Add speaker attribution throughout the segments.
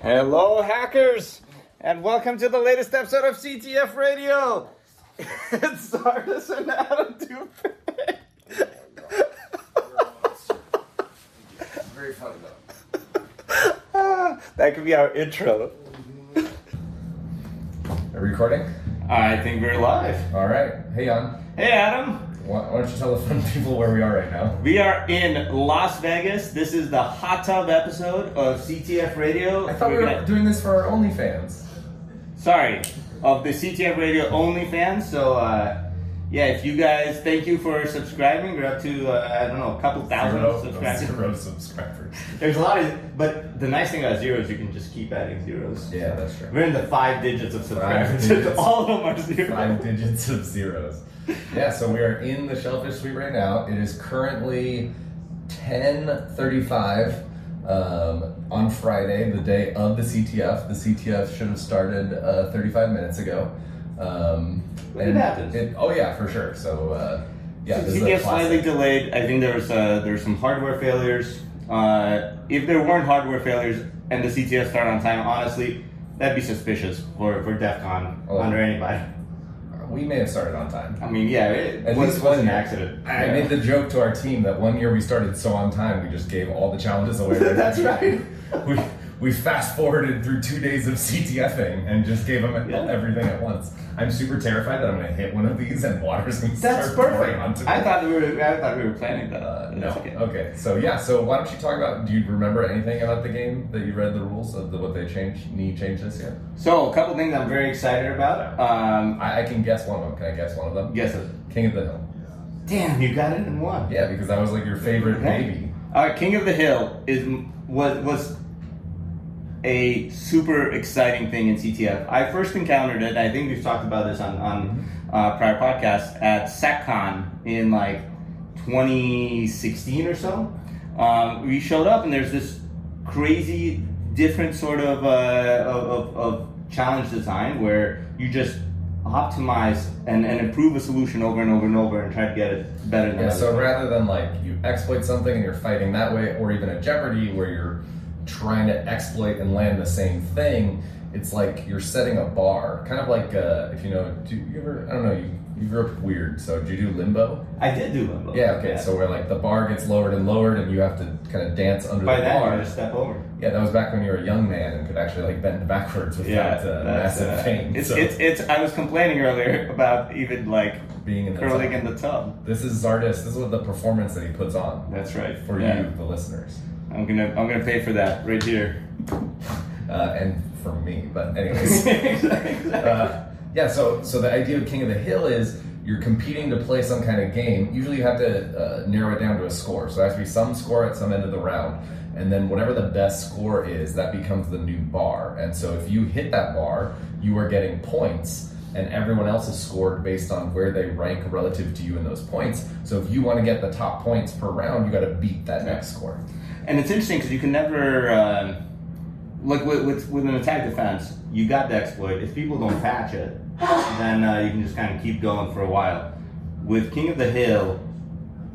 Speaker 1: Hello, hackers, and welcome to the latest episode of CTF Radio. it's Sardis and Adam Dupre.
Speaker 2: Very funny though.
Speaker 1: that could be our intro.
Speaker 2: Are we recording?
Speaker 1: I think we're live.
Speaker 2: All right. Hey, Jan.
Speaker 1: Hey, Adam.
Speaker 2: Why, why don't you tell the fun people where we are right now?
Speaker 1: We are in Las Vegas. This is the hot tub episode of CTF Radio.
Speaker 2: I thought we
Speaker 1: We're
Speaker 2: were
Speaker 1: gonna-
Speaker 2: doing this for our OnlyFans.
Speaker 1: sorry, of the CTF Radio OnlyFans. So, uh, yeah, if you guys, thank you for subscribing. We're up to, uh, I don't know, a couple thousand subscribers.
Speaker 2: zero subscribers.
Speaker 1: There's a lot of, but the nice thing about zeros, you can just keep adding zeros.
Speaker 2: Yeah, that's true.
Speaker 1: We're in the five digits of subscribers.
Speaker 2: digits.
Speaker 1: All of them are zeros.
Speaker 2: Five digits of zeros. Yeah, so we are in the Shellfish Suite right now. It is currently 10:35 um, on Friday, the day of the CTF. The CTF should have started uh, 35 minutes ago. Um,
Speaker 1: But it happens.
Speaker 2: It, oh yeah, for sure. So uh, yeah,
Speaker 1: So
Speaker 2: this is a
Speaker 1: CTF slightly
Speaker 2: classic.
Speaker 1: delayed. I think there was uh, there were some hardware failures. Uh, if there weren't hardware failures and the CTF started on time, honestly, that'd be suspicious for for DEF CON
Speaker 2: Oh.
Speaker 1: under anybody.
Speaker 2: We may have started on time.
Speaker 1: I mean, yeah, it
Speaker 2: At
Speaker 1: was,
Speaker 2: least
Speaker 1: was
Speaker 2: one
Speaker 1: an
Speaker 2: year.
Speaker 1: accident.
Speaker 2: I
Speaker 1: Yeah.
Speaker 2: made the joke to our team that one year we started so on time, we just gave all the challenges away.
Speaker 1: That's right.
Speaker 2: we we fast forwarded through two days of CTFing and just gave them
Speaker 1: Yeah.
Speaker 2: everything at once. I'm super terrified that I'm gonna hit one of these and water's gonna
Speaker 1: That's
Speaker 2: start pouring
Speaker 1: perfect.
Speaker 2: onto me.
Speaker 1: I thought we were I thought we were planning that.
Speaker 2: Uh,
Speaker 1: That's
Speaker 2: no.
Speaker 1: okay.
Speaker 2: Okay. So yeah. So why don't you talk about? Do you remember anything about the game that you read the rules of the, what they changed? Need changes? Yeah.
Speaker 1: So a couple things I'm very excited about. Um,
Speaker 2: I, I can guess one of them. Can I guess one of them?
Speaker 1: guess it.
Speaker 2: King of the Hill.
Speaker 1: Damn, you got it in one.
Speaker 2: Yeah, because that was like your favorite
Speaker 1: Okay.
Speaker 2: baby.
Speaker 1: All right, King of the Hill is was was a super exciting thing in CTF. I first encountered it. I think we've talked about this on on
Speaker 2: Mm-hmm.
Speaker 1: uh, prior podcasts at SACCON in like 2016 or so. Um, we showed up and there's this crazy different sort of, uh, of, of of challenge design where you just optimize and, and improve a solution over and over and over and try to get it better than
Speaker 2: Yeah,
Speaker 1: others.
Speaker 2: so rather than like you exploit something and you're fighting that way, or even a Jeopardy where you're trying to exploit and land the same thing, it's like you're setting a bar. Kind of like uh, if you know, do you ever? I don't know. You, you grew up weird, so do you do limbo?
Speaker 1: I did do limbo.
Speaker 2: Yeah. Okay. So where like the bar gets lowered and lowered, and you have to kind of dance under
Speaker 1: By
Speaker 2: the
Speaker 1: that,
Speaker 2: bar.
Speaker 1: you just step over.
Speaker 2: Yeah, that was back when you were a young man and could actually like bend backwards without uh,
Speaker 1: that's,
Speaker 2: massive
Speaker 1: uh,
Speaker 2: pain.
Speaker 1: It's,
Speaker 2: so
Speaker 1: it's it's. I was complaining earlier about even like
Speaker 2: being in the
Speaker 1: curling
Speaker 2: tub.
Speaker 1: in the tub.
Speaker 2: This is Zardis. This is what the performance that he puts on
Speaker 1: That's right
Speaker 2: for
Speaker 1: Yeah.
Speaker 2: you, the listeners.
Speaker 1: I'm gonna I'm gonna pay for that right here.
Speaker 2: uh, and for me. But anyways,
Speaker 1: Exactly.
Speaker 2: uh, yeah. So so the idea of King of the Hill is you're competing to play some kind of game. Usually you have to uh, narrow it down to a score. So there has to be some score at some end of the round, and then whatever the best score is, that becomes the new bar. And so if you hit that bar, you are getting points. And everyone else is scored based on where they rank relative to you in those points. So if you want to get the top points per round, you got to beat that next score.
Speaker 1: and it's interesting because you can never um, like with, with with an attack defense. You got the exploit. If people don't patch it, then uh, you can just kind of keep going for a while. With King of the Hill,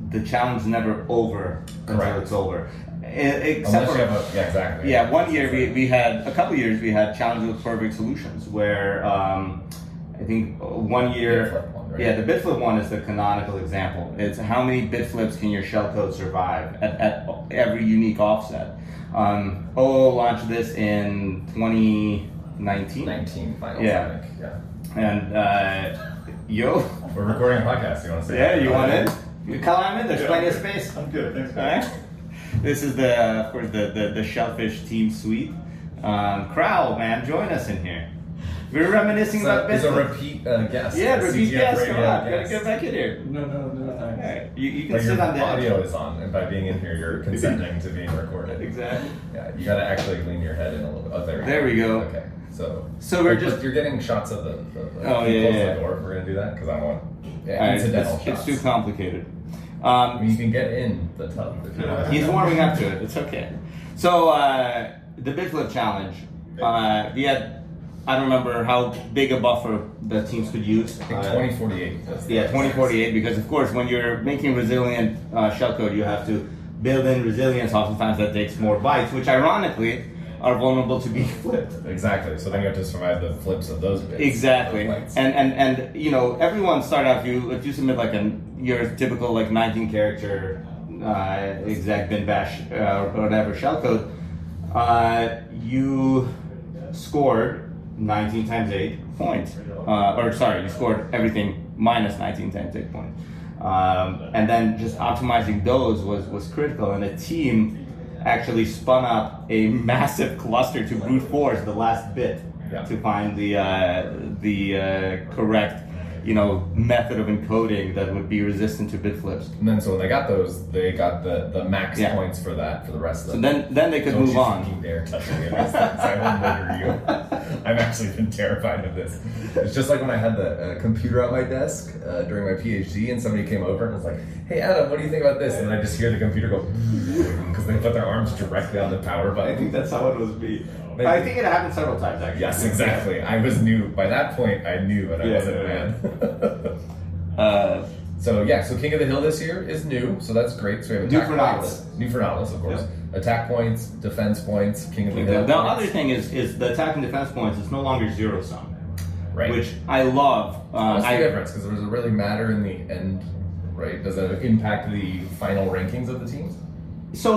Speaker 1: the challenge is never over until
Speaker 2: Correct.
Speaker 1: it's over. E- Except
Speaker 2: Unless
Speaker 1: for-
Speaker 2: you have a yeah, exactly.
Speaker 1: Yeah, one year we, we had a couple years we had challenges with perfect solutions where um, I think uh, one
Speaker 2: Bit
Speaker 1: year
Speaker 2: flip one, right?
Speaker 1: yeah the bit flip one is the canonical example. It's how many bit flips can your shellcode survive at, at every unique offset. Um, OO launched this in 2019
Speaker 2: 19 finals,
Speaker 1: Yeah.
Speaker 2: I think. Yeah.
Speaker 1: and uh, yo
Speaker 2: We're recording a podcast. You want to say
Speaker 1: yeah you want
Speaker 2: it?
Speaker 1: in? You call I'm in. There's
Speaker 3: Yeah,
Speaker 1: plenty of
Speaker 3: I'm good.
Speaker 1: space.
Speaker 3: I'm good, thanks. man.
Speaker 1: Alright. This is the, of course, the, the, the Shellfish Team Suite. Um, Crowl, man, join us in here. We're reminiscing about
Speaker 2: It's a
Speaker 1: business.
Speaker 2: repeat uh, guest.
Speaker 1: yeah,
Speaker 2: a
Speaker 1: repeat
Speaker 2: CTF
Speaker 1: guest.
Speaker 2: radio
Speaker 1: Come on,
Speaker 2: guest.
Speaker 1: gotta get back in here.
Speaker 3: No, no, no,
Speaker 1: All
Speaker 3: thanks.
Speaker 1: right, you, you can
Speaker 2: But
Speaker 1: sit
Speaker 2: your
Speaker 1: on the
Speaker 2: audio is on, and by being in here, you're consenting to being recorded.
Speaker 1: Exactly.
Speaker 2: Yeah, you gotta actually lean your head in a little bit. Oh, there,
Speaker 1: There we go.
Speaker 2: Okay, so
Speaker 1: So we're
Speaker 2: But- but
Speaker 1: just-
Speaker 2: you're getting shots of the. the, the
Speaker 1: Oh,
Speaker 2: can you
Speaker 1: yeah,
Speaker 2: Close
Speaker 1: yeah, yeah.
Speaker 2: the door if we're gonna do that because I want yeah,
Speaker 1: All right,
Speaker 2: incidental
Speaker 1: it's, it's
Speaker 2: shots.
Speaker 1: too complicated.
Speaker 2: I
Speaker 1: Um,
Speaker 2: mean, you can get in the tub if you want.
Speaker 1: He's warming up to it. It's okay. So uh, the big flip challenge. Uh, we had I don't remember how big a buffer the teams could use.
Speaker 2: I think
Speaker 1: Uh,
Speaker 2: 2048. that's the-
Speaker 1: Yeah, 2048, because of course, when you're making resilient uh, shellcode, you have to build in resilience. Oftentimes, that takes more bytes, which ironically are vulnerable to being flipped.
Speaker 2: Exactly. So then you have to survive the flips of those bits.
Speaker 1: Exactly.
Speaker 2: those lights.
Speaker 1: And and and you know, everyone start out. If you if you submit like a your typical like 19 character uh, exact bin bash uh, or whatever shellcode, uh, you scored 19 times 8 points. Uh, or sorry, you scored everything minus 19 times 8 points. Um, and then just optimizing those was was critical. And the team actually spun up a massive cluster to brute force the last bit
Speaker 2: Yeah.
Speaker 1: to find the uh, the uh, correct you know method of encoding that would be resistant to bit flips.
Speaker 2: And then so when they got those, they got the, the max
Speaker 1: Yeah.
Speaker 2: points for that for the rest of
Speaker 1: So
Speaker 2: them.
Speaker 1: then then they could
Speaker 2: Don't
Speaker 1: move
Speaker 2: you
Speaker 1: on.
Speaker 2: fucking dare touch any of those things. I will murder you. I've actually been terrified of this. It's just like when I had the uh, computer at my desk uh, during my PhD, and somebody came over and was like, "Hey, Adam, what do you think about this?" And then I just hear the computer go because they put their arms directly on the power
Speaker 1: I
Speaker 2: button.
Speaker 1: think that's how it was be.
Speaker 2: Maybe.
Speaker 1: I think it happened several times actually.
Speaker 2: Yes, exactly. I was new by that point. I knew, but I
Speaker 1: Yeah,
Speaker 2: wasn't
Speaker 1: yeah,
Speaker 2: mad.
Speaker 1: Uh,
Speaker 2: So yeah, so King of the Hill this year is new, so that's great. So we have
Speaker 1: New
Speaker 2: attack
Speaker 1: for Nautilus.
Speaker 2: points, new for Nautilus, of course. Attack points, defense points, King of the Hill.
Speaker 1: the
Speaker 2: points.
Speaker 1: other thing is is the attack and defense points is no longer zero sum,
Speaker 2: right.
Speaker 1: which I love. Uh,
Speaker 2: What's the
Speaker 1: I,
Speaker 2: difference? Because does it really matter in the end? Right? Does that impact the final rankings of the teams?
Speaker 1: So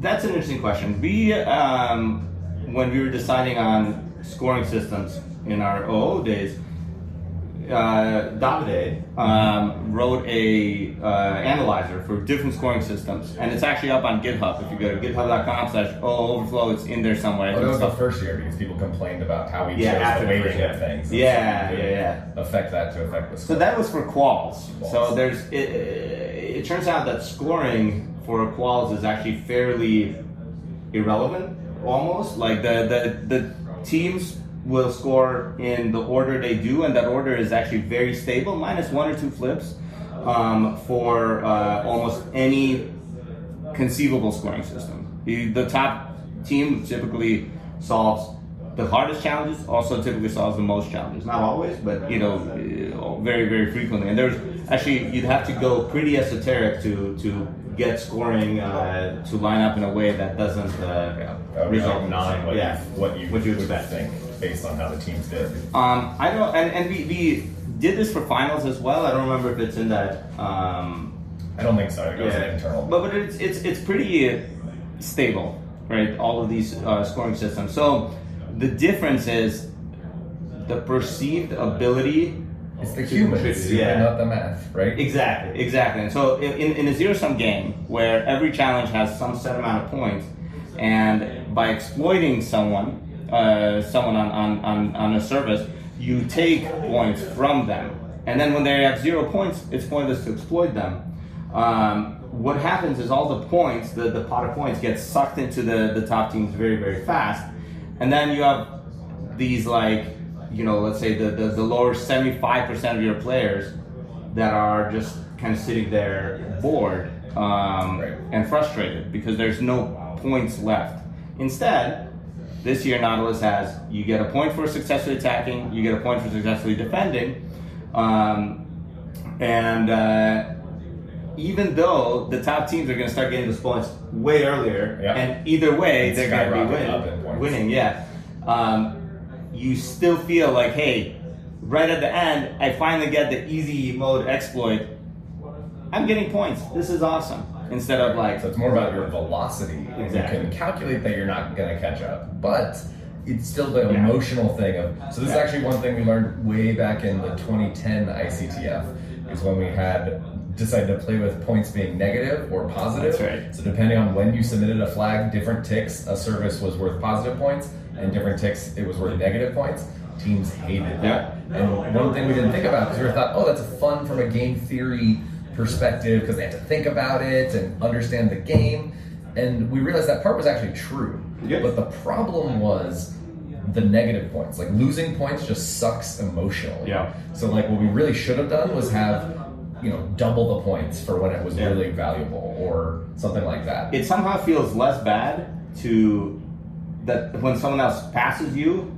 Speaker 1: that's an interesting question. We, um, when we were deciding on scoring systems in our OO days, uh, Davide um, wrote a uh, analyzer for different scoring systems, and it's actually up on GitHub. If you go to GitHub.com/slash OO Overflow, it's in there somewhere.
Speaker 2: Oh,
Speaker 1: I
Speaker 2: that
Speaker 1: think
Speaker 2: was
Speaker 1: it's
Speaker 2: the
Speaker 1: up-
Speaker 2: first year because people complained about how we
Speaker 1: Yeah,
Speaker 2: chose
Speaker 1: after
Speaker 2: the
Speaker 1: the first
Speaker 2: weighting
Speaker 1: year.
Speaker 2: of things. and
Speaker 1: Yeah,
Speaker 2: so it
Speaker 1: yeah,
Speaker 2: didn't
Speaker 1: yeah.
Speaker 2: Affect that to affect the
Speaker 1: So
Speaker 2: score.
Speaker 1: that was for quals. So
Speaker 2: Quals.
Speaker 1: there's it, it turns out that scoring for quals is actually fairly irrelevant almost. Like the the, the teams will score in the order they do and that order is actually very stable minus one or two flips um, for uh, almost any conceivable scoring system. The, the top team typically solves the hardest challenges, also typically solves the most challenges. Not always, but you know, eh, very very frequently. And there's actually you'd have to go pretty esoteric to to get scoring uh, to line up in a way that doesn't uh,
Speaker 2: yeah, that would be
Speaker 1: result
Speaker 2: like
Speaker 1: in
Speaker 2: not what,
Speaker 1: yeah.
Speaker 2: you, what you
Speaker 1: What you
Speaker 2: would
Speaker 1: expect.
Speaker 2: think based on how the teams did.
Speaker 1: Um, I don't, and, and we, we did this for finals as well. I don't remember if it's in that um,
Speaker 2: I don't think so. It goes internal.
Speaker 1: But but it's it's it's pretty uh, stable, right? All of these uh, scoring systems. So the difference is the perceived ability.
Speaker 2: it's the humans,
Speaker 1: Yeah.
Speaker 2: not the math, right?
Speaker 1: Exactly, exactly. And so in, in in a zero sum game where every challenge has some set amount of points, and by exploiting someone, uh, someone on, on, on, on a service, you take points from them. And then when they have zero points, it's pointless to exploit them. Um, what happens is all the points, the, the pot of points, gets sucked into the, the top teams very, very fast. And then you have these like you know let's say the, the, the lower 75% of your players that are just kind of sitting there bored um,
Speaker 2: Right.
Speaker 1: and frustrated because there's no points left instead this year nautilus has you get a point for successfully attacking you get a point for successfully defending um, and uh, even though the top teams are going to start getting those points way earlier
Speaker 2: Yeah.
Speaker 1: and either way
Speaker 2: And
Speaker 1: they're going to be
Speaker 2: skyrocket up in
Speaker 1: winning,
Speaker 2: points.
Speaker 1: winning yeah. Um, you still feel like, hey, right at the end, I finally get the easy mode exploit. I'm getting points. This is awesome. Instead of like,
Speaker 2: So it's more about your velocity.
Speaker 1: Exactly.
Speaker 2: You can calculate that you're not going to catch up, but it's still the
Speaker 1: Yeah.
Speaker 2: emotional thing of. So this is actually one thing we learned way back in the 2010 ICTF is when we had decided to play with points being negative or positive.
Speaker 1: That's right.
Speaker 2: So depending on when you submitted a flag, different ticks a service was worth positive points, and different ticks it was worth negative points. Teams hated that.
Speaker 1: Yeah.
Speaker 2: And one thing we didn't think about because we thought, oh, that's fun from a game theory perspective because they have to think about it and understand the game. And we realized that part was actually true.
Speaker 1: Yeah.
Speaker 2: But the problem was the negative points. Like losing points just sucks emotionally.
Speaker 1: Yeah.
Speaker 2: So like what we really should have done was have you know double the points for when it was
Speaker 1: Yeah.
Speaker 2: really valuable or something like that.
Speaker 1: it somehow feels less bad to that when someone else passes you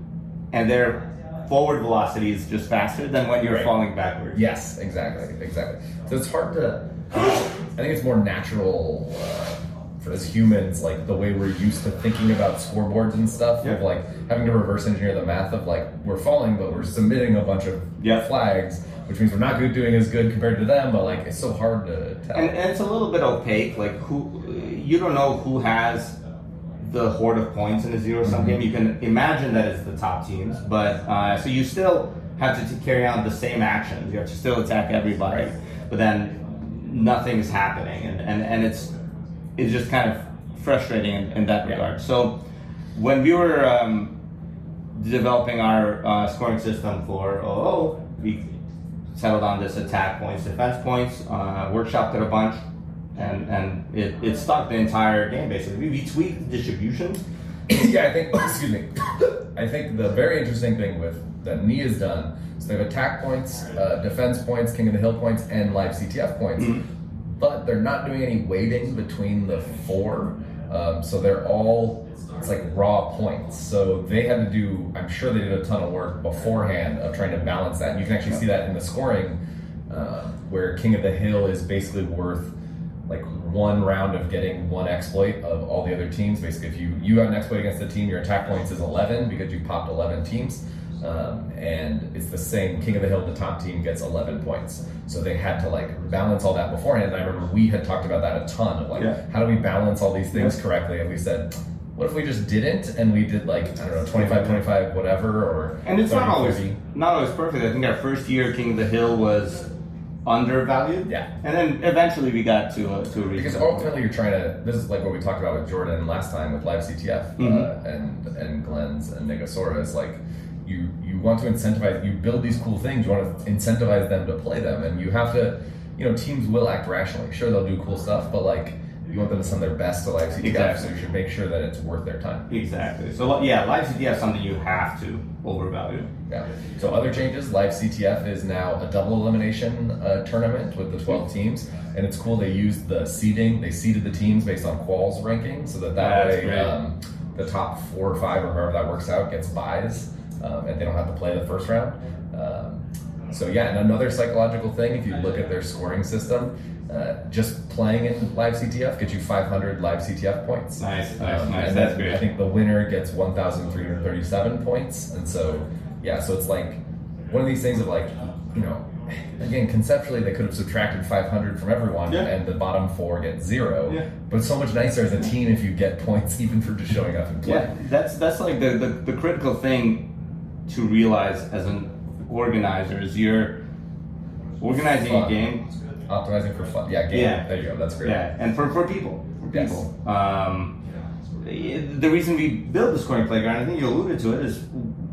Speaker 1: and their forward velocity is just faster than when you're
Speaker 2: Right.
Speaker 1: falling backwards.
Speaker 2: Yes, exactly, exactly. So it's hard to. I think it's more natural uh, as humans, like the way we're used to thinking about scoreboards and stuff,
Speaker 1: Yeah.
Speaker 2: of like having to reverse engineer the math of like we're falling, but we're submitting a bunch of
Speaker 1: Yeah.
Speaker 2: flags, which means we're not good, doing as good compared to them. But like it's so hard to tell.
Speaker 1: And, and it's a little bit opaque. Like who, you don't know who has the horde of points in a zero
Speaker 2: Mm-hmm.
Speaker 1: sum game. You can imagine that it's the top teams, but uh, so you still have to t- carry out the same actions. You have to still attack everybody,
Speaker 2: Right.
Speaker 1: but then nothing is happening, and, and, and it's it's just kind of frustrating in, in that
Speaker 2: Yeah.
Speaker 1: regard. So when we were um, developing our uh, scoring system for OO, we settled on this attack points, defense points, uh, workshopped it a bunch, and, and it, it stuck the entire game basically. We, we tweaked the distribution.
Speaker 2: yeah, I think. Excuse me. I think the very interesting thing with that Nia has done. So they have attack points, uh, defense points, King of the Hill points, and live CTF points. But they're not doing any weighting between the four. Um, so they're all it's like raw points. So they had to do. I'm sure they did a ton of work beforehand of trying to balance that. And you can actually see that in the scoring, uh, where King of the Hill is basically worth like one round of getting one exploit of all the other teams. Basically, if you you have an exploit against the team, your attack points is 11 because you popped 11 teams. Um, and it's the same King of the Hill, the top team gets 11 points. So they had to like balance all that beforehand. And I remember we had talked about that a ton of like,
Speaker 1: Yeah.
Speaker 2: how do we balance all these things correctly? And we said, what if we just didn't and we did like, I don't know, 25, 25, whatever, or.
Speaker 1: And it's not
Speaker 2: 30,
Speaker 1: always
Speaker 2: 40.
Speaker 1: not always perfect. I think our first year King of the Hill was undervalued.
Speaker 2: Yeah.
Speaker 1: And then eventually we got to a, to a
Speaker 2: Because
Speaker 1: reasonable.
Speaker 2: ultimately, you're trying to. This is like what we talked about with Jordan last time with Live CTF
Speaker 1: Mm-hmm.
Speaker 2: uh, and and Glenn's and Negasora is like you you want to incentivize. You build these cool things. You want to incentivize them to play them, and you have to. You know, teams will act rationally. Sure, they'll do cool stuff, but like you want them to send their best to Live CTF,
Speaker 1: Exactly.
Speaker 2: so you should make sure that it's worth their time.
Speaker 1: Exactly. So like, yeah, live CTF is something you have to overvalue.
Speaker 2: Yeah. So other changes, Live CTF is now a double elimination uh, tournament with the 12 teams, and it's cool. They used the seeding; they seeded the teams based on quals ranking, so that that
Speaker 1: That's
Speaker 2: way
Speaker 1: great.
Speaker 2: um, the top four or five, or however that works out, gets buys, um, and they don't have to play the first round. Um, so yeah, and another psychological thing, if you look at their scoring system, uh, just playing in Live CTF gets you 500 Live CTF points.
Speaker 1: Nice, nice,
Speaker 2: Um,
Speaker 1: nice.
Speaker 2: and
Speaker 1: That's
Speaker 2: then
Speaker 1: great.
Speaker 2: I think the winner gets 1,337 points. And so, yeah, so it's like one of these things of like, you know, again, conceptually, they could have subtracted 500 from everyone
Speaker 1: Yeah.
Speaker 2: and the bottom four get zero.
Speaker 1: Yeah.
Speaker 2: But it's so much nicer as a team if you get points even for just showing up and playing.
Speaker 1: Yeah, that's that's like the, the, the critical thing to realize as an organizer is you're organizing a
Speaker 2: Fun.
Speaker 1: game.
Speaker 2: Optimizing for fun. Yeah, game.
Speaker 1: Yeah.
Speaker 2: There you go. That's great.
Speaker 1: Yeah, and for, for people. For
Speaker 2: Yes.
Speaker 1: people. Um, the reason we built the scoring playground, I think you alluded to it, is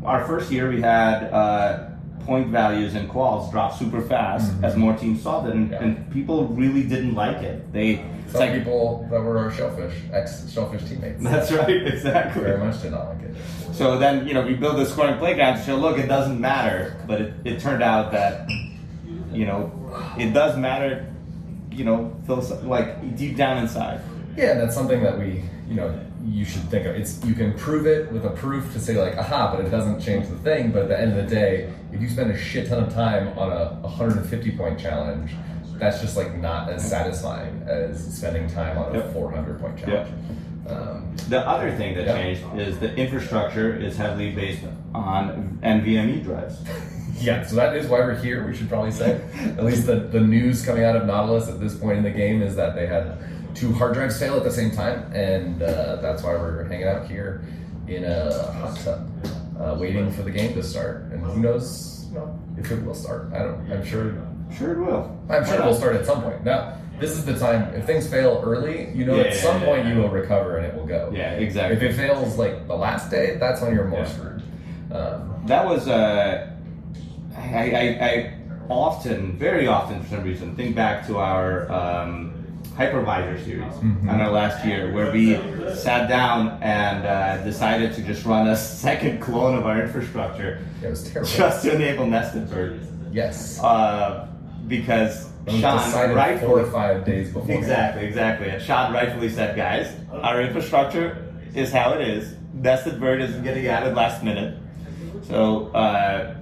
Speaker 1: our first year we had uh, point values and quals drop super fast as more teams saw it, and,
Speaker 2: Mm-hmm. Yeah.
Speaker 1: and people really didn't like it. They, it's
Speaker 2: Some
Speaker 1: like,
Speaker 2: people that were our shellfish, ex shellfish teammates,
Speaker 1: that's right, exactly.
Speaker 2: very much did not like it.
Speaker 1: So then, you know, we build a scoring playground to show, look, it doesn't matter. But it, it turned out that, you know, it does matter, you know, philosoph- like deep down inside.
Speaker 2: Yeah, that's something that we, you know, you should think of. It's you can prove it with a proof to say like, aha, but it doesn't change the thing. But at the end of the day, if you spend a shit ton of time on a 150 point challenge, that's just like not as satisfying as spending time on a
Speaker 1: Yep.
Speaker 2: 400 point challenge. Um,
Speaker 1: The other thing that
Speaker 2: Yeah.
Speaker 1: changed is the infrastructure is heavily based on NVMe drives.
Speaker 2: yeah, so that is why we're here. We should probably say, at least the the news coming out of Nautilus at this point in the game is that they had two hard drives fail at the same time, and uh, that's why we're hanging out here in a hot tub, uh, waiting for the game to start. And who knows you know, if it will start? I don't. I'm sure.
Speaker 1: Sure, it will.
Speaker 2: I'm sure
Speaker 1: Why
Speaker 2: it
Speaker 1: not?
Speaker 2: will start at some point. Now, this is the time. If things fail early, you know
Speaker 1: Yeah,
Speaker 2: at
Speaker 1: yeah,
Speaker 2: some
Speaker 1: yeah,
Speaker 2: point
Speaker 1: yeah.
Speaker 2: you will recover and it will go.
Speaker 1: Yeah,
Speaker 2: If
Speaker 1: exactly.
Speaker 2: it fails like the last day, that's when you're more
Speaker 1: Yeah.
Speaker 2: screwed. Um,
Speaker 1: That was, uh, I, I, I often, very often for some reason, think back to our um, hypervisor series
Speaker 2: Mm-hmm.
Speaker 1: on our last year where we sat down and uh, decided to just run a second clone of our infrastructure
Speaker 2: it was terrible.
Speaker 1: just to enable nested purges.
Speaker 2: yes.
Speaker 1: Uh, because
Speaker 2: It was
Speaker 1: Sean
Speaker 2: decided four
Speaker 1: rightfully
Speaker 2: or five days before.
Speaker 1: Exactly, exactly. And Sean rightfully said, guys, our infrastructure is how it is. Nested bird isn't getting added last minute. So uh,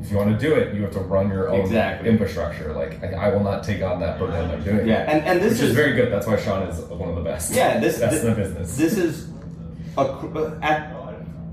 Speaker 4: if you want to do it, you have to run your own
Speaker 5: Exactly.
Speaker 4: infrastructure. Like I, I will not take on that burden of doing
Speaker 5: Yeah,
Speaker 4: it,
Speaker 5: and, and this
Speaker 4: which is, very good. That's why Sean is one of the best.
Speaker 5: Yeah, this-
Speaker 4: best
Speaker 5: thi-
Speaker 4: in the business.
Speaker 5: this is a cr- at,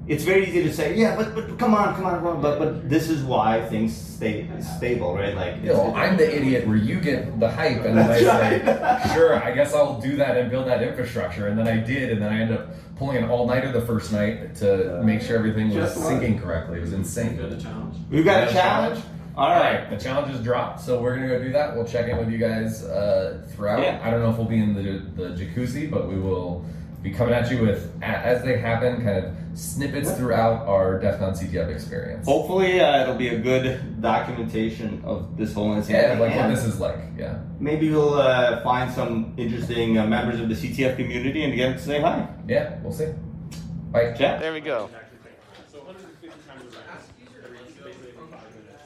Speaker 5: it's very easy to say yeah but, but come on come on come on," but but this is why things stay stable right like
Speaker 4: You know, I'm the idiot where you get the hype, and then I say, "Sure, I guess I'll do that and build that infrastructure." And then I did, and then I ended up pulling an all-nighter the first night to make sure everything was
Speaker 5: Uh, Just one.
Speaker 4: syncing correctly. It was insane.
Speaker 6: Go to challenge.
Speaker 5: we've got a
Speaker 4: Yeah,
Speaker 5: challenge all
Speaker 4: All
Speaker 5: right
Speaker 4: right, the challenge is dropped, so we're gonna go do that. We'll check in with you guys uh, throughout.
Speaker 5: Yeah.
Speaker 4: I don't know if we'll be in the the jacuzzi, but we will be coming at you with a- as they happen, kind of snippets throughout our Defcon CTF experience.
Speaker 5: hopefully uh, it'll be a good documentation of this whole incident
Speaker 4: yeah, like what
Speaker 5: And
Speaker 4: this is like. Yeah,
Speaker 5: maybe we'll uh, find some interesting uh, members of the ctf community and get them to say hi
Speaker 4: yeah, we'll see. Bye.
Speaker 5: Jack?
Speaker 1: There we go.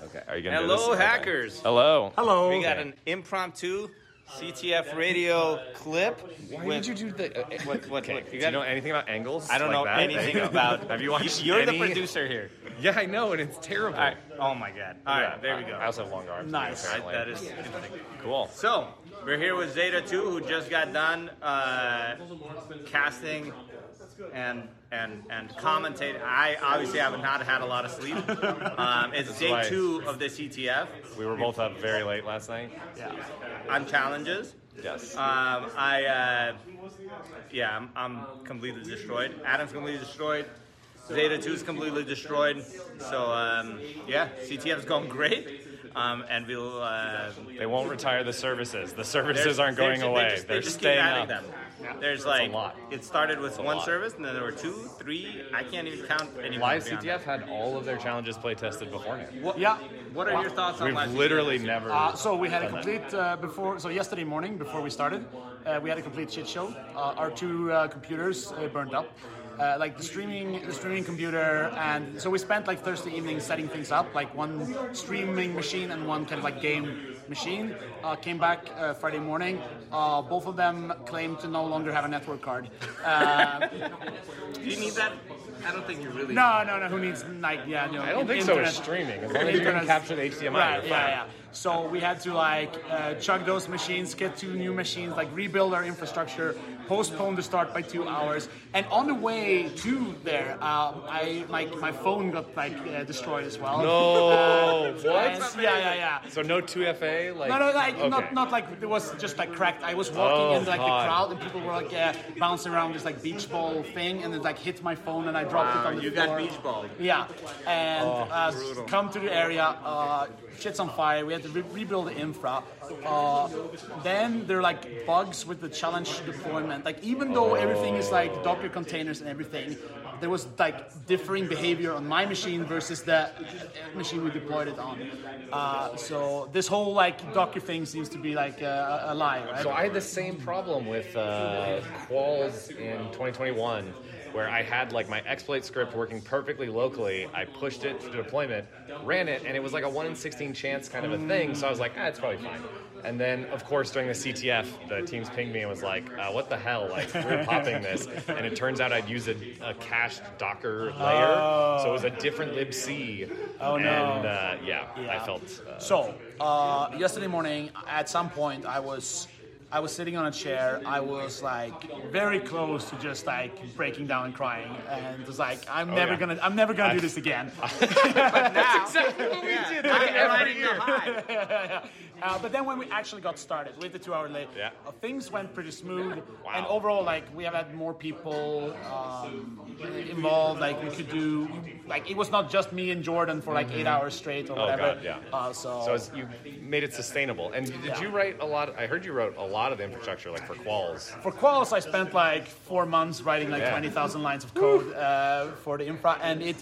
Speaker 2: Okay, are you gonna do
Speaker 1: Hello,
Speaker 2: this? Okay.
Speaker 1: hackers.
Speaker 2: Hello.
Speaker 1: Hello. We got an impromptu CTF radio clip.
Speaker 2: Why
Speaker 1: with-
Speaker 2: did you do the? uh,
Speaker 1: What? What?
Speaker 2: okay,
Speaker 1: what-
Speaker 2: do
Speaker 1: you
Speaker 2: you,
Speaker 1: got?
Speaker 2: know anything about angles?
Speaker 1: I don't
Speaker 2: like
Speaker 1: know
Speaker 2: that?
Speaker 1: anything about.
Speaker 2: Have you watched?
Speaker 1: You're
Speaker 2: any-
Speaker 1: the producer here.
Speaker 2: Yeah, I know, and it's terrible.
Speaker 1: All right. Oh my God. All right. There we go.
Speaker 2: I also have long arms.
Speaker 1: nice. I,
Speaker 2: Apparently.
Speaker 1: that is interesting.
Speaker 2: cool.
Speaker 1: So we're here with Zeta Two, who just got done uh, casting and and and commentating. I obviously have not had a lot of sleep. Um, it's day
Speaker 2: why-
Speaker 1: two of the CTF.
Speaker 2: We were both up very late last night.
Speaker 1: I'm challenges.
Speaker 2: Yes.
Speaker 1: Um, I, uh, yeah, I'm, I'm completely destroyed. Adam's completely destroyed. Zeta 2 is completely destroyed. So, um, yeah, CTF's going great. Um, and we'll, uh,
Speaker 2: they won't retire the services. The services
Speaker 1: there's-
Speaker 2: aren't
Speaker 1: they
Speaker 2: going
Speaker 1: ju- they
Speaker 2: away.
Speaker 1: just-
Speaker 2: are
Speaker 1: they just keep
Speaker 2: staying
Speaker 1: adding
Speaker 2: up.
Speaker 1: Them. There's like,
Speaker 2: lot.
Speaker 1: it started with one
Speaker 2: lot.
Speaker 1: service, and then there were two, three. I can't even count anymore.
Speaker 2: Live
Speaker 1: beyond
Speaker 2: CTF had all of their challenges play tested beforehand.
Speaker 1: that. What,
Speaker 7: Yeah.
Speaker 1: What are your thoughts on
Speaker 2: We've
Speaker 1: live
Speaker 2: literally
Speaker 1: CTF?
Speaker 2: never.
Speaker 7: Uh, so we had a
Speaker 2: done that.
Speaker 7: complete uh, before. So yesterday morning, before we started, uh, we had a complete shit show. Uh, our two uh, computers uh, burned up, uh, like the streaming, the streaming computer, and so we spent like Thursday evening setting things up, like one streaming machine and one kind of like game machine. Uh, came back uh, Friday morning. Uh, both of them claimed to no longer have a network card.
Speaker 1: Um,
Speaker 7: Uh,
Speaker 1: Do you need that? I don't think you really
Speaker 7: no, no, no. Who needs like yeah? No,
Speaker 2: I don't think so.
Speaker 7: internet.
Speaker 2: It's streaming. As long as you can
Speaker 7: Internet-
Speaker 2: capture the HDMI.
Speaker 7: Right,
Speaker 2: you're fine.
Speaker 7: yeah, yeah. So we had to like uh, chug those machines, get two new machines, like rebuild our infrastructure, postpone the start by two hours, and on the way to there, um, I my my phone got like uh, destroyed as well. Uh,
Speaker 2: No, what?
Speaker 7: and- yeah, yeah, yeah.
Speaker 2: So no 2FA? Like,
Speaker 7: No, no, like,
Speaker 2: okay.
Speaker 7: not, not like it was just like cracked. I was walking
Speaker 2: Oh,
Speaker 7: in like
Speaker 2: God.
Speaker 7: the crowd, and people were like uh, bouncing around this like beach ball thing, and it like hit my phone, and I dropped it on the
Speaker 1: You
Speaker 7: floor.
Speaker 1: got beach ball.
Speaker 7: Yeah, and uh, come to the area. Uh, shit's on fire. We had to re- rebuild the infra. Uh, then there are like bugs with the challenge deployment. Like even though everything is like Docker containers and everything, there was like differing behavior on my machine versus the machine we deployed it on. Uh, so this whole like Docker thing seems to be like uh, a, a lie, right?
Speaker 2: So I had the same problem with uh, Qualls in 2021, where I had like my exploit script working perfectly locally. I pushed it to deployment, ran it, and it was like a one in 16 chance kind of a thing. So I was like, ah, it's probably fine. And then, of course, during the CTF, the teams pinged me and was like, uh, "What the hell? Like, we're popping this." And it turns out I'd used a, a cached Docker layer, so it was a different libc.
Speaker 7: Oh, no.
Speaker 2: And uh, yeah, I felt uh,
Speaker 7: So uh, yesterday morning, at some point, I was I was sitting on a chair. I was like very close to just like breaking down and crying, and it was like I'm never
Speaker 2: Oh, yeah.
Speaker 7: gonna I'm never gonna do this again.
Speaker 2: that's exactly what we did.
Speaker 1: I
Speaker 2: Like,
Speaker 1: am
Speaker 2: every
Speaker 1: riding the
Speaker 2: year.
Speaker 1: high.
Speaker 7: Uh, but then when we actually got started with the two hour late,
Speaker 2: Yeah.
Speaker 7: uh, things went pretty smooth.
Speaker 2: Wow.
Speaker 7: And overall, like we have had more people um, involved. Like we could do, like it was not just me and Jordan for like eight hours straight or
Speaker 2: Oh,
Speaker 7: whatever.
Speaker 2: God, yeah.
Speaker 7: Uh, so,
Speaker 2: So as you made it sustainable, and did you write a lot? I heard you wrote a lot of the infrastructure, like for quals.
Speaker 7: For Qualls, I spent like four months writing like
Speaker 2: Yeah.
Speaker 7: 20,000 lines of code uh, for the infra, and it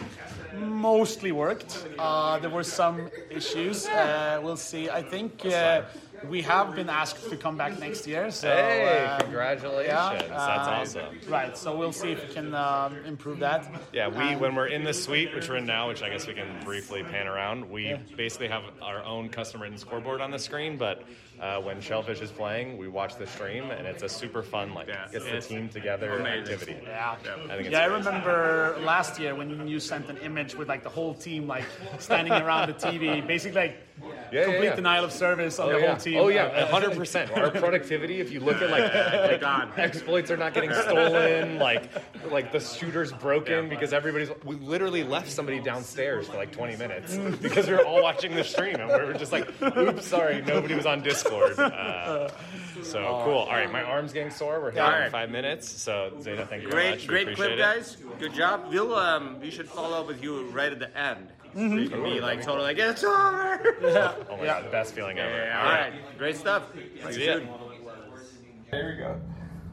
Speaker 7: mostly worked. Uh, there were some issues. Uh, we'll see. I think uh, we have been asked to come back next year. So
Speaker 8: Hey,
Speaker 7: um,
Speaker 8: congratulations. That's awesome.
Speaker 7: Right. So we'll see if we can um, improve that.
Speaker 8: Yeah, we when we're in the suite, which we're in now, which I guess we can briefly pan around. We basically have our own custom written scoreboard on the screen, but uh, when Shellfish is playing, we watch the stream, and it's a super fun like
Speaker 9: Yeah,
Speaker 8: gets the
Speaker 9: it's
Speaker 8: team together
Speaker 9: amazing.
Speaker 8: activity.
Speaker 7: Yeah.
Speaker 8: I think it's
Speaker 7: yeah, I
Speaker 8: great.
Speaker 7: remember last year when you sent an image with like the whole team like standing around the TV, basically like
Speaker 8: yeah,
Speaker 7: complete
Speaker 8: yeah.
Speaker 7: denial of service on
Speaker 8: Oh
Speaker 7: the
Speaker 8: yeah.
Speaker 7: whole team. Uh,
Speaker 8: oh
Speaker 9: Uh,
Speaker 8: yeah, hundred percent. Our productivity, if you look at like,
Speaker 9: God.
Speaker 8: like exploits are not getting stolen, like like the shooter's broken because everybody's. We literally left somebody downstairs for like twenty minutes because we were all watching the stream and we were just like, "Oops, sorry, nobody was on Discord." Uh, so cool. All right, my arm's getting sore. We're here
Speaker 9: Yeah. All
Speaker 8: in
Speaker 9: right.
Speaker 8: five minutes. So Zeta, thank you very much.
Speaker 9: Great,
Speaker 8: We
Speaker 9: great clip,
Speaker 8: appreciate it.
Speaker 9: guys. Good job. We'll um, we should follow up with you right at the end. So
Speaker 2: Mm-hmm.
Speaker 9: you can be like totally like it's over. Yeah.
Speaker 8: Oh my God, best feeling ever.
Speaker 9: All right. Great stuff. See
Speaker 8: ya.
Speaker 9: you soon.
Speaker 2: There we go.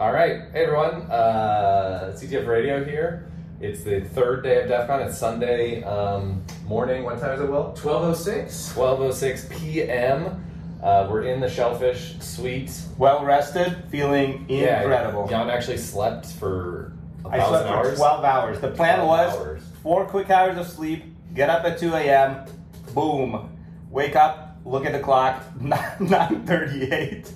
Speaker 2: All right, hey everyone, uh, CTF Radio here. It's the third day of DEF CON. It's Sunday um, morning. What time is it, Will? 12.06. 12.06 p.m. Uh, we're in the Shellfish Suite.
Speaker 1: Well rested, feeling incredible.
Speaker 2: Yeah, Jan actually slept for a
Speaker 1: I
Speaker 2: thousand
Speaker 1: slept
Speaker 2: hours.
Speaker 1: for 12 hours. The plan
Speaker 2: 12
Speaker 1: was
Speaker 2: hours.
Speaker 1: four quick hours of sleep, get up at 2 a.m., boom, wake up, look at the clock, 9.38.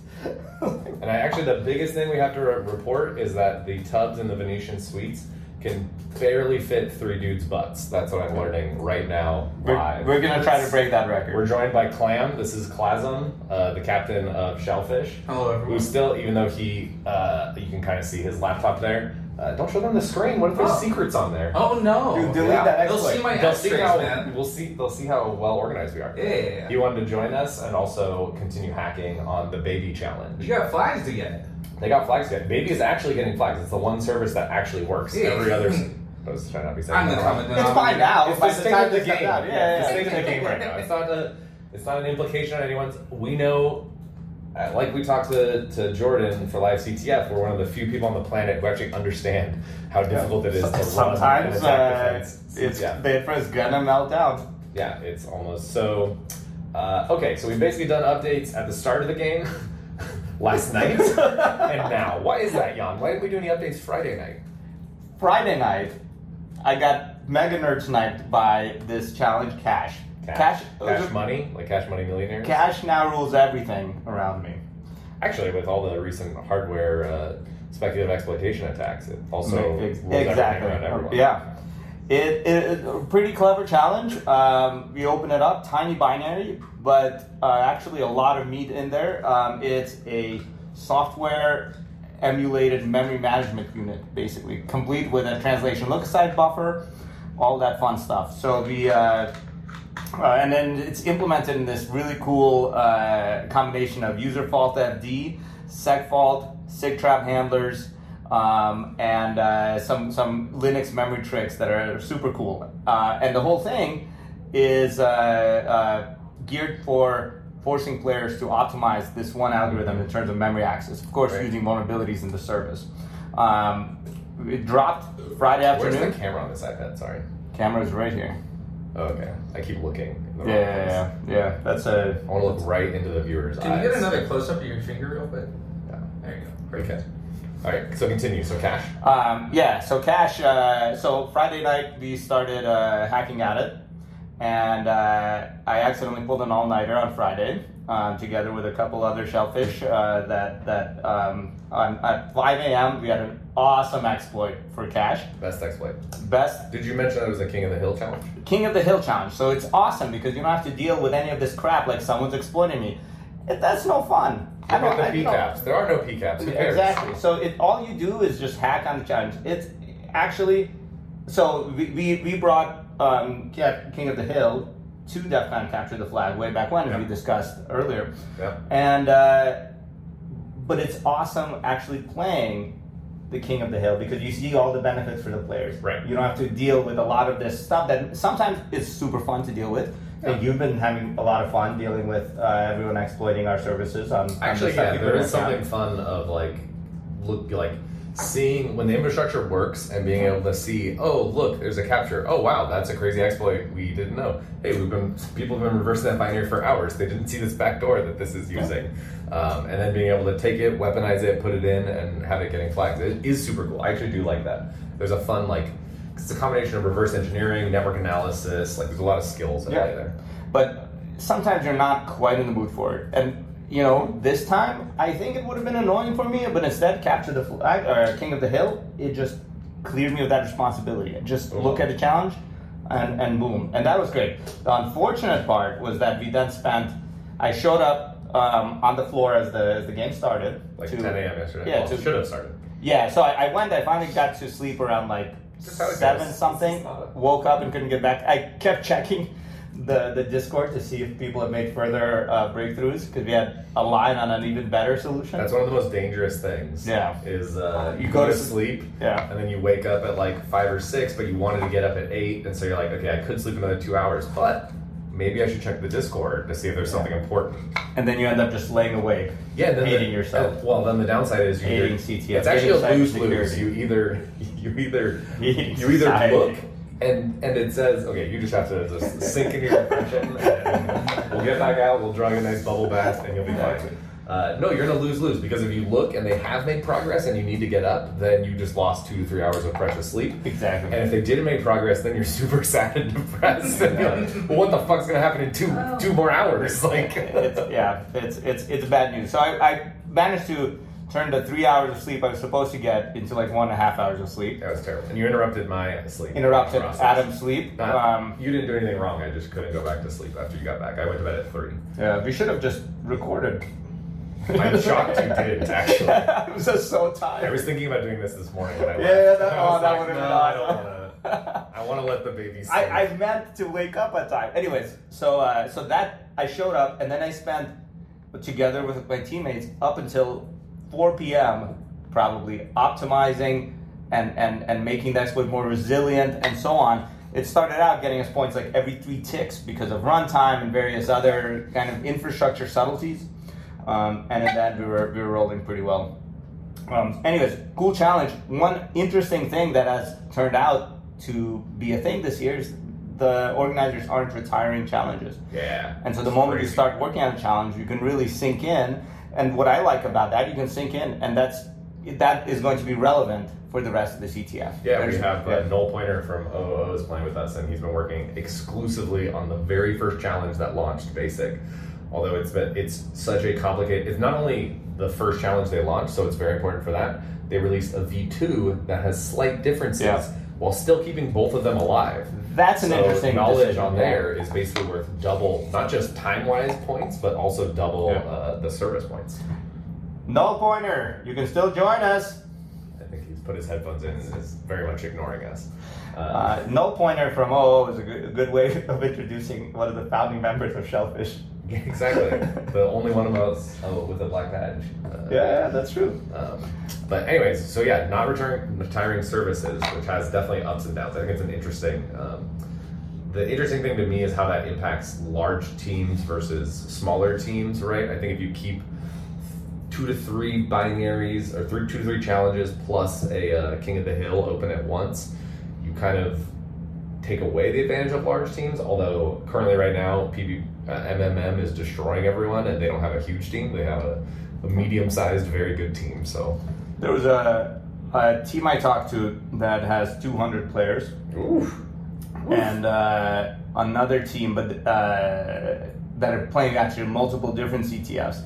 Speaker 2: And I, actually, the biggest thing we have to re- report is that the tubs in the Venetian suites can barely fit three dudes' butts. That's what I'm learning right now
Speaker 1: we're,
Speaker 2: live.
Speaker 1: we're gonna try to break that record.
Speaker 2: We're joined by Clam. This is Clasm, uh, the captain of Shellfish.
Speaker 3: Hello, everyone.
Speaker 2: Who still, even though he, uh, you can kind of see his laptop there. Uh, don't show them the screen. What if there's
Speaker 3: Oh.
Speaker 2: secrets on there?
Speaker 3: Oh no!
Speaker 1: Dude, delete
Speaker 2: yeah.
Speaker 1: that
Speaker 3: They'll
Speaker 1: exploit.
Speaker 3: see my
Speaker 2: They'll
Speaker 3: ass
Speaker 2: see
Speaker 3: strings,
Speaker 2: how
Speaker 3: man.
Speaker 2: we'll see. They'll see how well organized we are.
Speaker 3: Yeah, yeah, yeah.
Speaker 2: He wanted to join us and also continue hacking on the baby
Speaker 3: You
Speaker 2: challenge.
Speaker 3: got flags to get.
Speaker 2: They got flags yet. Baby is actually getting flags. It's the one service that actually works.
Speaker 3: Yeah.
Speaker 2: Every other. I was trying not to be saying
Speaker 3: I'm
Speaker 2: that
Speaker 3: the
Speaker 2: wrong.
Speaker 3: comment.
Speaker 1: it's fine now.
Speaker 2: It's
Speaker 1: by
Speaker 2: the
Speaker 1: the
Speaker 2: state
Speaker 1: time
Speaker 2: of the
Speaker 1: this comes
Speaker 2: game. Yeah,
Speaker 1: out.
Speaker 2: it's
Speaker 1: Yeah,
Speaker 2: the
Speaker 1: yeah.
Speaker 2: state of the game right now. It's not a, it's not an implication on anyone's. We know, uh, like we talked to, to Jordan for Live CTF, we're one of the few people on the planet who actually understand how difficult it is to run an
Speaker 1: Sometimes
Speaker 2: attack
Speaker 1: uh,
Speaker 2: defense.
Speaker 1: it's
Speaker 2: yeah,
Speaker 1: the first gonna melt out.
Speaker 2: yeah, it's almost so. Uh, okay, so we've basically done updates at the start of the game, last night, and now. Why is that, Jan? Why didn't we do any updates Friday night?
Speaker 1: Friday night, I got mega nerd sniped by this challenge, Cash.
Speaker 2: Cash, cash money, like cash money millionaires.
Speaker 1: Cash now rules everything around me.
Speaker 2: Actually, with all the recent hardware uh, speculative exploitation attacks, it also rules
Speaker 1: Ex-
Speaker 2: everything
Speaker 1: exactly. Oh,
Speaker 2: around everyone.
Speaker 1: Yeah. It, it, it- pretty clever challenge. Um, we open it up, tiny binary, but uh, actually a lot of meat in there. Um, it's a software emulated memory management unit, basically, complete with a translation look aside buffer, all that fun stuff. So the uh, uh, and then it's implemented in this really cool uh, combination of user fault FD, seg fault, sig trap handlers, um, and uh, some some Linux memory tricks that are super cool. Uh, and the whole thing is uh, uh, geared for forcing players to optimize this one algorithm in terms of memory access. Of course,
Speaker 2: Right.
Speaker 1: using vulnerabilities in the service. Um, it dropped Friday
Speaker 2: Where's
Speaker 1: afternoon.
Speaker 2: the camera on this iPad? Sorry.
Speaker 1: Camera's right here.
Speaker 2: Oh, okay. I keep looking. in the
Speaker 1: Yeah,
Speaker 2: wrong place.
Speaker 1: yeah, yeah. yeah. That's a
Speaker 2: I want to look right into the viewer's
Speaker 3: Can
Speaker 2: eyes.
Speaker 3: you get another close up of your finger real quick?
Speaker 2: Yeah.
Speaker 3: There you go.
Speaker 2: Great catch. All right. So continue. So cash.
Speaker 1: Um, yeah, so Cash, uh, so Friday night we started uh, hacking at it, and uh, I accidentally pulled an all nighter on Friday, um, together with a couple other shellfish. Uh, that that um, on, at 5 a.m. we had an awesome exploit for Cash,
Speaker 2: Best exploit.
Speaker 1: best
Speaker 2: Did you mention that it was a King of the Hill challenge?
Speaker 1: King of the Hill challenge. So it's awesome because you don't have to deal with any of this crap like someone's exploiting me. It, that's no fun. I
Speaker 2: Look
Speaker 1: don't.
Speaker 2: at
Speaker 1: I-
Speaker 2: the
Speaker 1: you know-
Speaker 2: PCAPs. There are no PCAPs. Who cares?
Speaker 1: Exactly. So it, all you do is just hack on the challenge. It's actually so we, we, we brought um, Ki- King of the Hill to DEF CON Capture the Flag way back when, as we discussed earlier.
Speaker 2: Yeah.
Speaker 1: And uh, but it's awesome actually playing the King of the Hill because you see all the benefits for the players.
Speaker 2: Right.
Speaker 1: You don't have to deal with a lot of this stuff that sometimes is super fun to deal with. And you've been having a lot of fun dealing with uh, everyone exploiting our services on. on
Speaker 2: Actually,
Speaker 1: the side
Speaker 2: yeah,
Speaker 1: of
Speaker 2: there
Speaker 1: the
Speaker 2: is
Speaker 1: account.
Speaker 2: something fun of like look like seeing when the infrastructure works and being able to see, oh look, there's a capture. Oh wow, that's a crazy exploit we didn't know. Hey, we've been people have been reversing that binary for hours. They didn't see this back door that this is using, um, and then being able to take it, weaponize it, put it in, and have it getting flagged. It is super cool. I actually do like that. There's a fun like it's a combination of reverse engineering, network analysis. Like there's a lot of skills that
Speaker 1: Yeah.
Speaker 2: play there.
Speaker 1: But sometimes you're not quite in the mood for it. And, you know, this time, I think it would have been annoying for me, but instead, Capture the Flag or King of the Hill, it just cleared me of that responsibility. Just
Speaker 2: Oh.
Speaker 1: look at a challenge and, and boom. And that was great. The unfortunate part was that we then spent, I showed up um, on the floor as the, as the game started.
Speaker 2: Like
Speaker 1: to-
Speaker 2: 10 a.m. yesterday.
Speaker 1: Yeah,
Speaker 2: well,
Speaker 1: to-
Speaker 2: should have started.
Speaker 1: yeah, so I, I went. I finally got to sleep around like
Speaker 2: Just how it
Speaker 1: seven
Speaker 2: goes.
Speaker 1: something.
Speaker 2: It's not-
Speaker 1: Woke up and couldn't get back. I kept checking the the Discord to see if people had made further uh, breakthroughs because we had a line on an even better solution.
Speaker 2: That's one of the most dangerous things.
Speaker 1: Yeah.
Speaker 2: Is uh,
Speaker 1: You
Speaker 2: you
Speaker 1: go
Speaker 2: go to
Speaker 1: to-
Speaker 2: sleep.
Speaker 1: Yeah.
Speaker 2: And then you wake up at like five or six, but you wanted to get up at eight, and so you're like, okay, I could sleep another two hours, but maybe I should check the Discord to see if there's something important.
Speaker 1: and then you end up just laying awake,
Speaker 2: Yeah. Then
Speaker 1: hating
Speaker 2: the,
Speaker 1: yourself.
Speaker 2: uh, well, then the downside is you
Speaker 1: Hating CTF,
Speaker 2: It's actually a
Speaker 1: hating
Speaker 2: lose lose.
Speaker 1: cybersecurity.
Speaker 2: You either you either
Speaker 1: Hating
Speaker 2: you either
Speaker 1: society.
Speaker 2: look. And, and it says, okay, you just have to just sink in your depression. And we'll get back out. We'll draw you a nice bubble bath, and you'll be fine. Uh, no, you're gonna lose lose because if you look and they have made progress and you need to get up, then you just lost two to three hours of precious sleep.
Speaker 1: Exactly.
Speaker 2: And if they didn't make progress, then you're super sad and depressed. And you're like, well, what the fuck's gonna happen in two two more hours? Like,
Speaker 1: it's, yeah, it's it's it's bad news. So I, I managed to turn the three hours of sleep I was supposed to get into like one and a half hours of sleep.
Speaker 2: that was terrible. And you interrupted my sleep.
Speaker 1: Interrupted
Speaker 2: process.
Speaker 1: Adam's sleep.
Speaker 2: Not-
Speaker 1: Um,
Speaker 2: you didn't do anything wrong. I just couldn't go back to sleep after you got back. I went to bed at three.
Speaker 1: yeah, we should have just recorded.
Speaker 2: I'm shocked you didn't. Actually,
Speaker 1: I was just so tired.
Speaker 2: I was thinking about doing this this morning when I
Speaker 1: Yeah,
Speaker 2: left.
Speaker 1: yeah, that-
Speaker 2: I was
Speaker 1: oh, that
Speaker 2: like,
Speaker 1: would've
Speaker 2: no,
Speaker 1: been
Speaker 2: I
Speaker 1: awesome."
Speaker 2: don't wanna- I want to let the baby. Sleep.
Speaker 1: I, I meant to wake up at time. Anyways, so uh, so that I showed up and then I spent together with my teammates up until 4 p.m. probably optimizing and and and making the exploit more resilient and so on. It started out getting us points like every three ticks because of runtime and various other kind of infrastructure subtleties. Um, and in that we were we were rolling pretty well. Um, anyways, cool challenge. One interesting thing that has turned out to be a thing this year is the organizers aren't retiring challenges.
Speaker 2: yeah.
Speaker 1: And so the
Speaker 2: It's
Speaker 1: moment you
Speaker 2: crazy.
Speaker 1: start working on a challenge, you can really sink in. And what I like about that, you can sink in, and that's that is going to be relevant for the rest of the CTF.
Speaker 2: Yeah, we
Speaker 1: There's-
Speaker 2: have uh, Noel Pointer from OOO is playing with us, and he's been working exclusively on the very first challenge that launched Basic. Although it's been it's such a complicated. It's not only the first challenge they launched, so it's very important for that. They released a V two that has slight differences
Speaker 1: Yeah.
Speaker 2: while still keeping both of them alive.
Speaker 1: That's an
Speaker 2: So
Speaker 1: interesting
Speaker 2: knowledge
Speaker 1: decision,
Speaker 2: on
Speaker 1: yeah.
Speaker 2: there is basically worth double, not just time wise points, but also double
Speaker 1: Yeah.
Speaker 2: uh, the service points.
Speaker 1: No pointer. You can still join us.
Speaker 2: I think he's put his headphones in and is very much ignoring us.
Speaker 1: Uh, no pointer from OO is a good, a good way of introducing one of the founding members of Shellfish.
Speaker 2: Yeah, exactly. the only one of us oh, with a black badge. Uh,
Speaker 1: Yeah, that's true.
Speaker 2: Um, but anyways, so yeah, not returning retiring services, which has definitely ups and downs. I think it's an interesting. Um, the interesting thing to me is how that impacts large teams versus smaller teams, right? I think if you keep two to three binaries or three two to three challenges plus a uh, king of the hill open at once, you kind of take away the advantage of large teams. Although currently, right now, PB uh, MMM is destroying everyone, and they don't have a huge team. They have a, a medium-sized, very good team. So,
Speaker 1: There was a, a team I talked to that has 200 players, and uh, another team, but uh, that are playing actually multiple different CTFs.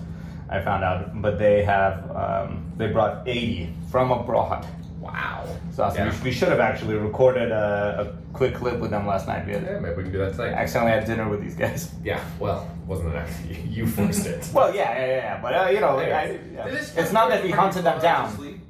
Speaker 1: I found out, but they have um, they brought 80 from abroad.
Speaker 2: wow.
Speaker 1: So awesome.
Speaker 2: Yeah.
Speaker 1: we, we should have actually recorded a, a quick clip with them last night. We
Speaker 2: Yeah,
Speaker 1: had,
Speaker 2: maybe we can do that tonight.
Speaker 1: accidentally had dinner with these guys.
Speaker 2: Yeah. Well, wasn't an accident. You forced it.
Speaker 1: Well, yeah, yeah, yeah, yeah, but uh, you know, I,
Speaker 2: Anyways.
Speaker 1: yeah. it's not that we hunted them down.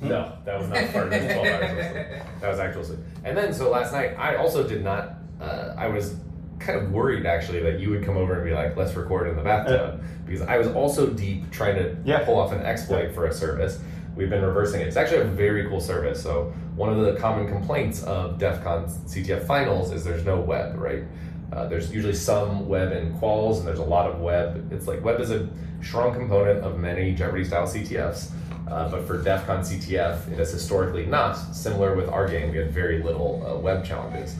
Speaker 2: No, that was not part of the 12 hours of sleep. That was actual sleep. And then, so last night, I also did not, uh, I was kind of worried actually that you would come over and be like, let's record in the bathtub. Because I was also deep trying to
Speaker 1: Yeah.
Speaker 2: pull off an exploit for a service. We've been reversing it. It's actually a very cool service. So, one of the common complaints of DEF CON CTF finals is there's no web, right? Uh, there's usually some web in quals, and there's a lot of web. It's like web is a strong component of many Jeopardy style CTFs. Uh, but for DEF CON CTF, it is historically not similar with our game. We had very little uh, web challenges.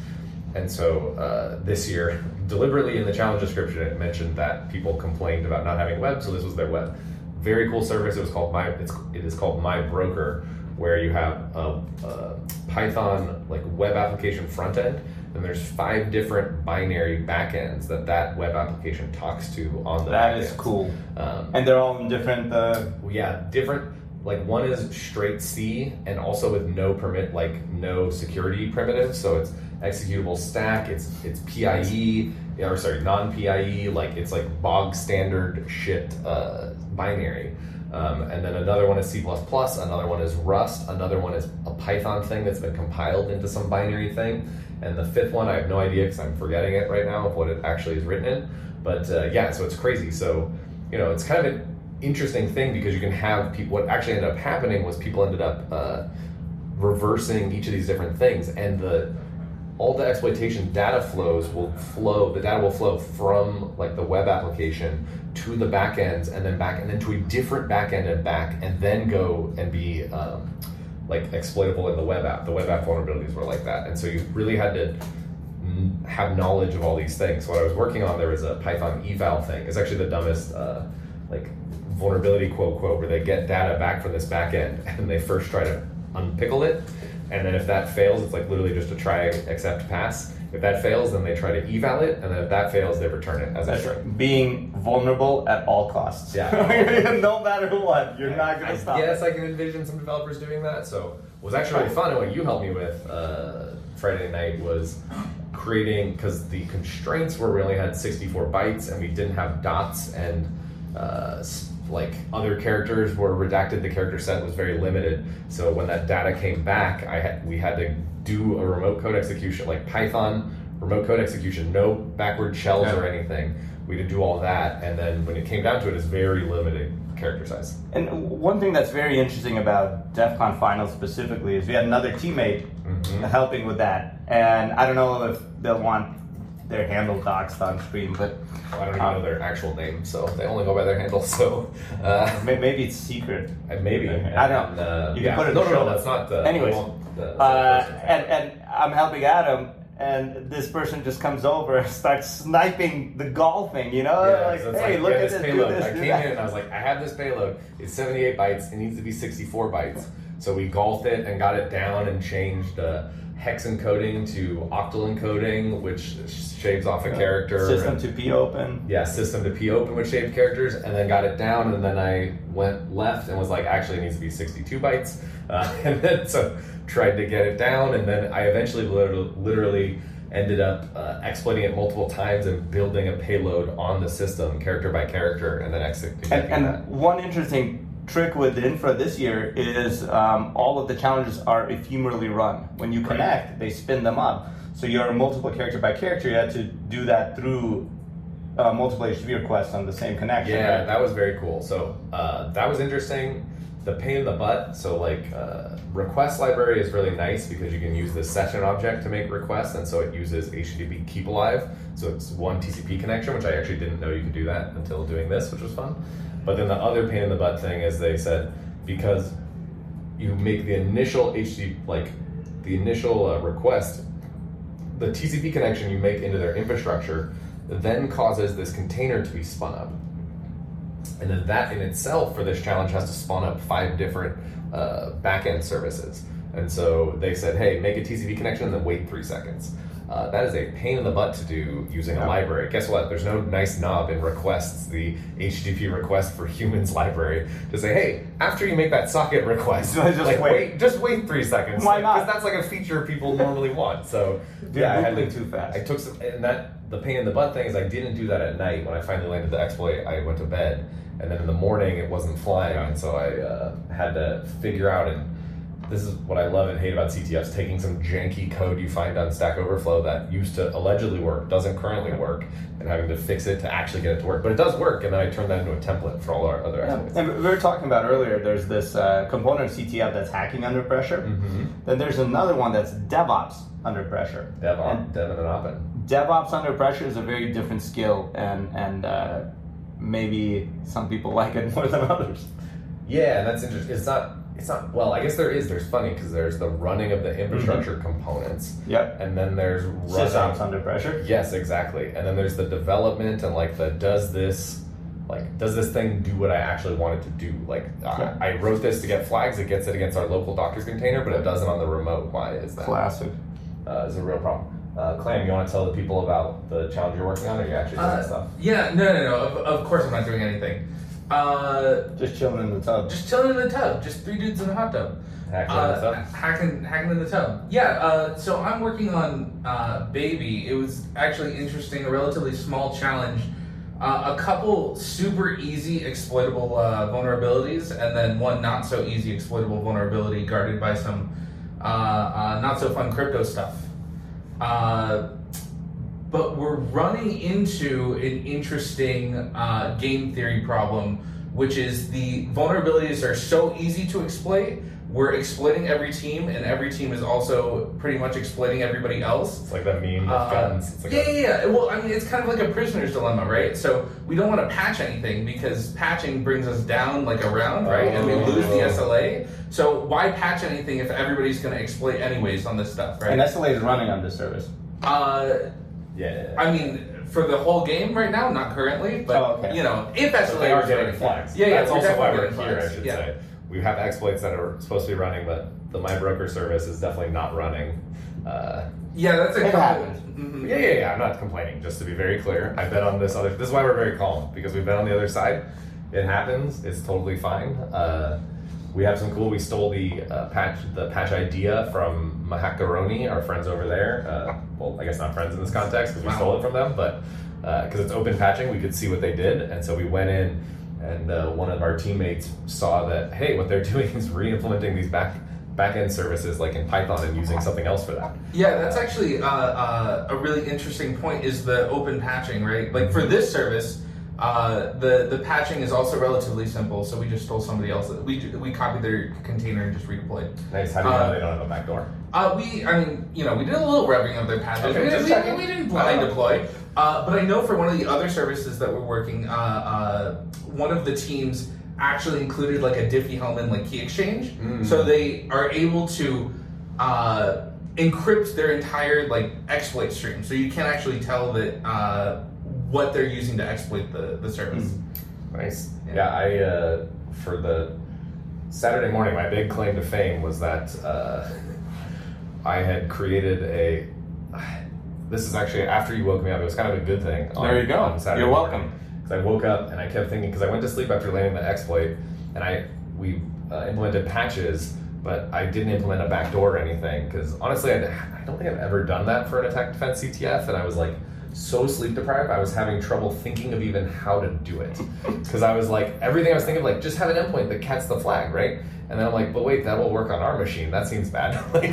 Speaker 2: And so uh, this year, deliberately in the challenge description, it mentioned that people complained about not having web, so this was their web. Very cool service. It was called my. It's, it is called My Broker, where you have a, a Python like web application front end, and there's five different binary backends that that web application talks to on the.
Speaker 1: That is
Speaker 2: backends.
Speaker 1: cool.
Speaker 2: Um,
Speaker 1: And they're all in different. Uh,
Speaker 2: well, yeah, different. Like one is straight C, and also with no permit, like no security primitive. So it's executable stack. It's it's PIE or sorry, non PIE. Like it's like bog standard shit uh, binary. Um, and then another one is C++, another one is Rust, another one is a Python thing that's been compiled into some binary thing. And the fifth one, I have no idea because I'm forgetting it right now of what it actually is written in. But uh, yeah, so it's crazy. So, you know, it's kind of an interesting thing because you can have people. What actually ended up happening was people ended up uh, reversing each of these different things, and the all the exploitation data flows will flow. The data will flow from like the web application to the backends, and then back, and then to a different backend and back, and then go and be. Um, like exploitable in the web app. The web app vulnerabilities were like that, and so you really had to n- have knowledge of all these things. What I was working on, there was a Python eval thing. It's actually the dumbest, uh, like, vulnerability quote quote, where they get data back from this backend and they first try to unpickle it, and then if that fails, it's like literally just a try, accept, pass. If that fails, then they try to eval it, and then if that fails, they return it as a string.
Speaker 1: being vulnerable at all costs.
Speaker 2: Yeah.
Speaker 1: no matter what, you're not gonna
Speaker 2: I
Speaker 1: stop.
Speaker 2: guess I can envision some developers doing that. So what was actually really fun, and what you helped me with uh, Friday night was creating because the constraints were we only had 64 bytes and we didn't have dots and uh, s- like other characters were redacted. The character set was very limited. So when that data came back, I had, we had to do a remote code execution like Python remote code execution, no backward shells or anything. We did do all that, and then when it came down to it, it's very limited character size.
Speaker 1: And one thing that's very interesting about DEF CON finals specifically is we had another teammate
Speaker 2: Mm-hmm.
Speaker 1: helping with that. And I don't know if they'll want their handle doxed on screen, but
Speaker 2: I don't even know their actual name, so they only go by their handle. So uh,
Speaker 1: may- maybe it's secret.
Speaker 2: maybe
Speaker 1: I don't know.
Speaker 2: Uh,
Speaker 1: You can
Speaker 2: yeah.
Speaker 1: put it in
Speaker 2: No,
Speaker 1: the
Speaker 2: no,
Speaker 1: show
Speaker 2: no, that's not.
Speaker 1: notes.
Speaker 2: The,
Speaker 1: Anyways,
Speaker 2: we won't- the-
Speaker 1: Uh,
Speaker 2: the-
Speaker 1: and, and I'm helping Adam, and this person just comes over and starts sniping the golfing, you know?
Speaker 2: Yeah,
Speaker 1: like,
Speaker 2: so it's
Speaker 1: hey,
Speaker 2: like,
Speaker 1: look
Speaker 2: yeah,
Speaker 1: at
Speaker 2: this
Speaker 1: this,
Speaker 2: payload.
Speaker 1: do this,
Speaker 2: I
Speaker 1: do
Speaker 2: came
Speaker 1: that.
Speaker 2: in and I was like, I have this payload. It's 78 bytes. It needs to be 64 bytes. So we golfed it and got it down and changed uh, hex encoding to octal encoding, which shaves off a character.
Speaker 1: System
Speaker 2: and-
Speaker 1: to P open.
Speaker 2: yeah, system to P open with shaped characters, and then got it down, and then I went left and was like, actually, it needs to be 62 bytes, uh, and then so tried to get it down, and then I eventually literally, literally ended up uh, exploiting it multiple times and building a payload on the system, character by character, and then executing
Speaker 1: And,
Speaker 2: that.
Speaker 1: and one interesting trick with the infra this year is um, all of the challenges are ephemerally run. When you connect, they spin them up. So you're multiple character by character. You had to do that through uh, multiple HTTP requests on the same connection.
Speaker 2: Yeah,
Speaker 1: right?
Speaker 2: that was very cool. So uh, that was interesting. The pain in the butt. So like uh, request library is really nice because you can use the session object to make requests, and so it uses HTTP keep alive. So it's one TCP connection, which I actually didn't know you could do that until doing this, which was fun. But then the other pain in the butt thing is they said because you make the initial HTTP like the initial uh, request the TCP connection you make into their infrastructure then causes this container to be spun up. And then that in itself for this challenge has to spawn up five different uh, backend services. And so they said, hey, make a TCP connection and then wait three seconds. Uh, that is a pain in the butt to do using a library. Guess what? There's no nice knob in requests, the HTTP request for humans library, to say, hey, after you make that socket request,
Speaker 1: Just
Speaker 2: like,
Speaker 1: wait.
Speaker 2: just wait three seconds.
Speaker 1: Why not?
Speaker 2: Because that's like a feature people normally want. So
Speaker 1: They're
Speaker 2: yeah, I had
Speaker 1: moving
Speaker 2: to,
Speaker 1: too fast.
Speaker 2: I took some, and that the pain in the butt thing is I didn't do that at night. When I finally landed the exploit, I went to bed, and then in the morning it wasn't flying, and so I uh, had to figure out. And this is what I love and hate about CTFs: taking some janky code you find on Stack Overflow that used to allegedly work, doesn't currently work, and having to fix it to actually get it to work. But it does work, and then I turned that into a template for all our other exploits.
Speaker 1: And we were talking about earlier, there's this uh, component of CTF that's hacking under pressure.
Speaker 2: Mm-hmm.
Speaker 1: Then there's another one that's DevOps under pressure.
Speaker 2: DevOps, Devin, and Oppen.
Speaker 1: And DevOps under pressure is a very different skill, and, and uh, maybe some people like it more than others.
Speaker 2: Yeah, that's interesting. It's not. It's not. Well, I guess there is. There's funny because there's the running of the infrastructure components.
Speaker 1: Mm-hmm. Yep.
Speaker 2: And then there's
Speaker 1: Systems
Speaker 2: running.
Speaker 1: under pressure.
Speaker 2: Yes, exactly. And then there's the development and like the does this, like does this thing do what I actually want it to do? Like
Speaker 1: Yeah.
Speaker 2: I, I wrote this to get flags. It gets it against our local Docker container, but it doesn't on the remote. Why is that?
Speaker 1: Classic.
Speaker 2: Uh, is a real problem. Uh, Clam, you want to tell the people about the challenge you're working on, or you actually doing
Speaker 3: Uh,
Speaker 2: stuff?
Speaker 3: yeah, no, no, no. Of, of course I'm not doing anything. Uh,
Speaker 1: Just chilling in the tub.
Speaker 3: just chilling in the tub. Just three dudes in a hot tub.
Speaker 2: Hacking in
Speaker 3: uh,
Speaker 2: the tub?
Speaker 3: Hacking, hacking in the tub. Yeah. Uh, so I'm working on uh, baby. It was actually interesting. A relatively small challenge. Uh, a couple super easy exploitable uh, vulnerabilities, and then one not so easy exploitable vulnerability guarded by some uh, uh, not so fun crypto stuff. Uh, but we're running into an interesting uh, game theory problem, which is the vulnerabilities are so easy to exploit. We're exploiting every team, and every team is also pretty much exploiting everybody else.
Speaker 2: It's like that meme with
Speaker 3: Uh,
Speaker 2: guns. It's like
Speaker 3: yeah,
Speaker 2: a-
Speaker 3: yeah, yeah. Well, I mean, it's kind of like a prisoner's dilemma, right? So we don't want to patch anything because patching brings us down like a round, right? and we
Speaker 2: Oh.
Speaker 3: lose the SLA. So why patch anything if everybody's going to exploit anyways on this stuff,
Speaker 1: And
Speaker 3: right?
Speaker 1: SLA is running on this service.
Speaker 3: Uh,
Speaker 2: yeah.
Speaker 3: I mean, for the whole game right now, not currently, but
Speaker 1: Oh, okay.
Speaker 3: you know, if SLA
Speaker 2: But they are
Speaker 3: was
Speaker 2: getting
Speaker 3: running-
Speaker 2: flags.
Speaker 3: Yeah, yeah,
Speaker 2: That's
Speaker 3: we're
Speaker 2: also why we're
Speaker 3: definitely getting
Speaker 2: here, I
Speaker 3: flags,
Speaker 2: should
Speaker 3: yeah.
Speaker 2: say. We have exploits that are supposed to be running, but the My Broker service is definitely not running. Uh,
Speaker 3: Yeah, that's a
Speaker 1: It
Speaker 3: couple.
Speaker 1: happens.
Speaker 3: Mhm.
Speaker 2: Mm-hmm. yeah, yeah, yeah. I'm not complaining. Just to be very clear, I bet on this other. This is why we're very calm because we've been on the other side. It happens. It's totally fine. Uh, we have some cool. We stole the uh, patch, the patch idea from Mahakaroni, our friends over there. Uh, well, I guess not friends in this context because we stole it from them, but because it's open patching, we could see what they did, and so we went in, and uh, one of our teammates saw that hey, what they're doing is re-implementing these back back end services like in Python and using something else for that.
Speaker 3: Yeah, that's actually uh, uh, a really interesting point. Is the open patching right? Like for this service, uh, the the patching is also relatively simple. So we just stole somebody else's. We ju- we copied their container and just redeployed.
Speaker 2: Nice. How do you
Speaker 3: Uh,
Speaker 2: know they don't have a backdoor?
Speaker 3: Uh, we, I mean, you know, we did a little revving of their patches.
Speaker 2: Okay,
Speaker 3: we,
Speaker 2: just
Speaker 3: we-
Speaker 2: checking.
Speaker 3: we didn't blind deploy. Uh, but I know for one of the other services that we're working, uh, uh, one of the teams actually included like a Diffie Hellman like key exchange, so they are able to uh, encrypt their entire like exploit stream. So you can't actually tell that uh, what they're using to exploit the the service.
Speaker 2: Nice.
Speaker 3: Yeah.
Speaker 2: Yeah, I uh, for the Saturday morning, my big claim to fame was that uh, I had created a. This is actually after you woke me up. It was kind of a good thing. on-
Speaker 1: There you go.
Speaker 2: on Saturday
Speaker 1: You're
Speaker 2: morning.
Speaker 1: welcome.
Speaker 2: 'Cause I woke up and I kept thinking because I went to sleep after landing the exploit, and I we uh, implemented patches, but I didn't implement a backdoor or anything because honestly, I'd, I don't think I've ever done that for an attack defense CTF, and I was like so sleep deprived, I was having trouble thinking of even how to do it because I was like everything I was thinking of like just have an endpoint that cats the flag, right? And then I'm like, but wait, that will work on our machine. That seems bad. like,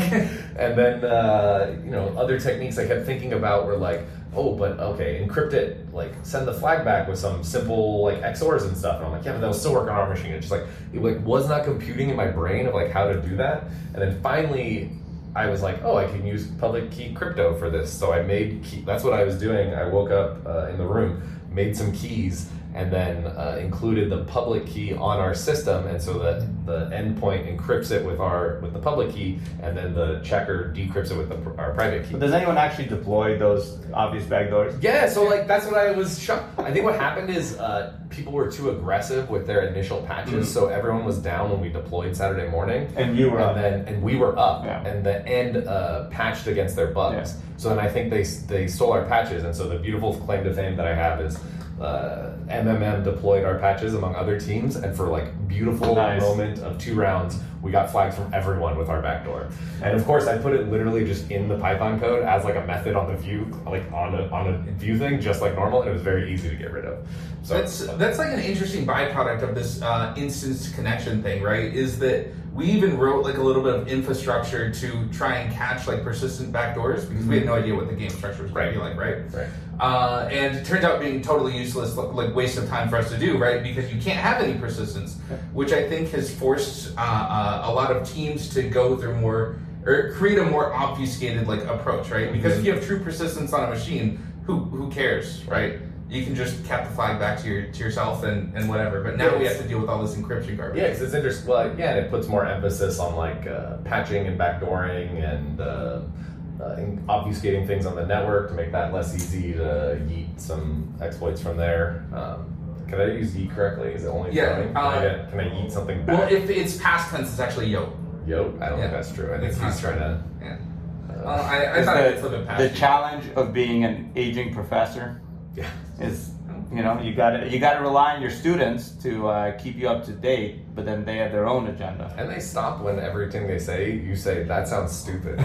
Speaker 2: and then uh, you know other techniques I kept thinking about were like oh, but okay, encrypt it, like send the flag back with some simple like XORs and stuff. And I'm like, yeah, but that'll still work on our machine. It's just like it like was not computing in my brain of like how to do that. And then finally, I was like, oh, I can use public key crypto for this. So I made key. That's what I was doing. I woke up uh, in the room, made some keys. And then uh, included the public key on our system, and so that the endpoint encrypts it with our with the public key, and then the checker decrypts it with the, pr- our private key.
Speaker 1: But does anyone actually deploy those obvious backdoors?
Speaker 2: Yeah, so like that's what I was shocked. I think what happened is uh, people were too aggressive with their initial patches, so everyone was down when we deployed Saturday morning,
Speaker 1: Mm-hmm. And you were
Speaker 2: and
Speaker 1: up.
Speaker 2: then and we were up,
Speaker 1: Yeah.
Speaker 2: and the end uh, patched against their bugs.
Speaker 1: Yeah.
Speaker 2: So then I think they they stole our patches, and so the beautiful claim to fame that I have is. Uh, MMM deployed our patches among other teams, and for like beautiful
Speaker 1: Nice.
Speaker 2: moment of two rounds, we got flags from everyone with our backdoor. And of course, I put it literally just in the Python code as like a method on the view, like on a, on a view thing, just like normal. And it was very easy to get rid of. So
Speaker 3: That's that's like an interesting byproduct of this uh, instance connection thing, right? Is that we even wrote like a little bit of infrastructure to try and catch like persistent backdoors because we had no idea what the game structure was going to be like, right?
Speaker 2: Right.
Speaker 3: Uh, and it turns out being totally useless, like, like waste of time for us to do, right? Because you can't have any persistence, which I think has forced uh, uh, a lot of teams to go through more or create a more obfuscated like approach, right? Because if you have true persistence on a machine, who who cares, right? you can just cap the flag back to your to yourself and, and whatever. But now we have to deal with all this encryption garbage.
Speaker 5: Yeah, because it's interesting. Well, again, it puts more emphasis on like uh, patching and backdooring and uh, uh, in- obfuscating things on the network to make that less easy to yeet some exploits from there. Um, can I use yeet correctly? Is it only
Speaker 3: Yeah,
Speaker 5: throwing? Can,
Speaker 3: uh,
Speaker 5: I get, can I yeet something back?
Speaker 3: Well, if it's past tense, it's actually yo.
Speaker 5: Yo, I don't
Speaker 3: Yeah.
Speaker 5: think that's true. I think
Speaker 3: It's
Speaker 5: he's
Speaker 3: not
Speaker 5: trying to.
Speaker 3: Yeah. Uh, I, I
Speaker 10: Is
Speaker 3: thought
Speaker 10: the-
Speaker 3: it's a little bit past.
Speaker 10: the challenge of being an aging professor
Speaker 5: Yeah.
Speaker 10: is you know you got to you got to rely on your students to uh, keep you up to date, but then they have their own agenda.
Speaker 11: And
Speaker 5: They stop when everything they say, you say, that sounds stupid.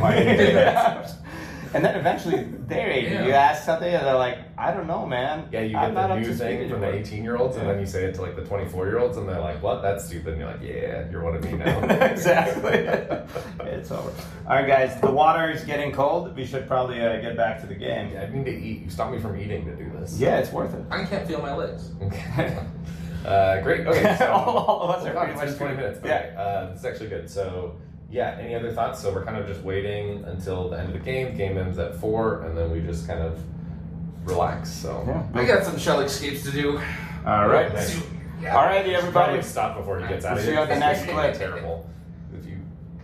Speaker 10: and then eventually they're aging.
Speaker 3: Yeah.
Speaker 10: You ask something, and they're like, "I don't know, man.
Speaker 5: Yeah, you
Speaker 10: I'm
Speaker 5: get
Speaker 10: not
Speaker 5: the
Speaker 10: up
Speaker 5: new
Speaker 10: to
Speaker 5: thing
Speaker 10: speed
Speaker 5: from the
Speaker 10: anymore."
Speaker 5: 18 year olds, and then you say it to like the 24 year olds, and they're like, what? That's stupid. And you're like, yeah, you're one of me now.
Speaker 10: exactly. it's over. All right, guys. The water is getting cold. We should probably uh, get back to the game.
Speaker 5: I need to eat. You stopped me from eating to do this.
Speaker 10: Yeah, it's worth it.
Speaker 3: I can't feel my legs.
Speaker 5: uh, great. Okay. So,
Speaker 10: all, all of us
Speaker 5: Oh,
Speaker 10: are
Speaker 5: God,
Speaker 10: pretty much
Speaker 5: it's been 20 minutes. Okay. Uh, this is actually good. So, yeah, any other thoughts? So, we're kind of just waiting until the end of the game. Game ends at four, and then we just kind of relax. So,
Speaker 10: Yeah.
Speaker 3: I got some shell escapes to do.
Speaker 10: All right.
Speaker 5: Nice.
Speaker 3: Yeah.
Speaker 10: All righty,
Speaker 5: Probably
Speaker 10: everybody.
Speaker 5: stop before he gets out
Speaker 10: We'll
Speaker 5: of
Speaker 10: see
Speaker 5: here.
Speaker 10: you on the
Speaker 5: This
Speaker 10: next
Speaker 5: is gonna be
Speaker 10: clip.
Speaker 5: Terrible.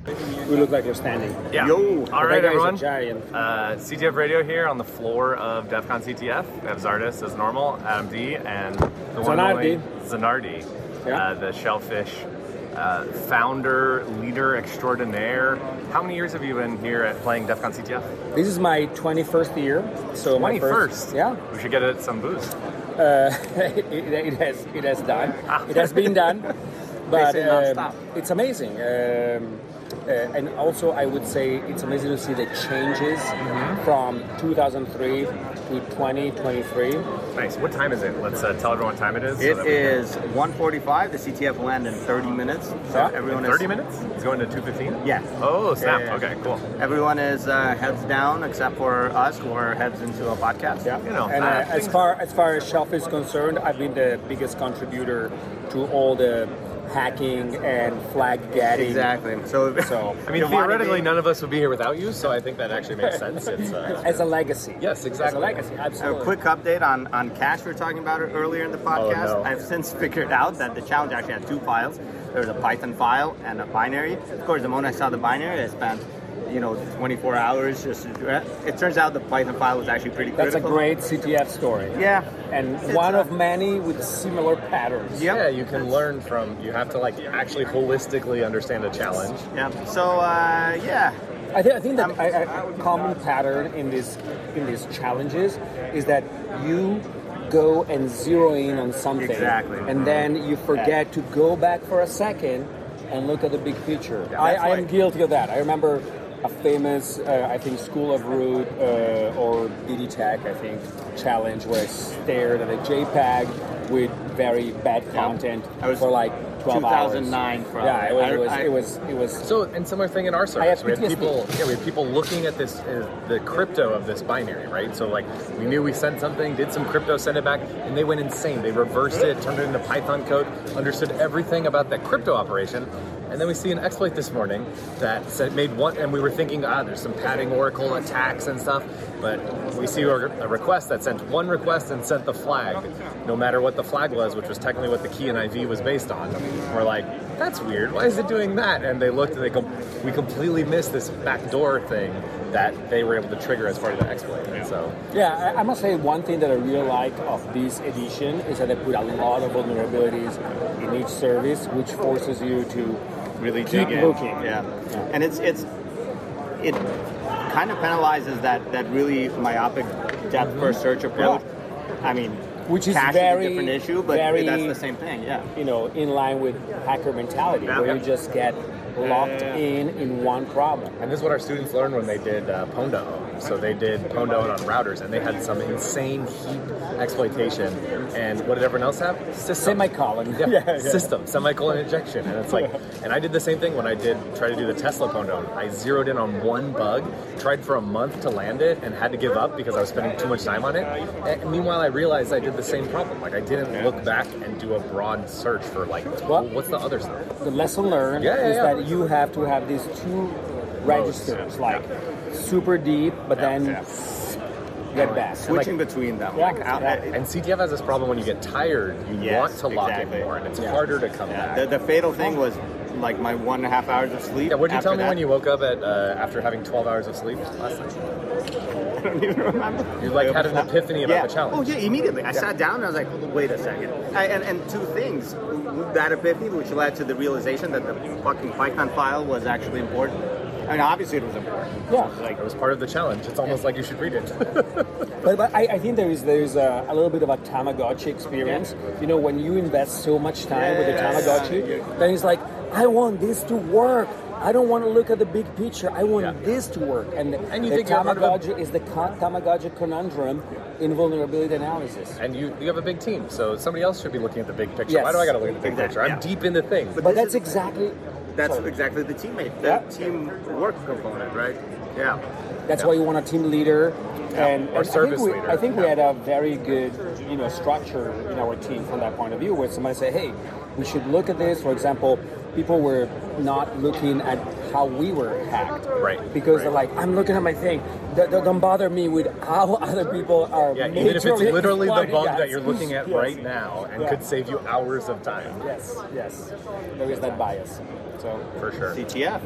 Speaker 5: If you
Speaker 12: We look like we're standing.
Speaker 2: Yeah. All
Speaker 12: That
Speaker 2: right,
Speaker 12: guy's a
Speaker 2: everyone.
Speaker 12: giant.
Speaker 2: Uh, CTF Radio here on the floor of DEF CON CTF. We have Zardis as normal, Adam D, and the one and only Zanardi,
Speaker 12: Yeah.
Speaker 2: uh, the shellfish uh, founder, leader extraordinaire. How many years have you been here at playing DEF CON CTF?
Speaker 12: This is my 21st year. So my
Speaker 2: 21st.
Speaker 12: first, yeah.
Speaker 2: We should get it some booze.
Speaker 12: Uh, it, it has it has done.
Speaker 2: Ah.
Speaker 12: It has been done. But
Speaker 2: say
Speaker 12: um,
Speaker 2: nonstop.
Speaker 12: it's amazing. Um, uh, and also, I would say it's amazing to see the changes
Speaker 2: Mm-hmm.
Speaker 12: from 2003 to 2023.
Speaker 2: Nice. What time is it? Let's uh, tell everyone what time it is. so
Speaker 1: It
Speaker 2: that we-
Speaker 1: is 1:45. The CTF will end in 30 minutes. So
Speaker 12: Yeah.
Speaker 1: everyone is
Speaker 2: 30 minutes? It's going to 2.15?
Speaker 1: Yeah.
Speaker 2: Oh, snap.
Speaker 1: Yeah, yeah, yeah.
Speaker 2: Okay, cool.
Speaker 1: Everyone is uh, heads down except for us, who are heads into a podcast.
Speaker 12: Yeah,
Speaker 2: You know,
Speaker 12: and
Speaker 2: uh,
Speaker 12: uh, as
Speaker 2: things-
Speaker 12: far as far as Shelf is concerned, I've been the biggest contributor to all the hacking and flag getting.
Speaker 1: Exactly. So,
Speaker 12: So,
Speaker 2: I mean,
Speaker 1: you wanna
Speaker 2: theoretically,
Speaker 1: be-
Speaker 2: none of us would be here without you, so I think that actually makes sense. It's, uh,
Speaker 12: as a legacy.
Speaker 2: Yes, exactly.
Speaker 12: As a legacy,
Speaker 1: A
Speaker 12: absolutely.
Speaker 1: quick update on, on cache we were talking about it earlier in the podcast.
Speaker 2: Oh, no.
Speaker 1: I've since figured out that the challenge actually had two files. There was a Python file and a binary. Of course, the moment I saw the binary, I spent you know 24 hours just. To do it. it turns out the Python file was actually pretty
Speaker 12: That's a
Speaker 1: critical.
Speaker 12: great CTF story.
Speaker 1: Yeah.
Speaker 12: And
Speaker 1: It's
Speaker 12: one
Speaker 1: a-
Speaker 12: of many with similar patterns.
Speaker 1: Yep.
Speaker 2: Yeah, you can learn from. You have to like actually holistically understand a challenge.
Speaker 1: Yeah. So uh, yeah, Um,
Speaker 12: I, thi- I think that I, I, a common pattern in this in these challenges is that you go and zero in on something,
Speaker 1: Exactly.
Speaker 12: and then you forget to go back for a second and look at the big picture. I,
Speaker 1: that's
Speaker 12: I am
Speaker 1: why-
Speaker 12: guilty of that. I remember a famous, uh, I think, School of Root uh, or BD Tech, I think, challenge where I stared at a JPEG with very bad content
Speaker 1: I was-
Speaker 12: for like 12
Speaker 1: 2009
Speaker 12: hours.
Speaker 1: probably.
Speaker 12: Yeah, it
Speaker 1: I-
Speaker 12: was,
Speaker 1: I-
Speaker 12: it was, it was, it was
Speaker 2: So, and similar thing in our
Speaker 12: I have
Speaker 2: service. We had
Speaker 12: PTSD.
Speaker 2: people, yeah, we had people looking at this, uh, the crypto of this binary, right? So, like, we knew we sent something, did some crypto, sent it back, and they went insane. They reversed it, turned it into Python code, understood everything about that crypto operation, and then we see an exploit this morning that said, made one, and we were thinking, ah, there's some padding Oracle attacks and stuff, but we see a a request that sent one request and sent the flag, no matter what the flag was, which was technically what the key in IV was based on. We're like, that's weird. Why is it doing that? And they looked and they com- we completely missed this backdoor thing that they were able to trigger as part of the exploit. And so
Speaker 12: Yeah, I, I must say one thing that I really like of this edition is that they put a lot of vulnerabilities in each service, which forces you to
Speaker 1: really
Speaker 12: keep
Speaker 1: dig in.
Speaker 12: looking.
Speaker 1: Yeah, and it's it's it kind of penalizes that that really myopic depth first search approach. I mean,
Speaker 12: Which is
Speaker 1: cache
Speaker 12: very-
Speaker 1: a different issue, but
Speaker 12: very-
Speaker 1: that's the same thing. Yeah.
Speaker 12: You know, in line with hacker mentality, where you just get locked in in one problem.
Speaker 2: And this is what our students learned when they did uh, Pondo. So they did Pondo on routers, and they had some insane heap exploitation. And what did everyone else have? System.
Speaker 12: Semicolon.
Speaker 2: Yeah,
Speaker 12: Yeah, yeah.
Speaker 2: system, semicolon injection. And it's like, and I did the same thing when I did try to do the Tesla Pondo. I zeroed in on one bug, tried for a month to land it, and had to give up because I was spending too much time on it. And meanwhile, I realized I did the same problem. Like, I didn't look back and do a broad search for, like, well, what's the other stuff?
Speaker 12: The lesson learned
Speaker 2: Yeah, yeah,
Speaker 12: is
Speaker 2: yeah.
Speaker 12: that you have to have these two registers,
Speaker 2: yeah.
Speaker 12: like super deep, but then
Speaker 2: yeah.
Speaker 12: s- get back.
Speaker 1: Switching between them, like out,
Speaker 2: And CTF has this problem when you get tired, you
Speaker 1: Yes,
Speaker 2: want to lock
Speaker 1: exactly.
Speaker 2: it more, and it's
Speaker 12: Yeah.
Speaker 2: harder to come
Speaker 1: Yeah,
Speaker 2: back.
Speaker 1: the, the fatal thing was like my one and a half hours of sleep.
Speaker 2: yeah, what'd you
Speaker 1: after
Speaker 2: tell me
Speaker 1: that.
Speaker 2: when you woke up at uh, after having 12 hours of sleep last night?
Speaker 1: I don't even remember.
Speaker 2: You, like,
Speaker 1: It
Speaker 2: had
Speaker 1: was
Speaker 2: an
Speaker 1: not-
Speaker 2: epiphany about
Speaker 1: yeah.
Speaker 2: the challenge.
Speaker 1: Oh yeah, immediately. I sat down and I was like, wait a second. I, and, and two things. That epiphany, which led to the realization that the fucking Python file was actually important. I mean, obviously it was important.
Speaker 12: Yeah.
Speaker 2: Like it was part of the challenge. It's almost like you should read it.
Speaker 12: But, but I, I think there is there's a, a little bit of a Tamagotchi experience. You know, when you invest so much time with a
Speaker 1: Yes.
Speaker 12: Tamagotchi, then it's like, I want this to work. I don't want to look at the big picture. I want this to work. And,
Speaker 2: And you
Speaker 12: the
Speaker 2: think you're part of a-
Speaker 12: Tamagotchi is the con- Tamagotchi conundrum in vulnerability analysis.
Speaker 2: and you you have a big team, so somebody else should be looking at the big picture.
Speaker 12: Yes.
Speaker 2: Why do I got to look at the big
Speaker 1: Exactly,
Speaker 2: picture? I'm
Speaker 1: yeah.
Speaker 2: deep in the thing.
Speaker 1: But
Speaker 12: But
Speaker 1: this
Speaker 12: that's
Speaker 1: is-
Speaker 12: exactly
Speaker 1: That's
Speaker 12: Sorry.
Speaker 1: exactly the teammate, the
Speaker 12: Yeah.
Speaker 1: team work component, right? Yeah.
Speaker 12: That's why you want a team leader and,
Speaker 2: Or
Speaker 12: and
Speaker 2: service
Speaker 12: I think we,
Speaker 2: leader.
Speaker 12: I think we had a very good, you know, structure in our team from that point of view, where somebody said, "Hey, we should look at this." For example, people were not looking at how we were hacked,
Speaker 2: Right,
Speaker 12: Because
Speaker 2: right.
Speaker 12: they're like, "I'm looking at my thing. Th- th- don't bother me with how other people are."
Speaker 2: yeah, even if it's
Speaker 12: majorly
Speaker 2: literally the
Speaker 12: exploiting
Speaker 2: bug
Speaker 12: us."
Speaker 2: that you're looking at
Speaker 12: Yes.
Speaker 2: right now and
Speaker 12: Yeah.
Speaker 2: could save you hours of time,
Speaker 12: Yes, yes, there is that bias. So,
Speaker 2: for sure.
Speaker 1: CTF.
Speaker 2: Yep.